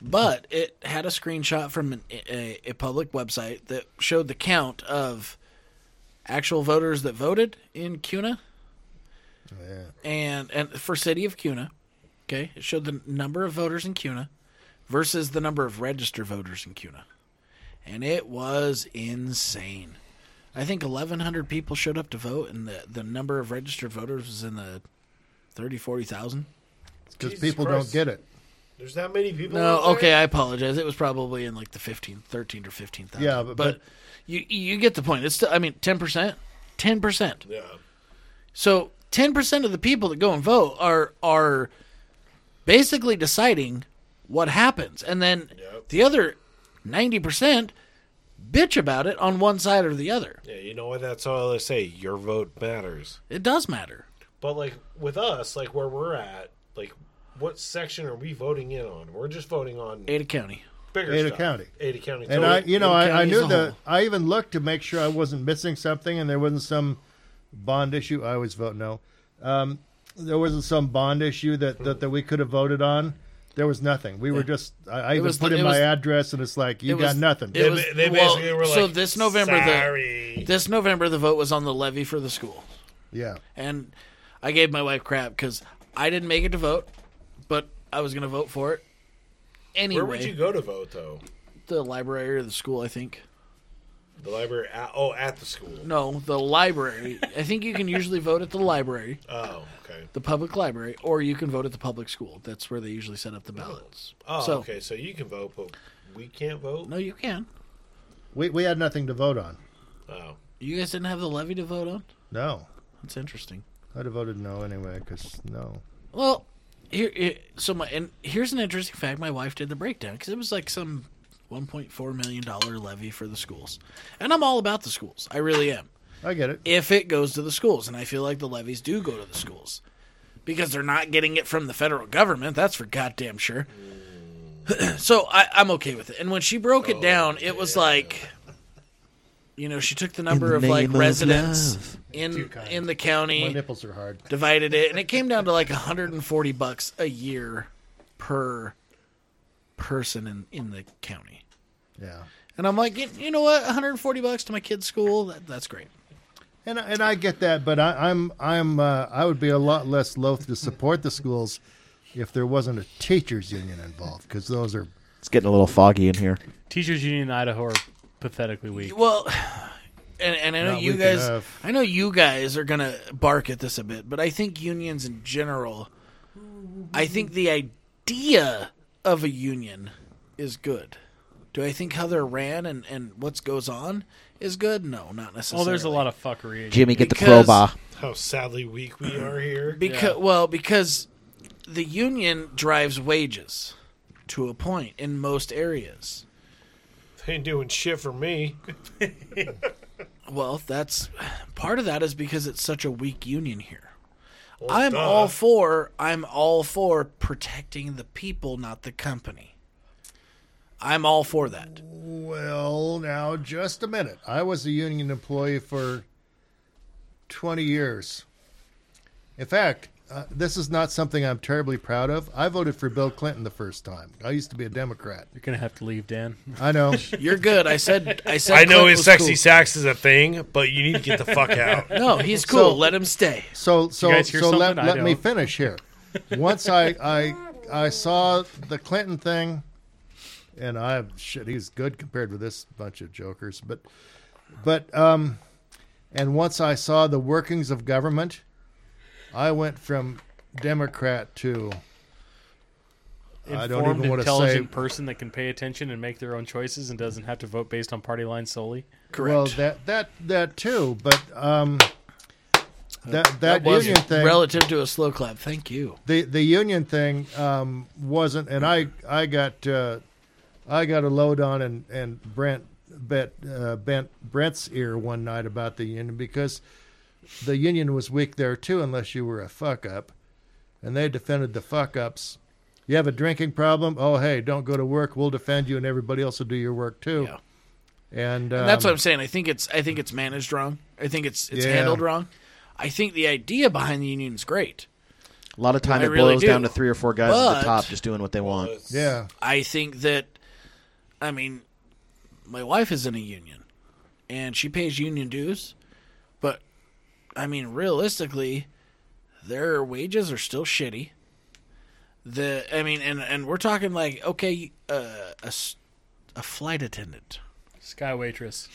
but it had a screenshot from an, a, a public website that showed the count of actual voters that voted in CUNA. yeah. and and for city of CUNA, okay, it showed the number of voters in CUNA versus the number of registered voters in CUNA, and it was insane. I think 1,100 people showed up to vote, and the, the number of registered voters was in the 30, 40,000. because Jesus people Christ. don't get it. There's that many people. No, out there? okay, I apologize. It was probably in like the 15, 13 or 15,000. Yeah, but- but- you you get the point. It's still, I mean, 10%, 10%. Yeah. So ten percent of the people that go and vote are are basically deciding what happens, and then Yep. the other ninety percent bitch about it on one side or the other. Yeah, you know what? That's all I say. Your vote matters. It does matter. But like with us, like where we're at, like what section are we voting in on? We're just voting on Ada County. bigger Ada stuff. County. Ada County. So And I, it- you know, I, I county as knew a the. whole. I even looked to make sure I wasn't missing something, and there wasn't some bond issue. I always vote no. Um, there wasn't some bond issue that, that, that we could have voted on. There was nothing. We were just. I, I even was put the- in it my was- address, and it's like you it got was- nothing. it They, was- they well, basically were like, so this November the- sorry. This November, the vote was on the levy for the school, yeah, and I gave my wife crap because I didn't make it to vote, but I was going to vote for it anyway. Where would you go to vote though? The library or the school, I think. The library? At, oh, at the school. No, the library. I think you can usually vote at the library. Oh, okay. the public library, or you can vote at the public school. That's where they usually set up the ballots. Oh, so, okay. So you can vote, but we can't vote. No, you can. we we had nothing to vote on. Oh, You guys didn't have the levy to vote on. No, That's interesting. I'd have voted no anyway because no. Well, here, here- so my and here's an interesting fact. My wife did the breakdown because it was like some 1.4 million dollar levy for the schools, and I'm all about the schools. I really am. I get it. If it goes to the schools, and I feel like the levies do go to the schools because they're not getting it from the federal government. That's for goddamn sure. so I, I'm okay with it. And when she broke it down, it was like, you know, she took the number the of like name of residents love. in kind. in the My county nipples are hard. divided it, and it came down to like 140 bucks a year per person in, in the county. Yeah, And I'm like, you, you know what, 140 bucks to my kid's school, that, that's great. and and I get that, but I, I'm I'm uh, I would be a lot less loath to support the schools if there wasn't a teachers union involved because those are It's getting a little foggy in here. Teachers Union in Idaho are pathetically weak. Well, and, and I know Not you weak guys, enough. I know you guys are gonna bark at this a bit, but I think unions in general, I think the idea of a union is good. Do I think how they're ran and and what goes on is good? No, not Oh, necessarily. there's a lot of fuckery. Jimmy, get the Because- crowbar. how sadly weak we are here. because well because the union drives wages to a point in most areas. They ain't doing shit for me. Well, that's part of that is because it's such a weak union here. I'm all for I'm all for protecting the people, not the company. I'm all for that. Well, now just a minute. I was a union employee for 20 years. In fact, uh, this is not something I'm terribly proud of. I voted for Bill Clinton the first time. I used to be a Democrat. You're gonna have to leave, Dan. I know. You're good. I said I said I know Clint his was sexy cool. sax is a thing, but you need to get the fuck out. No, he's cool. So- Let him stay. So, so, guys hear so let, something? I let me don't. finish here. once I, I I saw the Clinton thing, and I shit, he's good compared with this bunch of jokers. But but um, and once I saw the workings of government, I went from Democrat to Informed, I don't even wanna intelligent say- person that can pay attention and make their own choices and doesn't have to vote based on party lines solely. Correct. well that that that too. But um, that that, was union thing relative to a slow clap. Thank you. the the union thing um, wasn't, and I I got uh, I got a load on and and Brent bet uh, bent Brent's ear one night about the union because the union was weak there too, unless you were a fuck up, and they defended the fuck ups. You have a drinking problem? Oh hey, don't go to work. We'll defend you, and everybody else will do your work too. Yeah. And, And that's um, what I'm saying. I think it's I think it's managed wrong. I think it's it's Yeah. handled wrong. I think the idea behind the union is great. A lot of time I it really boils down do. to three or four guys at But- the top just doing what they want. Let's- yeah. I think that, I mean, my wife is in a union, and she pays union dues, but I mean, realistically, their wages are still shitty. The I mean, and and we're talking like okay, uh, a s- a flight attendant, Sky waitress.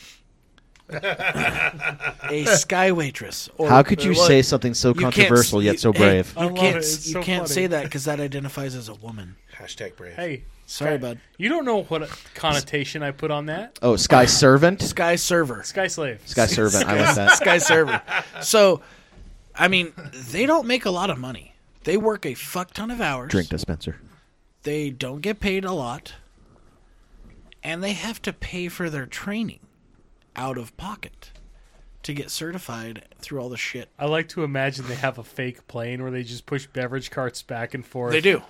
a sky waitress. Or, How could or you what- say something so you can't controversial s- yet you- so hey, brave? I you love can't it. s- It's you so can't funny. say that because that identifies as a woman. Hashtag brave. Hey, Sorry, bud. you don't know what a connotation I put on that. Oh, Sky Servant? Sky server. Sky slave. Sky Servant. I like that. Sky server. So, I mean, they don't make a lot of money. They work a fuck ton of hours. Drink dispenser. They don't get paid a lot. And they have to pay for their training out of pocket to get certified through all the shit. I like to imagine they have a fake plane where they just push beverage carts back and forth. They do.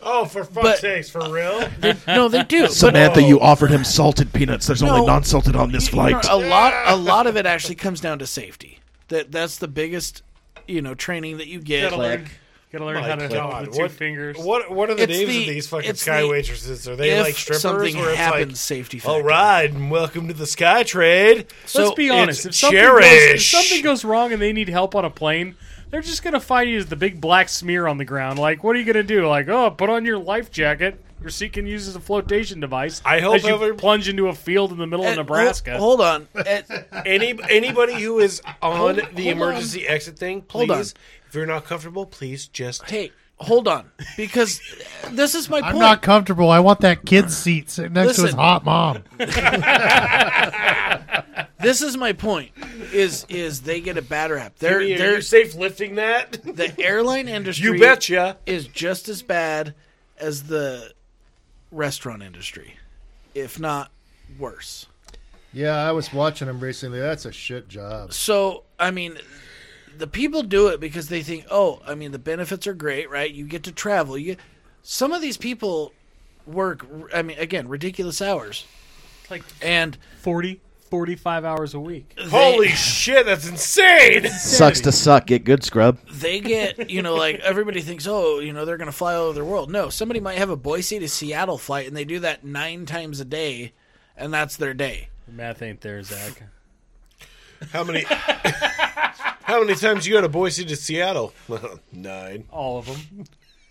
Oh, for fuck's But- sakes, for real? No, they do. But Samantha, you offered him salted peanuts. There's Oh. No. only non-salted on this you know, flight. a lot a lot of it actually comes down to safety. That that's the biggest, you know, training that you get. Gotta learn, gotta learn how to God, help with two what- fingers. What What are the It's names the- of these fucking it's sky the- waitresses? Are they if like strippers? something where it's happens, like, safety factor. All right, and welcome to the Sky Trade. Let's So be honest. If it's something, goes, if cherish. something goes wrong and they need help on a plane, they're just gonna find you as the big black smear on the ground. Like, what are you gonna do? Like, oh, put on your life jacket. Your seat can use as a flotation device. I hope as you every- plunge into a field in the middle of And- oh, Nebraska. Hold, hold on. At- Any anybody who is on the hold emergency exit thing, please. Hold on. If you're not comfortable, please just hey, hold on, because this is my I'm point. not comfortable. I want that kid's seat sitting next to his Listen. hot mom. this is my point. Is is they get a bad rap? They're Are you- are they're you safe lifting that? the airline industry. you betcha. is just as bad as the restaurant industry, if not worse. Yeah, I was watching him recently. That's a shit job. So I mean, the people do it because they think, oh, I mean, the benefits are great, right? You get to travel. You, some of these people work. I mean, again, ridiculous hours, Like and 40, 45 hours a week. they- Holy shit, that's insane! Sucks to suck. Get good, scrub. they get you know like everybody thinks oh you know they're gonna fly all over the world no somebody might have a boise to seattle flight and they do that nine times a day and that's their day The math ain't there, Zach. How many? how many times you go to Boise to Seattle? Nine. All of them.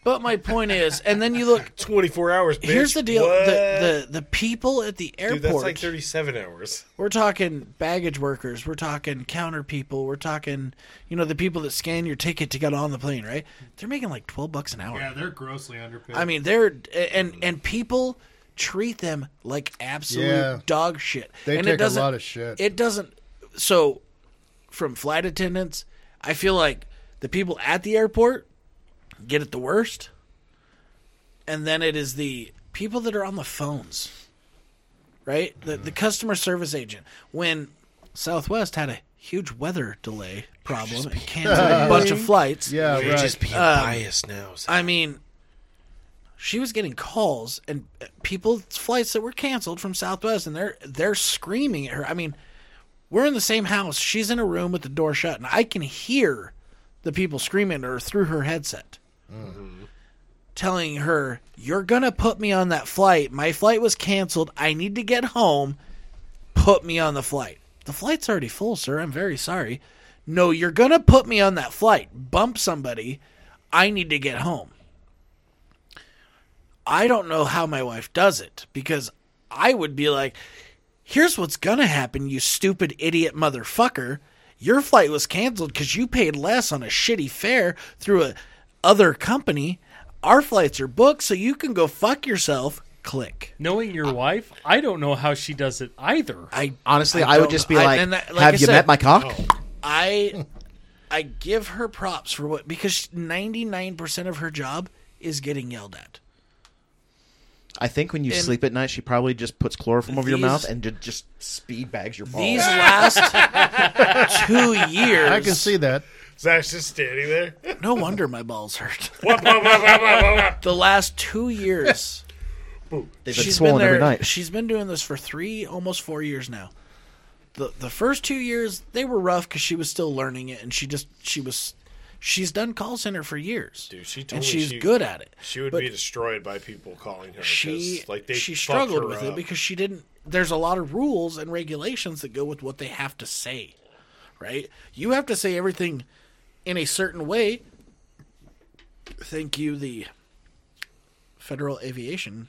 but my point is and then you look Twenty-four hours. Bitch. here's the deal What? the, the the people at the airport Dude, that's like thirty-seven hours. we're talking baggage workers we're talking counter people we're talking you know the people that scan your ticket to get on the plane right they're making like 12 bucks an hour they're grossly underpaid. I mean, they're and and people treat them like absolute Yeah. dog shit. They and take it a doesn't, lot of shit. It doesn't. So, from flight attendants, I feel like the people at the airport get it the worst, and then it is the people that are on the phones, right? The the customer service agent when Southwest had a huge weather delay problem and canceled a bunch of flights. Yeah, You're right. just being biased now. Zach. I mean, she was getting calls and uh, people flights that were canceled from Southwest, and they're they're screaming at her. I mean, we're in the same house. She's in a room with the door shut, and I can hear the people screaming at her through her headset, telling her, "You're gonna put me on that flight. My flight was canceled. I need to get home. Put me on the flight. The flight's already full, sir. I'm very sorry." No, you're gonna put me on that flight. Bump somebody. I need to get home. I don't know how my wife does it because I would be like, here's what's going to happen, you stupid idiot motherfucker. Your flight was canceled because you paid less on a shitty fare through a other company. Our flights are booked, so you can go fuck yourself. Click. Knowing your wife, I don't know how she does it either. I Honestly, I, would don't just be know. I- like, and that- "Have I you said, met my cock?" I I give her props for what because ninety nine percent of her job is getting yelled at. I think when you And- sleep at night, she probably just puts chloroform over your These- mouth and ju- just speed bags your balls. These last two years, I can see that. Zach's just standing there. No wonder my balls hurt. the last two years, They've been she's been swollen there. every night. She's been doing this for three, almost four years now. the The first two years they were rough because she was still learning it, and she just she was she's done call center for years, Dude, she told and me she's she- good at it. She would But- be destroyed by people calling her. she because, like they she fucked struggled her with up. it because she didn't there's a lot of rules and regulations that go with what they have to say right you have to say everything in a certain way thank you the federal aviation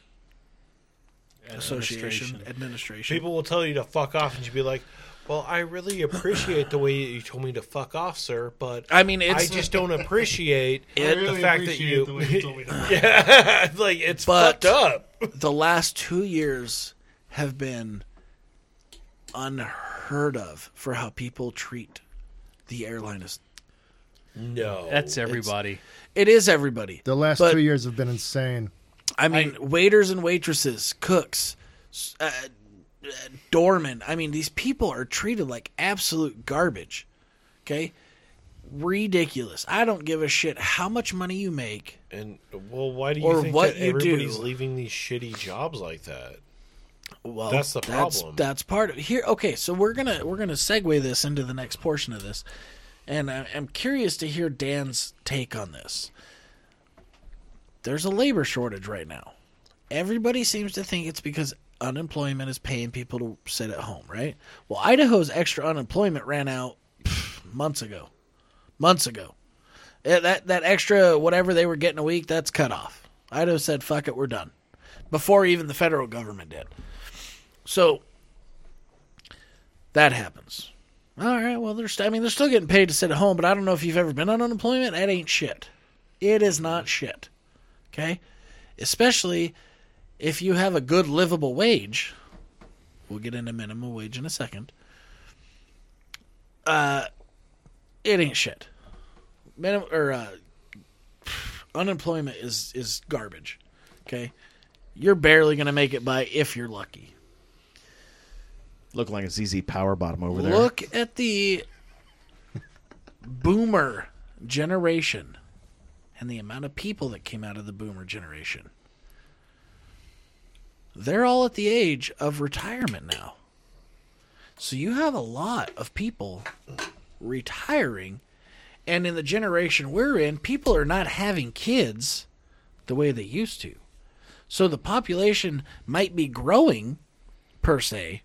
association administration people will tell you to fuck off, and you'd be like, "Well, I really appreciate the way you told me to fuck off, sir, but I mean, it's- I just don't appreciate It- the fact that you, like it's But- fucked up." the last two years have been unheard of for how people treat the airline is No, That's everybody. it is everybody The last But- two years have been insane. I mean, waiters and waitresses, cooks, s- uh, uh, doormen. I mean, these people are treated like absolute garbage. Okay, ridiculous. I don't give a shit how much money you make. and well, why do you Or think what that you do. everybody's leaving these shitty jobs like that? Well, That's the problem. That's, part of here. Okay, so we're gonna we're gonna segue this into the next portion of this, and I, I'm curious to hear Dan's take on this. There's a labor shortage right now. Everybody seems to think it's because unemployment is paying people to sit at home, right? Well, Idaho's extra unemployment ran out pff, months ago. Months ago. Eh, That that extra whatever they were getting a week, that's cut off. Idaho said, "Fuck it, we're done." Before even the federal government did. So that happens. All right. Well, they're st- I mean they're still getting paid to sit at home, but I don't know if you've ever been on unemployment. That ain't shit. It is not shit. Okay, especially if you have a good livable wage. We'll get into minimum wage in a second. Uh, it ain't shit. Minimum or uh, unemployment is is garbage. Okay, you're barely gonna make it by if you're lucky. Look like a ZZ Power Bottom over there. Look at the boomer generation and the amount of people that came out of the boomer generation. They're all at the age of retirement now. So you have a lot of people retiring. And in the generation we're in, people are not having kids the way they used to. So the population might be growing per se,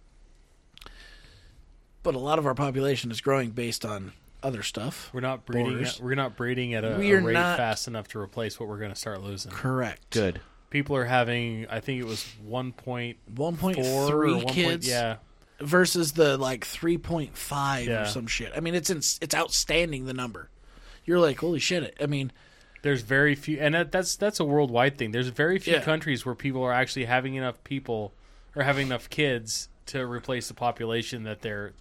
but a lot of our population is growing based on other stuff. We're not breeding. Borders. At, we're not breeding at a, a We are rate not- fast enough to replace what we're going to start losing. Correct. good. People are having. I think it was one point four or 1.3 one point. kids Yeah, versus the like 3.5 Yeah. or some shit. I mean, it's in, it's outstanding the number. You're like, holy shit. I mean, there's very few, and that, that's that's a worldwide thing. There's very few Yeah. countries where people are actually having enough people or having enough kids to replace the population that they're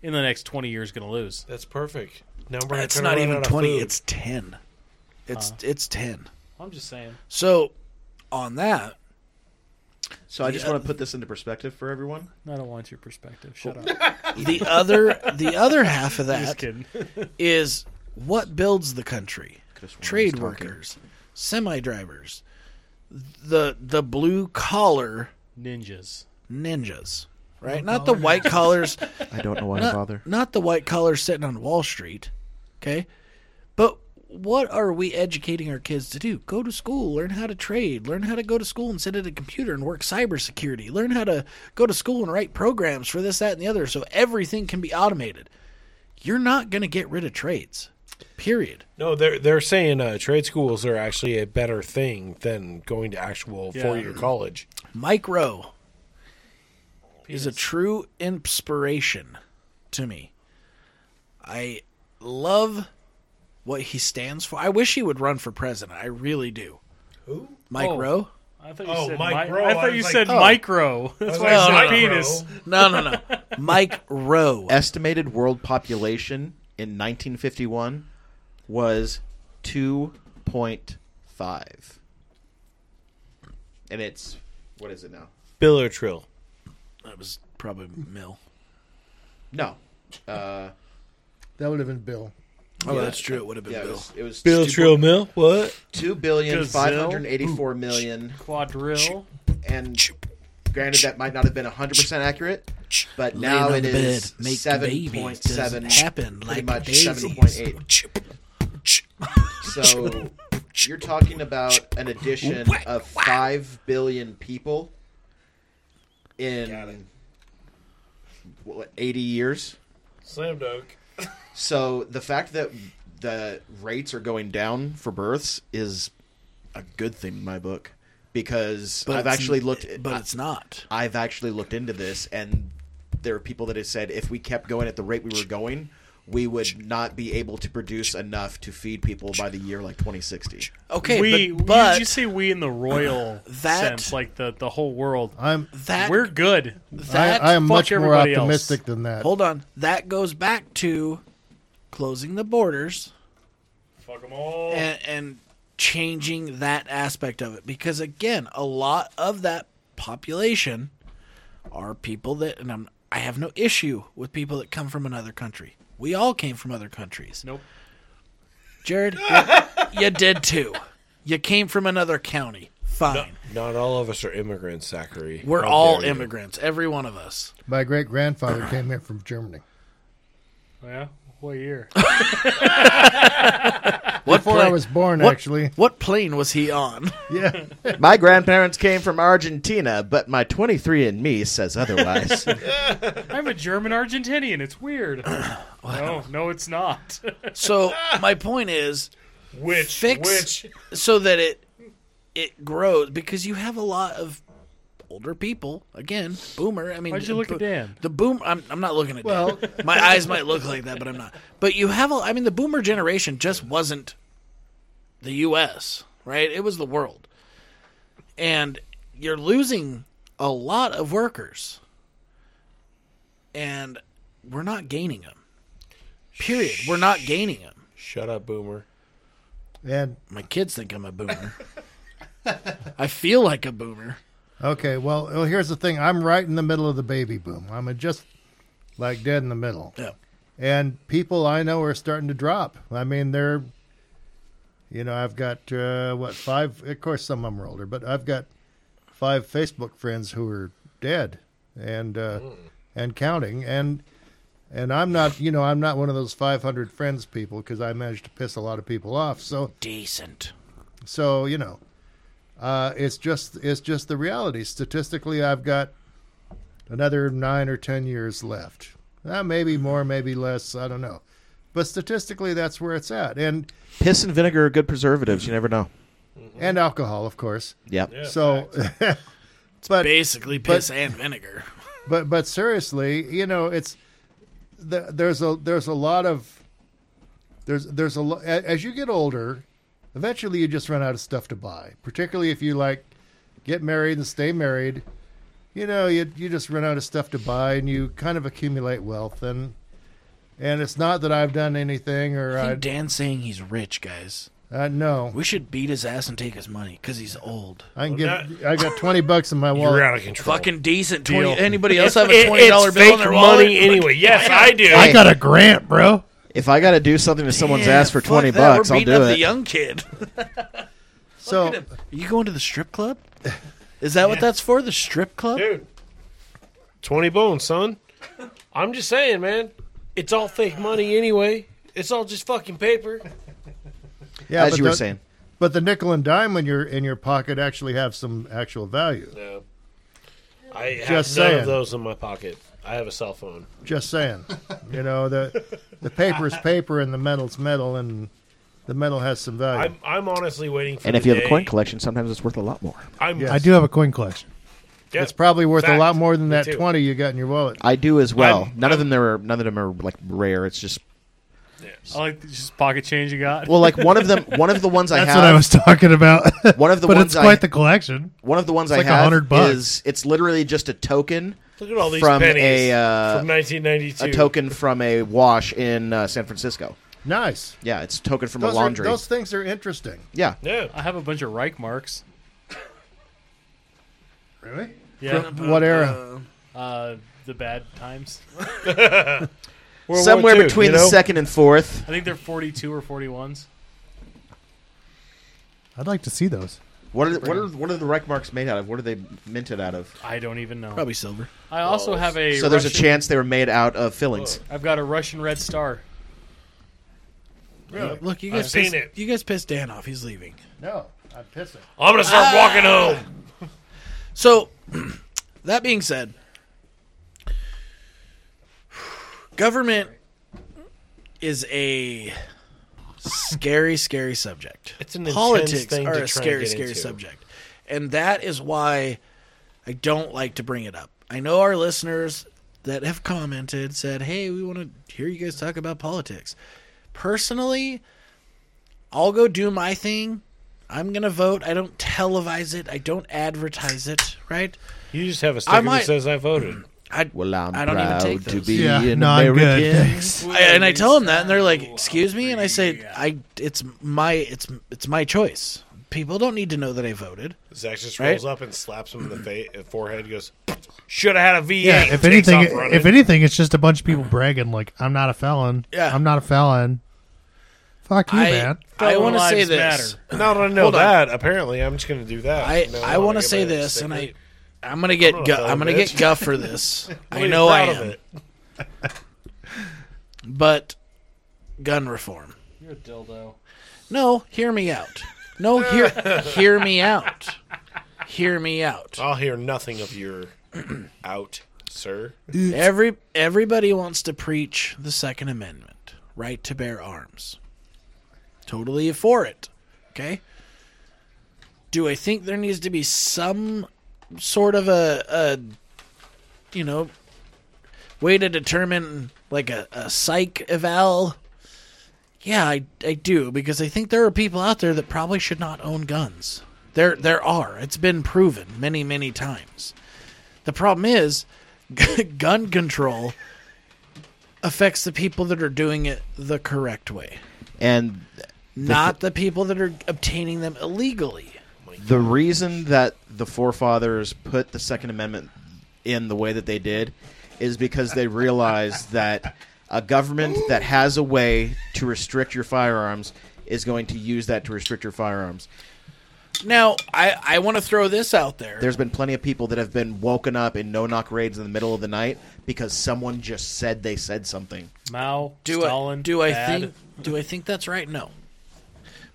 in the next twenty years going to lose. That's perfect. Now we're it's gonna not run even out of 20, food. it's 10. It's Uh-huh. it's 10. I'm just saying. So on that, So I just want to put this into perspective for everyone. I don't want your perspective. Shut up. the other the other half of Just that kidding. is what builds the country Could've sworn I trade was talking. workers semi drivers the the blue collar Ninjas. ninjas right not the white collars I don't know why I not, bother. not the white collars sitting on wall street okay but what are we educating our kids to do go to school learn how to trade learn how to go to school and sit at a computer and work cybersecurity learn how to go to school and write programs for this that and the other so everything can be automated you're not going to get rid of trades Period. No, they're they're saying uh, trade schools are actually a better thing than going to actual Yeah. four year college. Mike Rowe is a true inspiration to me. I love what he stands for. I wish he would run for president. I really do. Who? Mike Oh. Rowe? I thought you Oh, said Mike mi- Rowe. I I thought you was said like, oh. micro. That's why like, I said micro. penis. No, no, no. Mike Rowe. Estimated world population in 1951 was 2.5, and it's what is it now? Bill or Trill. That was probably Mill. No, That would have been Bill. Oh, that's true. It would have been yeah, it Bill. was, it was Bill two- Trill Mill. What? two billion five Gazelle? hundred eighty-four million, Quadrille. and granted that might not have been hundred percent accurate, but Laying now on it the is bed, make the seven baby. point Doesn't seven. happen pretty like much daisies. seven point eight. So you're talking about an addition of five billion people in what, eighty years. Slam dunk. So the fact that the rates are going down for births is a good thing in my book because I've it's- actually looked. at but it's not. I've actually looked into this, and there are people that have said if we kept going at the rate we were going, we would not be able to produce enough to feed people by the year like 2060. Okay, we, but, you, but you say we in the royal That- Uh, sense, like the, the whole world. I'm that We're good. that I, I am fuck much more everybody else. optimistic than that. hold on. That goes back to closing the borders Fuck them all. and, and changing that aspect of it because again, a lot of that population are people that and I'm I have no issue with people that come from another country. We all came from other countries. Nope. Jared, you- you did too. You came from another county. Fine. Not all of us are immigrants, Zachary. We're How all dare you. immigrants, every one of us. My great grandfather came here from Germany. Yeah. What year? What Before pla- I was born, what- actually. What plane was he on? Yeah. My grandparents came from Argentina, but my 23andMe says otherwise. I'm a German Argentinian. It's weird. no, no, it's not. So my point is Which fix which so that it it grows because you have a lot of older people. Again, boomer. I mean, Why'd you look bo- at Dan? The boom. I'm, I'm not looking at Well- Dan. My eyes might look like that, but I'm not. But you have a. I mean, the boomer generation just wasn't the U.S. Right? It was the world, and you're losing a lot of workers, and we're not gaining them. Period. We're not gaining them. Shut up, Boomer. And, My kids think I'm a boomer. I feel like a boomer. okay, well, well, here's the thing I'm right in the middle of the baby boom. I'm just like dead in the middle. Yeah. and people I know are starting to drop. I mean, they're, you know, I've got uh, what five? Of course, some of them are older, but I've got five Facebook friends who are dead and uh, and counting. And and I'm not, you know, I'm not one of those 500 friends people because I managed to piss a lot of people off. So Decent. so you know, uh, it's just it's just the reality. Statistically, I've got another nine or ten years left. Uh, maybe more, maybe less. I don't know, but statistically, that's where it's at. And Piss and vinegar are good preservatives. You never know. and alcohol, of course. Yep. so, but Basically, piss and vinegar. but but seriously, you know, it's the, there's a there's a lot of there's there's a lo- a- as you get older, eventually you just run out of stuff to buy. Particularly if you like get married and stay married, you know, you you just run out of stuff to buy and you kind of accumulate wealth and and it's not that I've done anything or uh, I I think Dan's saying he's rich, guys. uh, no. We should beat his ass and take his money because he's old. I can get I got 20 bucks in my wallet. you're out of control. Fucking decent. Deal. 20, anybody else have a It- twenty dollar it's bill in fake their wallet? money anyway. Yes, I do. I got a grant, bro. If I got to do something to someone's Yeah, ass for fuck 20 that. bucks, We're I'll beating do up the it. young kid. So you going to the strip club? Is that what that's for? The strip club? Dude, Twenty bones, son. I'm just saying, man. It's all fake money anyway. It's all just fucking paper. yeah, As but you were the- saying. But the nickel and dime when you're in your pocket actually have some actual value. No. I have Just none saying. of those in my pocket. I I have a cell phone. Just saying. You know, the the paper is paper and the metal's metal and the metal has some value. I'm, I'm honestly waiting for. And if the you have a day- coin collection, sometimes it's worth a lot more. I'm, Yes. I do have a coin collection. yeah, it's probably worth a fact. lot more than Me that too. 20 you got in your wallet. I do as well. I'm- none of them there are none of them are like rare. It's just I like just pocket change you got. well, like one of them. One of the ones I That's have. what I was talking about. One of the but ones it's quite I- the collection. one of the ones I like have 100 bucks. is it's literally just a token Look at all these from pennies a uh, from 1992. a token from a wash in uh, San Francisco. Nice. Yeah, it's a token from Those, a are- laundry. those things are interesting. Yeah, Yeah, I have a bunch of Reich marks. Really? Yeah, What era? uh, the bad times. World somewhere War II, between you the know? second and fourth. I think they're forty-two or forty-ones. I'd like to see those. What are what are what are the Reich marks made out of? What are they minted out of? I don't even know. Probably silver. I also have a. so there's a Russian- chance they were made out of fillings. I've got a Russian Red Star. Look, you I've guys, seen pissed, it. you guys pissed Dan off. He's leaving. No, I'm pissing. I'm gonna start walking home. So, that being said, government is a scary, scary subject. It's an intense Politics thing are a to try and scary, get scary into. subject. And that is why I don't like to bring it up. I know our listeners that have commented said, hey, we want to hear you guys talk about politics. Personally, I'll go do my thing. I'm going to vote. I don't televise it, I don't advertise it, right? You just have a sticker might- that says I voted. I, Well, I'm I don't even proud take to those. be Yeah, an no, I'm good, American. thanks. I- and I tell them that, and they're like, "Excuse me," and I say, "I it's my it's it's my choice. People don't need to know that I voted." Zach just Right? rolls up and slaps him in the fa- uh, forehead. Goes, should have had a V8. Yeah, if Takes anything, off running. if anything, it's just a bunch of people bragging like, "I'm not a felon. Yeah. I'm not a felon. Fuck you, I man." I Felon want to say lives this. matter. now that I know Hold on. that, apparently I'm just gonna do that. I No, I want to get say my this, and I sticker. I'm gonna get I'm I'm, not a gu- fellow I'm gonna get bitch. guff for this. I Really know I proud of am, it. but gun reform. You're a dildo. No, hear me out. No, hear hear me out. Hear me out. I'll hear nothing of your out, sir. Every everybody wants to preach the Second Amendment, right to bear arms. Totally for it. Okay. Do I think there needs to be some sort of a, a you know way to determine like a, a psych eval? Yeah, I, I do because I think there are people out there that probably should not own guns. There there are. It's been proven many many times. The problem is gun control affects the people that are doing it the correct way, And not the people that are obtaining them illegally. the reason that the forefathers put the Second Amendment in the way that they did is because they realized that a government that has a way to restrict your firearms is going to use that to restrict your firearms. Now, I, I want to throw this out there. There's been plenty of people that have been woken up in no knock raids in the middle of the night because someone just said they said something. Mao, do Stalin. I, do I bad. think do I think that's right? No.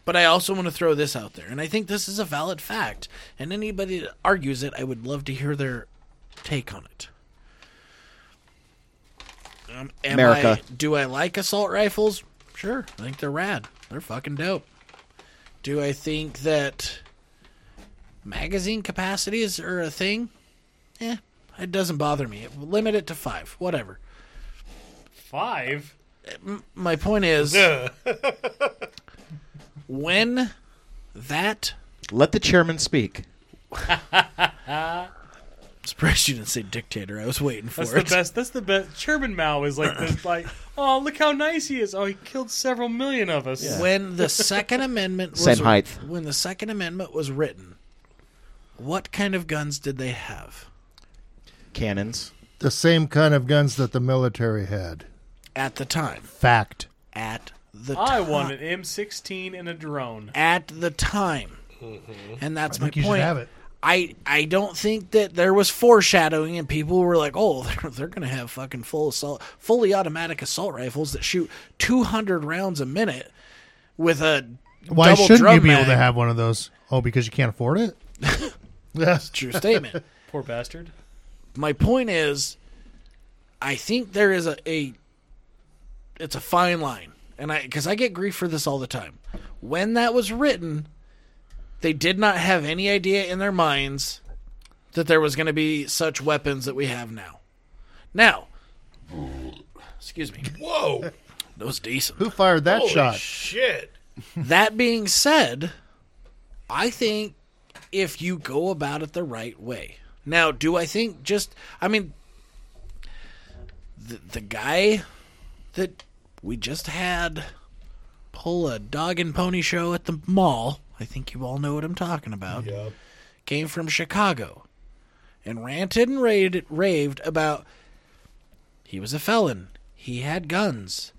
But I also want to throw this out there, and I think this is a valid fact. And anybody that argues it, I would love to hear their take on it. Um, am America. I, do I like assault rifles? Sure, I think they're rad. They're fucking dope. Do I think that magazine capacities are a thing? Eh, it doesn't bother me. Limit it to five, whatever. Five. my point is when that Let the chairman speak. I'm surprised you didn't say dictator. I was waiting for That's it. the best. That's the best. Chairman Mao is like this. Like, oh, look how nice he is. Oh, he killed several million of us. When the Second Amendment was Same height. when the Second Amendment was written, what kind of guns did they have Cannons. The same kind of guns that the military had. at the time? Fact. At the I ti- won an M16 and a drone. at the time. And that's my You point. should have it. I I don't think that there was foreshadowing, and people were like, "Oh, they're, they're going to have fucking full assault, fully automatic assault rifles that shoot 200 rounds a minute with a Why double shouldn't drum you be mag. able to have one of those? Oh, because you can't afford it. True statement. Poor bastard. my point is, I think there is a, a it's a fine line, and I because I get grief for this all the time. When that was written, they did not have any idea in their minds that there was going to be such weapons that we have now. Now, excuse me. Whoa! That was decent. Who fired that Holy shot? shit! That being said, I think if you go about it the right way. Now, do I think just I mean the, the guy that we just had pull a dog and pony show at the mall, I think you all know what I'm talking about. Came from Chicago and ranted and raved, raved about he was a felon. He had guns.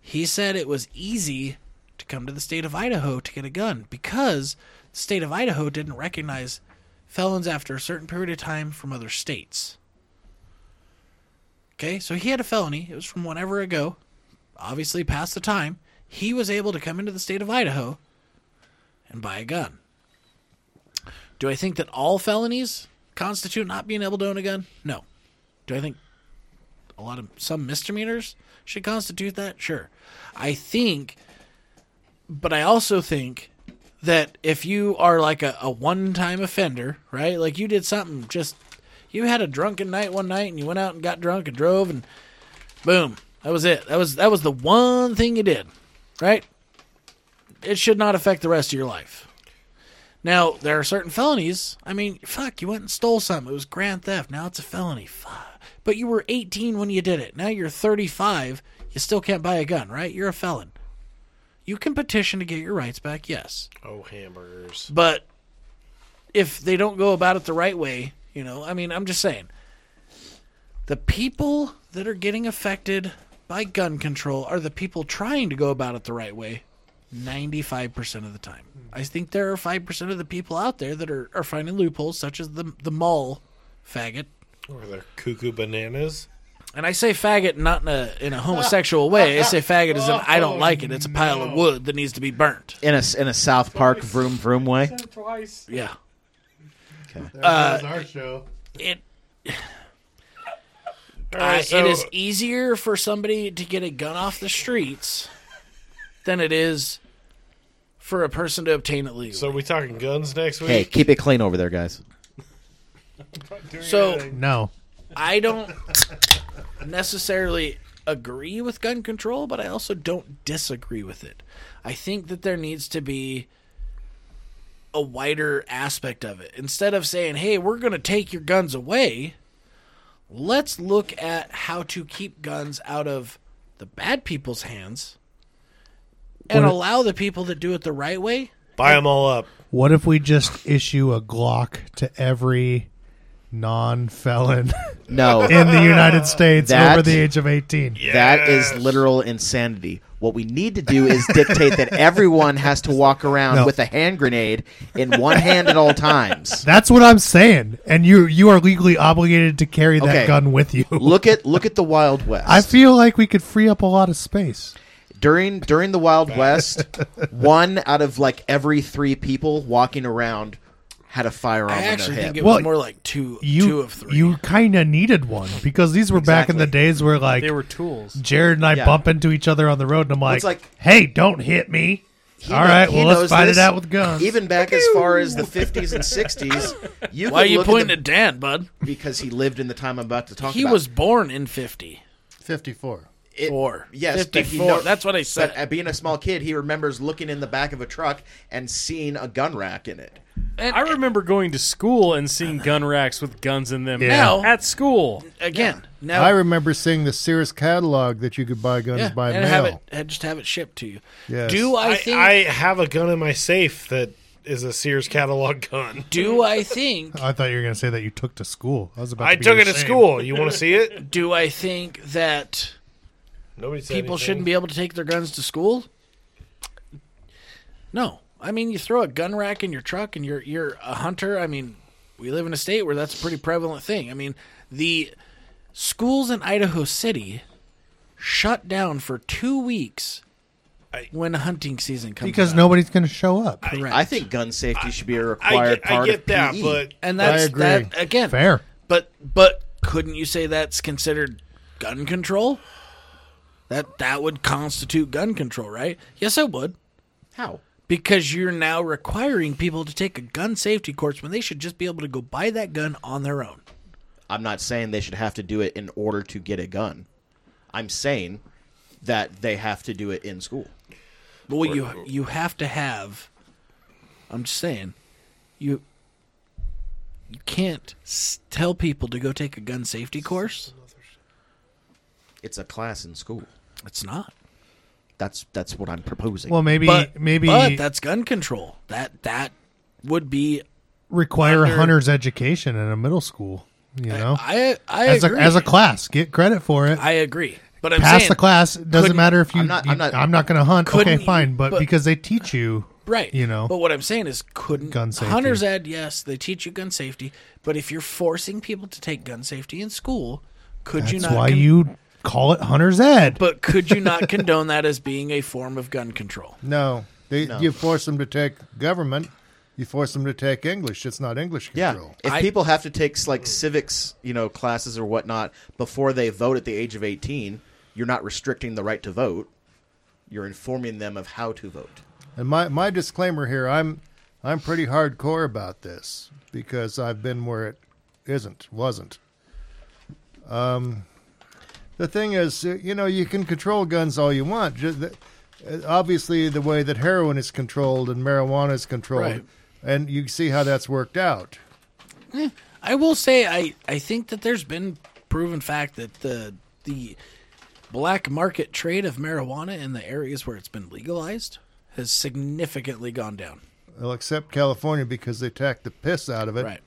He said it was easy to come to the state of Idaho to get a gun because the state of Idaho didn't recognize felons after a certain period of time from other states. Okay, so he had a felony. It was from whenever ago, obviously past the time. He was able to come into the state of Idaho and buy a gun. Do I think that all felonies constitute not being able to own a gun? No. Do I think a lot of some misdemeanors should constitute that? Sure. I think but I also think that if you are like a, a one time offender, right? Like you did something just you had a drunken night one night and you went out and got drunk and drove and boom. That was it. That was that was the one thing you did. Right? It should not affect the rest of your life. Now, there are certain felonies. I mean, fuck, you went and stole something. It was grand theft. Now it's a felony. Fuck. But you were 18 when you did it. Now you're 35. You still can't buy a gun, right? You're a felon. You can petition to get your rights back, yes. Oh, hamburgers. But if they don't go about it the right way, you know, I mean, I'm just saying the people that are getting affected by gun control are the people trying to go about it the right way 95% of the time. I think there are 5% of the people out there that are, are finding loopholes, such as the, the mall faggot. Or they're cuckoo bananas. And I say faggot not in a, in a homosexual way. I say faggot as in I don't like it. It's a pile of wood that needs to be burnt. in a in a South Park vroom vroom way. Twice. Yeah. That was our show. It All I, right, so it is easier for somebody to get a gun off the streets than it is for a person to obtain it legally. so So, we talking guns next week? Hey, keep it clean over there, guys. No. I don't necessarily agree with gun control, but I also don't disagree with it. I think that there needs to be a wider aspect of it. Instead of saying, hey, we're going to take your guns away, let's look at how to keep guns out of the bad people's hands and What- allow the people that do it the right way. Buy them all up. What if we just issue a Glock to every non felon No, in the United States That- over the age of 18? that is literal insanity. What we need to do is dictate that everyone has to walk around No. with a hand grenade in one hand at all times. That's what I'm saying. And you you are legally obligated to carry that Okay. gun with you. Look at look at the Wild West. I feel like we could free up a lot of space. during during the Wild West, one out of like every three people walking around had a firearm I in actually their hip. think it Well, was more like two, You two of three. you kind of needed one because these were back in the Exactly. days where like They were tools. Jared and I Yeah. bump into each other on the road and I'm like, it's like- "Hey, don't hit me." He All kno- right, he well let's knows fight this. it out with guns. Even back as far as the 50s and 60s, you Why are could you look pointing the- at Dan, bud? because he lived in the time I'm about to talk He about. was born in 50. 54. It- Four. Yes, but he 54. know- That's what I said. But uh, being a small kid, he remembers looking in the back of a truck and seeing a gun rack in it. And- I remember going to school and seeing gun racks with guns in them. Yeah. Now- at school, again. Now I remember seeing the Sears catalog that you could buy guns yeah, by and mail. have it and just have it shipped to you. Yes. Do I, I, think? I have a gun in my safe that is a Sears catalog gun. do I think? I thought you were going to say that you took to school. I was about I be took it to ashamed. school. You want to see it? Do I think that Nobody said people shouldn't be able to take their guns to school? No. I mean, you throw a gun rack in your truck and you're you're a hunter. I mean, we live in a state where that's a pretty prevalent thing. I mean, the schools in Idaho City shut down for 2 weeks I- when hunting season comes because up. nobody's going to show up. Correct. I think gun safety should be a I required get, I part get of E. that, PE. but and that's agree. that again. Fair. But but couldn't you say that's considered gun control? That that would constitute gun control, right? Yes, it would. How? Because you're now requiring people to take a gun safety course when they should just be able to go buy that gun on their own. I'm not saying they should have to do it in order to get a gun. I'm saying that they have to do it in school. But what you you have to have, I'm just saying, you you can't s- tell people to go take a gun safety course. It's a class in school. It's not. That's that's what I'm proposing. Well, maybe But maybe but that's gun control. That that would be. require under- hunter's education in a middle school. You know, I I as agree. a as a class, get credit for it. I agree. But I'm Pass saying, the class. It Doesn't couldn't- matter if you. I'm not- you- I'm not- going to hunt. couldn't Okay, you- fine. But, but- because they teach you, Right. You know. But what I'm saying is couldn't Gun safety. Hunter's Ed, yes, they teach you gun safety, but if you're forcing people to take gun safety in school, could you that's not why con- you call it hunter's ed. but could you not condone that as being a form of gun control? No, they, No. you force them to take government. You force them to take English. It's not English yeah, control. if I- people have to take like civics, you know, classes or whatnot before they vote at the age of 18, you're not restricting the right to vote. You're informing them of how to vote. And my, my disclaimer here, I'm I'm pretty hardcore about this because I've been where it isn't, wasn't. Um, the thing is, uh, you know, you can control guns all you want. Just the, uh, obviously, the way that heroin is controlled and marijuana is controlled, Right. and you see how that's worked out. I will say I, I think that there's been proven fact that the the black market trade of marijuana in the areas where it's been legalized has significantly gone down. Well, except California because they tacked the piss out of it. Right.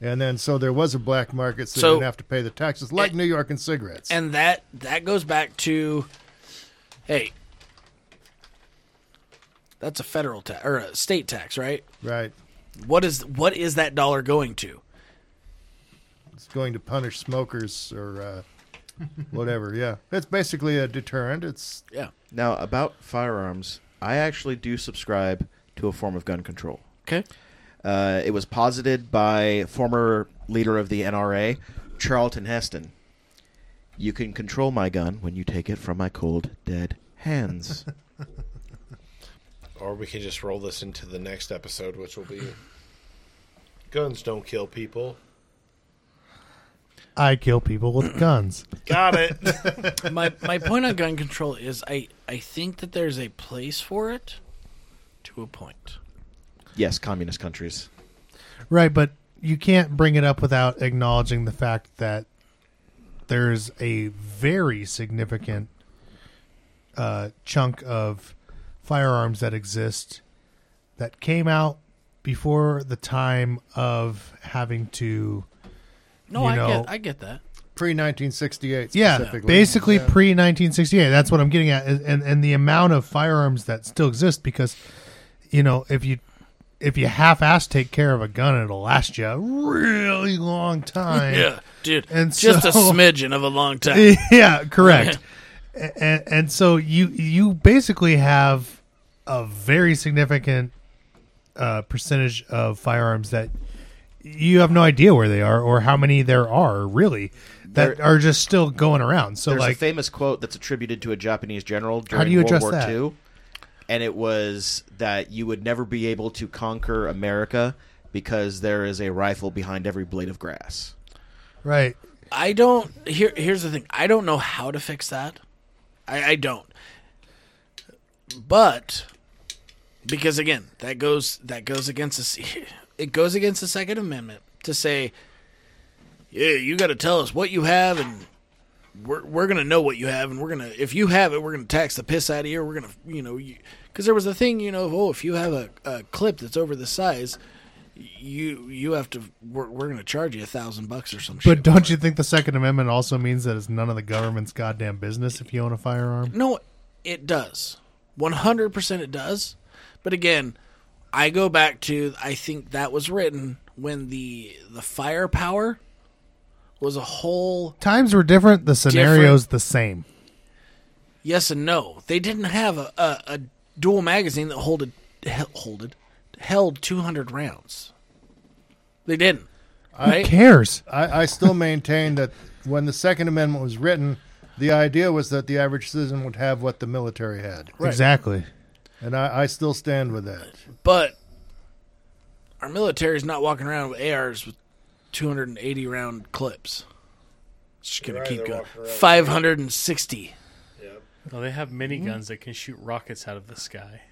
And then, so there was a black market, so, So- you didn't have to pay the taxes, like And- New York and cigarettes. And that that goes back to, hey, that's a federal tax or a state tax, right? right. What is what is that dollar going to? it's going to punish smokers or uh, whatever. Yeah, it's basically a deterrent. It's Yeah. Now, about firearms, I actually do subscribe to a form of gun control. Okay. Uh, it was posited by former leader of the NRA, Charlton Heston. You can control my gun when you take it from my cold, dead hands. Or we can just roll this into the next episode, which will be Guns Don't Kill People. I kill people with guns. Got it. my my point on gun control is I I think that there's a place for it, to a point. yes, communist countries. Right, but you can't bring it up without acknowledging the fact that there's a very significant uh, chunk of firearms that exist that came out before the time of having to No, You I know- get I get that. pre 1968. yeah specifically. basically Yeah. pre 1968 that's what i'm getting at and, and and the amount of firearms that still exist because you know if you if you half-ass take care of a gun it'll last you a really long time Yeah, dude. And just a so- smidgen of a long time. yeah, correct. and, and so you you basically have a very significant uh, percentage of firearms that you have no idea where they are or how many there are really that There- are just still going around. So There's like a famous quote that's attributed to a Japanese general during do you World address War that? II, and it was that you would never be able to conquer America because there is a rifle behind every blade of grass. right, I don't. Here, here's the thing. I don't know how to fix that. I, I don't. But because again, that goes that goes against the se- it goes against the Second Amendment to say, yeah, you got to tell us what you have, and we're we're gonna know what you have, and we're gonna if you have it, we're gonna tax the piss out of you. We're gonna you know because there was a thing you know of, oh if you have a, a clip that's over the size. You you have to we're, we're gonna charge you a thousand bucks or some shit. but don't you think the Second Amendment also means that it's none of the government's goddamn business if you own a firearm? No, it does. 100% it does. But again, I go back to I think that was written when the the firepower was a whole Times were different. The scenario's the same. yes and no. They didn't have a, a, a dual magazine that holded hel- holded held 200 rounds. They didn't. Who Right? cares? I, I still maintain that when the Second Amendment was written, The idea was that the average citizen would have what the military had, Exactly. and I, I still stand with that. But our military's not walking around with ARs with 280 round clips. It's just gonna Right, keep they're going. walking around with- 560. No, Oh, they have Hmm? mini guns that can shoot rockets out of the sky.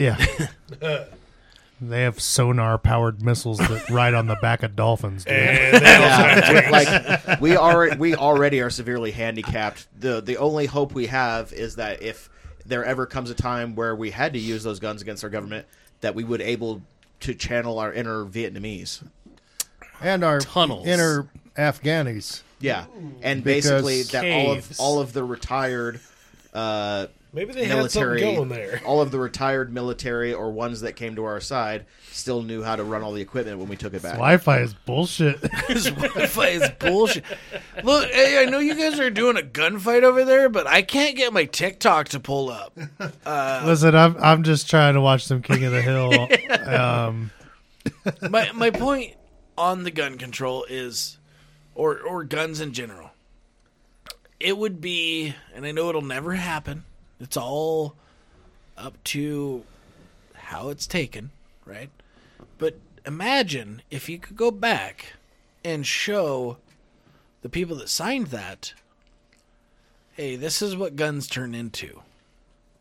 Yeah. they have sonar powered missiles that ride on the back of dolphins. Dude. Yeah, like we are we already are severely handicapped. The the only hope we have is that if there ever comes a time where we had to use those guns against our government, that we would able to channel our inner Vietnamese. And our Tunnels. inner Afghanis. Yeah, and basically Because that all caves. of all of the retired uh, Maybe they military, had something going there. all of the retired military or ones that came to our side still knew how to run all the equipment when we took it back. Wi Fi is bullshit. This Wi-Fi is bullshit. Look, hey, I know you guys are doing a gunfight over there, but I can't get my TikTok to pull up. Listen, I'm I'm just trying to watch some King of the Hill. Um, My my point on the gun control is, or or guns in general. It would be, and I know it'll never happen. It's all up to how it's taken, right? But imagine if you could go back and show the people that signed that, hey, this is what guns turn into.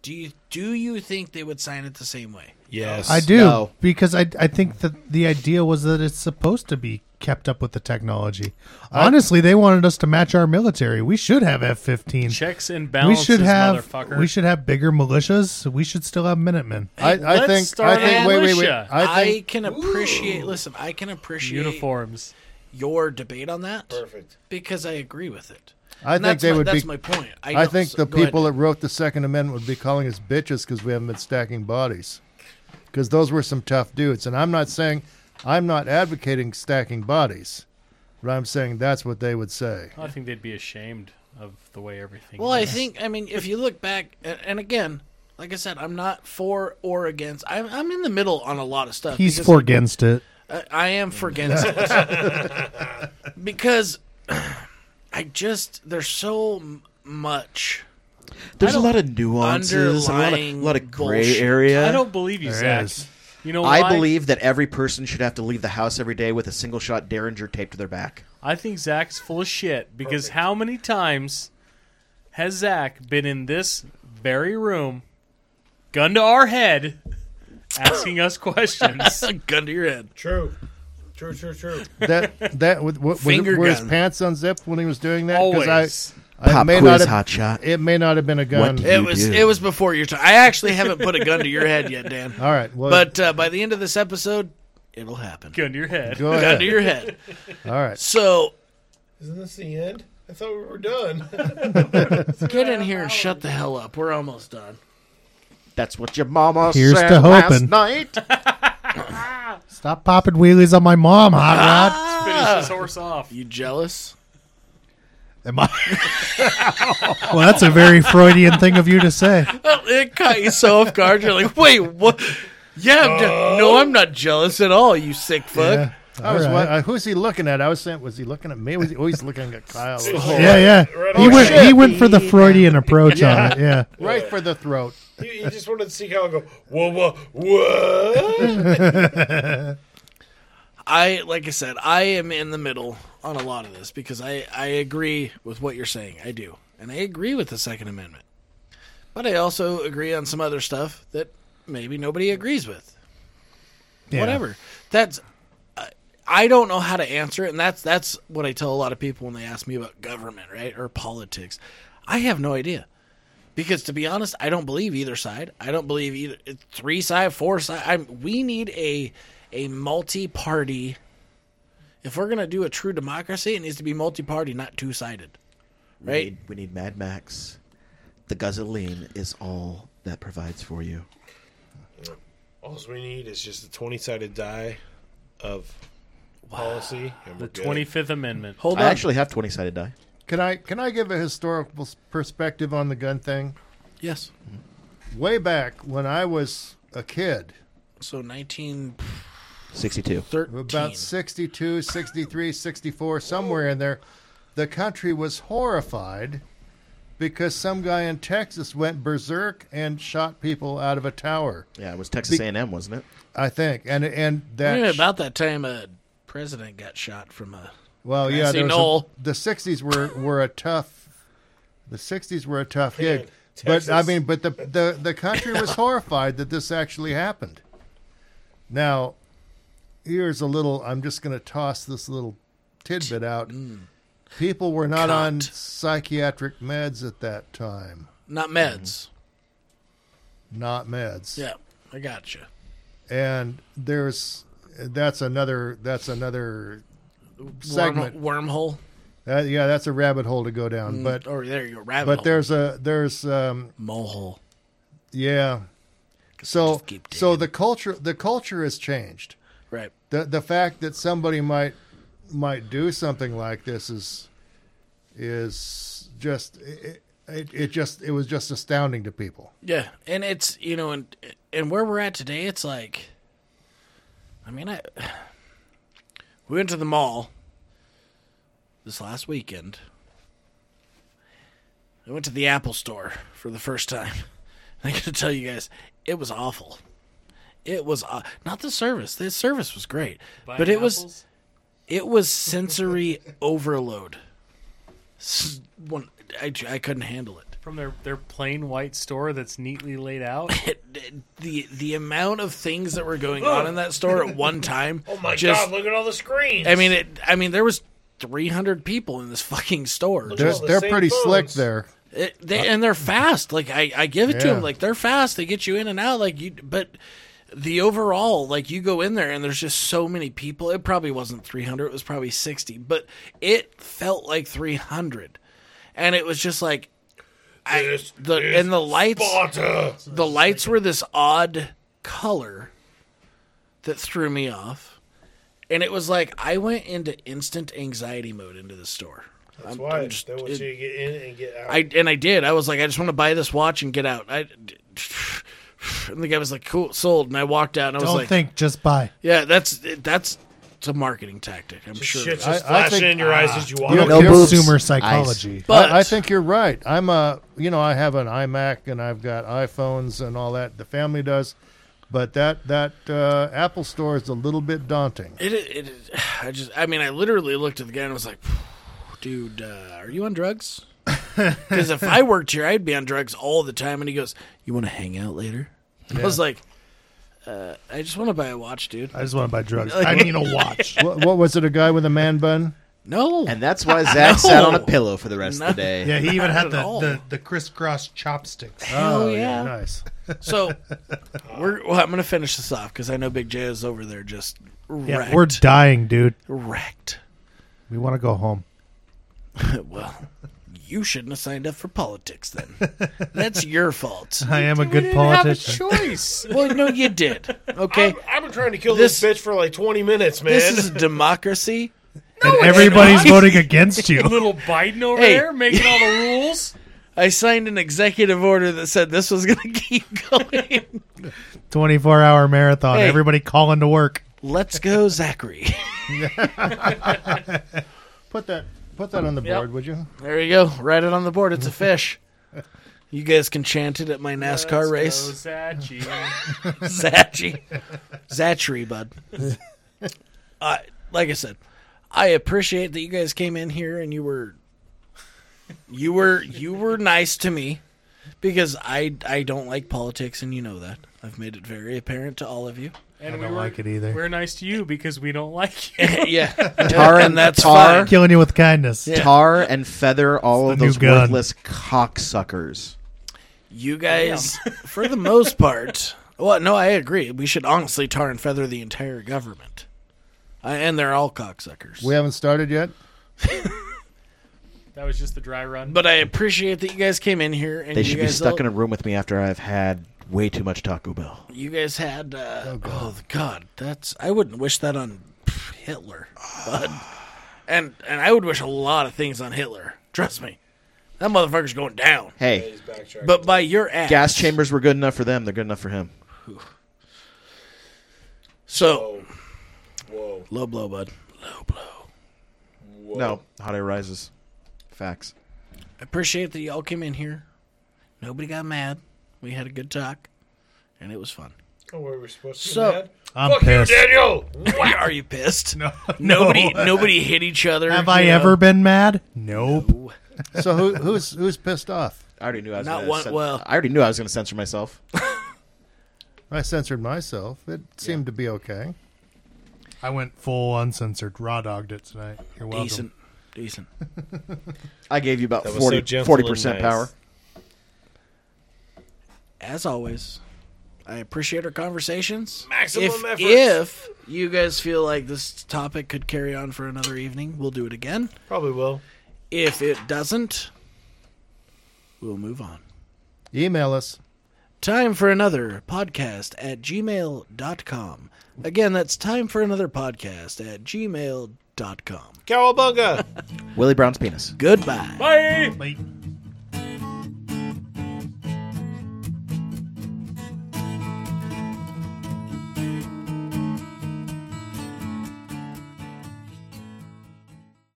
Do you do you think they would sign it the same way? Yes. I do No. because I I think that the idea was that it's supposed to be kept up with the technology. Honestly, they wanted us to match our military. We should have F-15. Checks and We balances, should have motherfucker. we should have bigger militias. We should still have Minutemen. I, I let's think. start I think. a Wait, wait, wait. militia. I I, think. can appreciate. Listen, I can appreciate uniforms. your debate on that Perfect. because I agree with it. I, And think that's they my, would That's be. my point. I, I don't- think so the go ahead. people that wrote the Second Amendment would be calling us bitches because we haven't been stacking bodies. Because those were some tough dudes, and I'm not saying, I'm not advocating stacking bodies, but I'm saying that's what they would say. I think they'd be ashamed of the way everything. Well, I is. think. I mean, if you look back, and, and again, like I said, I'm not for or against. I'm I'm in the middle on a lot of stuff. He's because for against it. I, I am for against it because I just there's so m- much. There's a lot of nuances, a lot of, Underlying lot of gray bullshit. area. I don't believe you, Zach. is. You know, why? I believe that every person should have to leave the house every day with a single shot Derringer taped to their back. I think Zach's full of shit because how many times has Zach been in this very room, gun to our head, asking us questions? Gun to your head. True. True, true, true. That that was, was, Finger were his gun. pants unzipped when he was doing that? 'Cause Always. I, I Pop may quiz, not have, hot shot. It may not have been a gun. It was do. it was before your time. I actually haven't put a gun to your head yet, Dan. All right, well, But uh, by the end of this episode, it'll happen. gun to your head. go Gun ahead. to your head. All right, So Isn't this the end? I thought we were done. get in here and shut the hell up. We're almost done. That's what your mama Here's said to last hoping. night. Stop popping wheelies on my mom, hot rod. Finish this horse off. You jealous? Am I? well, that's a very Freudian thing of you to say. Well, it caught you so off guard. You're like, wait, what? Yeah, Uh-huh. I'm je- no, I'm not jealous at all. You sick fuck. I was. All wa- right. uh, who's he looking at? I was saying, was he looking at me? Was he always looking at Kyle? Oh, Yeah, yeah. He went. He went for the Freudian approach on it. Yeah. Right for the throat. you, you just wanted to see how I go, whoa, whoa, what? I like I said, I am in the middle on a lot of this because I I agree with what you're saying. I do, and I agree with the Second Amendment, but I also agree on some other stuff that maybe nobody agrees with. Yeah. whatever. That's I- I don't know how to answer it, and that's that's what I tell a lot of people when they ask me about government, right, or politics. I have no idea because, to be honest, I don't believe either side. I don't believe either three side, four side. I'm, we need a a multi party. If we're gonna do a true democracy, it needs to be multi party, not two sided. We Right? need, we need Mad Max. The guzzling is all that provides for you. All we need is just a 20 sided die of policy. And The we're good. Twenty Fifth Amendment. Hold I on. actually have twenty sided die. Can I can I give a historical s- perspective on the gun thing? yes. Way back when I was a kid, So nineteen Sixty two. thirteen. about 62, 63, 64, somewhere in there, the country was horrified because some guy in Texas went berserk and shot people out of a tower. Yeah, it was Texas A&M, wasn't it? I think, and and that Yeah, about that time a president got shot from a. well, I yeah, see there was a- Noel. the '60s were were a tough, the '60s were a tough gig. But I Texas. mean, but the the the country was horrified that this actually happened. Now, here's a little. I'm just going to toss this little tidbit out. People were not on Cunt. psychiatric meds at that time. Not meds. Not Mm-hmm. meds. Yeah, I got you. and there's that's another that's another Worm, segment. wormhole. Mm. Uh, yeah, that's a rabbit hole to go down. But Or there you go. Rabbit but hole. there's a there's um Mohole. yeah. So just keep so digging. the culture the culture has changed. Right. The the fact that somebody might might do something like this is is just it, it, it just it was just astounding to people. Yeah, and it's you know, and and where we're at today, it's like, I mean, I we went to the mall this last weekend. I went to the Apple Store for the first time. I got to tell you guys, it was awful. It was aw- not the service. The service was great, but it was Apples? it was sensory overload. S- One, I, I couldn't handle it. from their their plain white store that's neatly laid out. the the amount of things that were going on in that store at one time. oh my God, look at all the screens. I mean, it. I mean, there was 300 people in this fucking store. at They're, all the they're same pretty slick phones. there. It- they, and they're fast. Like I, I give it to Yeah. them. Like they're fast. They get you in and out. Like you, but the overall, like you go in there and there's just so many people. It probably wasn't 300. It was probably 60, but it felt like 300, and it was just like. I, This the is and the lights Sparta. the lights were this odd color that threw me off. And it was like I went into instant anxiety mode into the store. That's I'm- why I'm just- they want you to get in and get out. I and I did. I was like, I just want to buy this watch and get out. I and the guy was like, "Cool, sold." And I walked out and I was Don't like, think, just buy. "Yeah, that's that's it's a marketing tactic, I'm sure." Shit's I- just I flashing think- in your eyes as you walk. You Oh, No boobs, Consumer eyes. psychology. But I, I think you're right. I'm a, you know, I have an iMac and I've got iPhones and all that. The family does, but that that uh, Apple Store is a little bit daunting. It, it, it I just I mean I literally looked at the guy and was like, "Dude, uh, are you on drugs?" Because if I worked here, I'd be on drugs all the time. And he goes, "You want to hang out later?" I was like, uh, "I just want to buy a watch, dude." I just want to buy drugs. I need a watch. what, what was it? A guy with a man bun? No, And that's why Zach sat on a No. pillow for the rest of the No. day. Yeah, he even at had the, all. the, the crisscross chopsticks. hell yeah. Nice. So we're well, I'm gonna finish this off because I know Big J is over there just Yeah, wrecked. we're dying, dude. wrecked. We want to go home. well, you shouldn't have signed up for politics then. That's your fault. I am a good politician. Have a choice. Well, no, you did. Okay. I've been trying to kill This- this, bitch for like 20 minutes, man. This is a democracy. and everybody's voting against you. Little Biden over Hey. there making all the rules. I signed an executive order that said this was going to keep going. 24 hour marathon. Hey. Everybody calling to work. Let's go, Zachary. Put that put that on the board, would you? There you go. Write it on the board. It's a fish. You guys can chant it at my NASCAR Let's race. go, Zachi. Zachi. Zachary, bud. uh, like I said, I appreciate that you guys came in here and you were you were you were nice to me because I I don't like politics and you know that. I've made it very apparent to all of you. And I we don't were, like it either. we're nice to you because we don't like you. yeah. Tar and that's tar, fine. Killing you with kindness. Yeah. tar and feather all It's of the new those gun. worthless cocksuckers. You guys, for the most part, well, no, I agree. We should honestly tar and feather the entire government, I, and they're all cocksuckers. We haven't started yet. That was just the dry run. but I appreciate that you guys came in here and They you should be guys stuck in a room with me after I've had way too much Taco Bell. you guys had uh, oh, God. god. that's I wouldn't wish that on pff, Hitler, bud. and and I would wish a lot of things on Hitler. Trust me, that motherfucker's going down. Hey, But by your ass, gas chambers were good enough for them. They're good enough for him. So Whoa. low blow, bud. No, hot air rises. Facts. appreciate that y'all came in here. Nobody got mad. We had a good talk, and it was fun. Oh, where we're supposed to So- be mad? I'm pissed. Daniel! Are you pissed? No. Nobody nobody hit each other. Have I you know? ever been mad? Nope. So who, who's who's pissed off? I already knew I was Not gonna one- cen- well- I already knew I was going to censor myself. I censored myself. It seemed to be okay. I went full uncensored, raw dogged it tonight. You're welcome. Decent, decent. I gave you about That was 40 so gentle and 40% nice. power. As always, I appreciate our conversations. Maximum if, effort. If you guys feel like this topic could carry on for another evening, we'll do it again. Probably will. If it doesn't, we'll move on. Email us. Time for another podcast at gmail.com. Again, that's time for another podcast at gmail.com. Cowabunga! Willie Brown's penis. Goodbye. Bye. Late.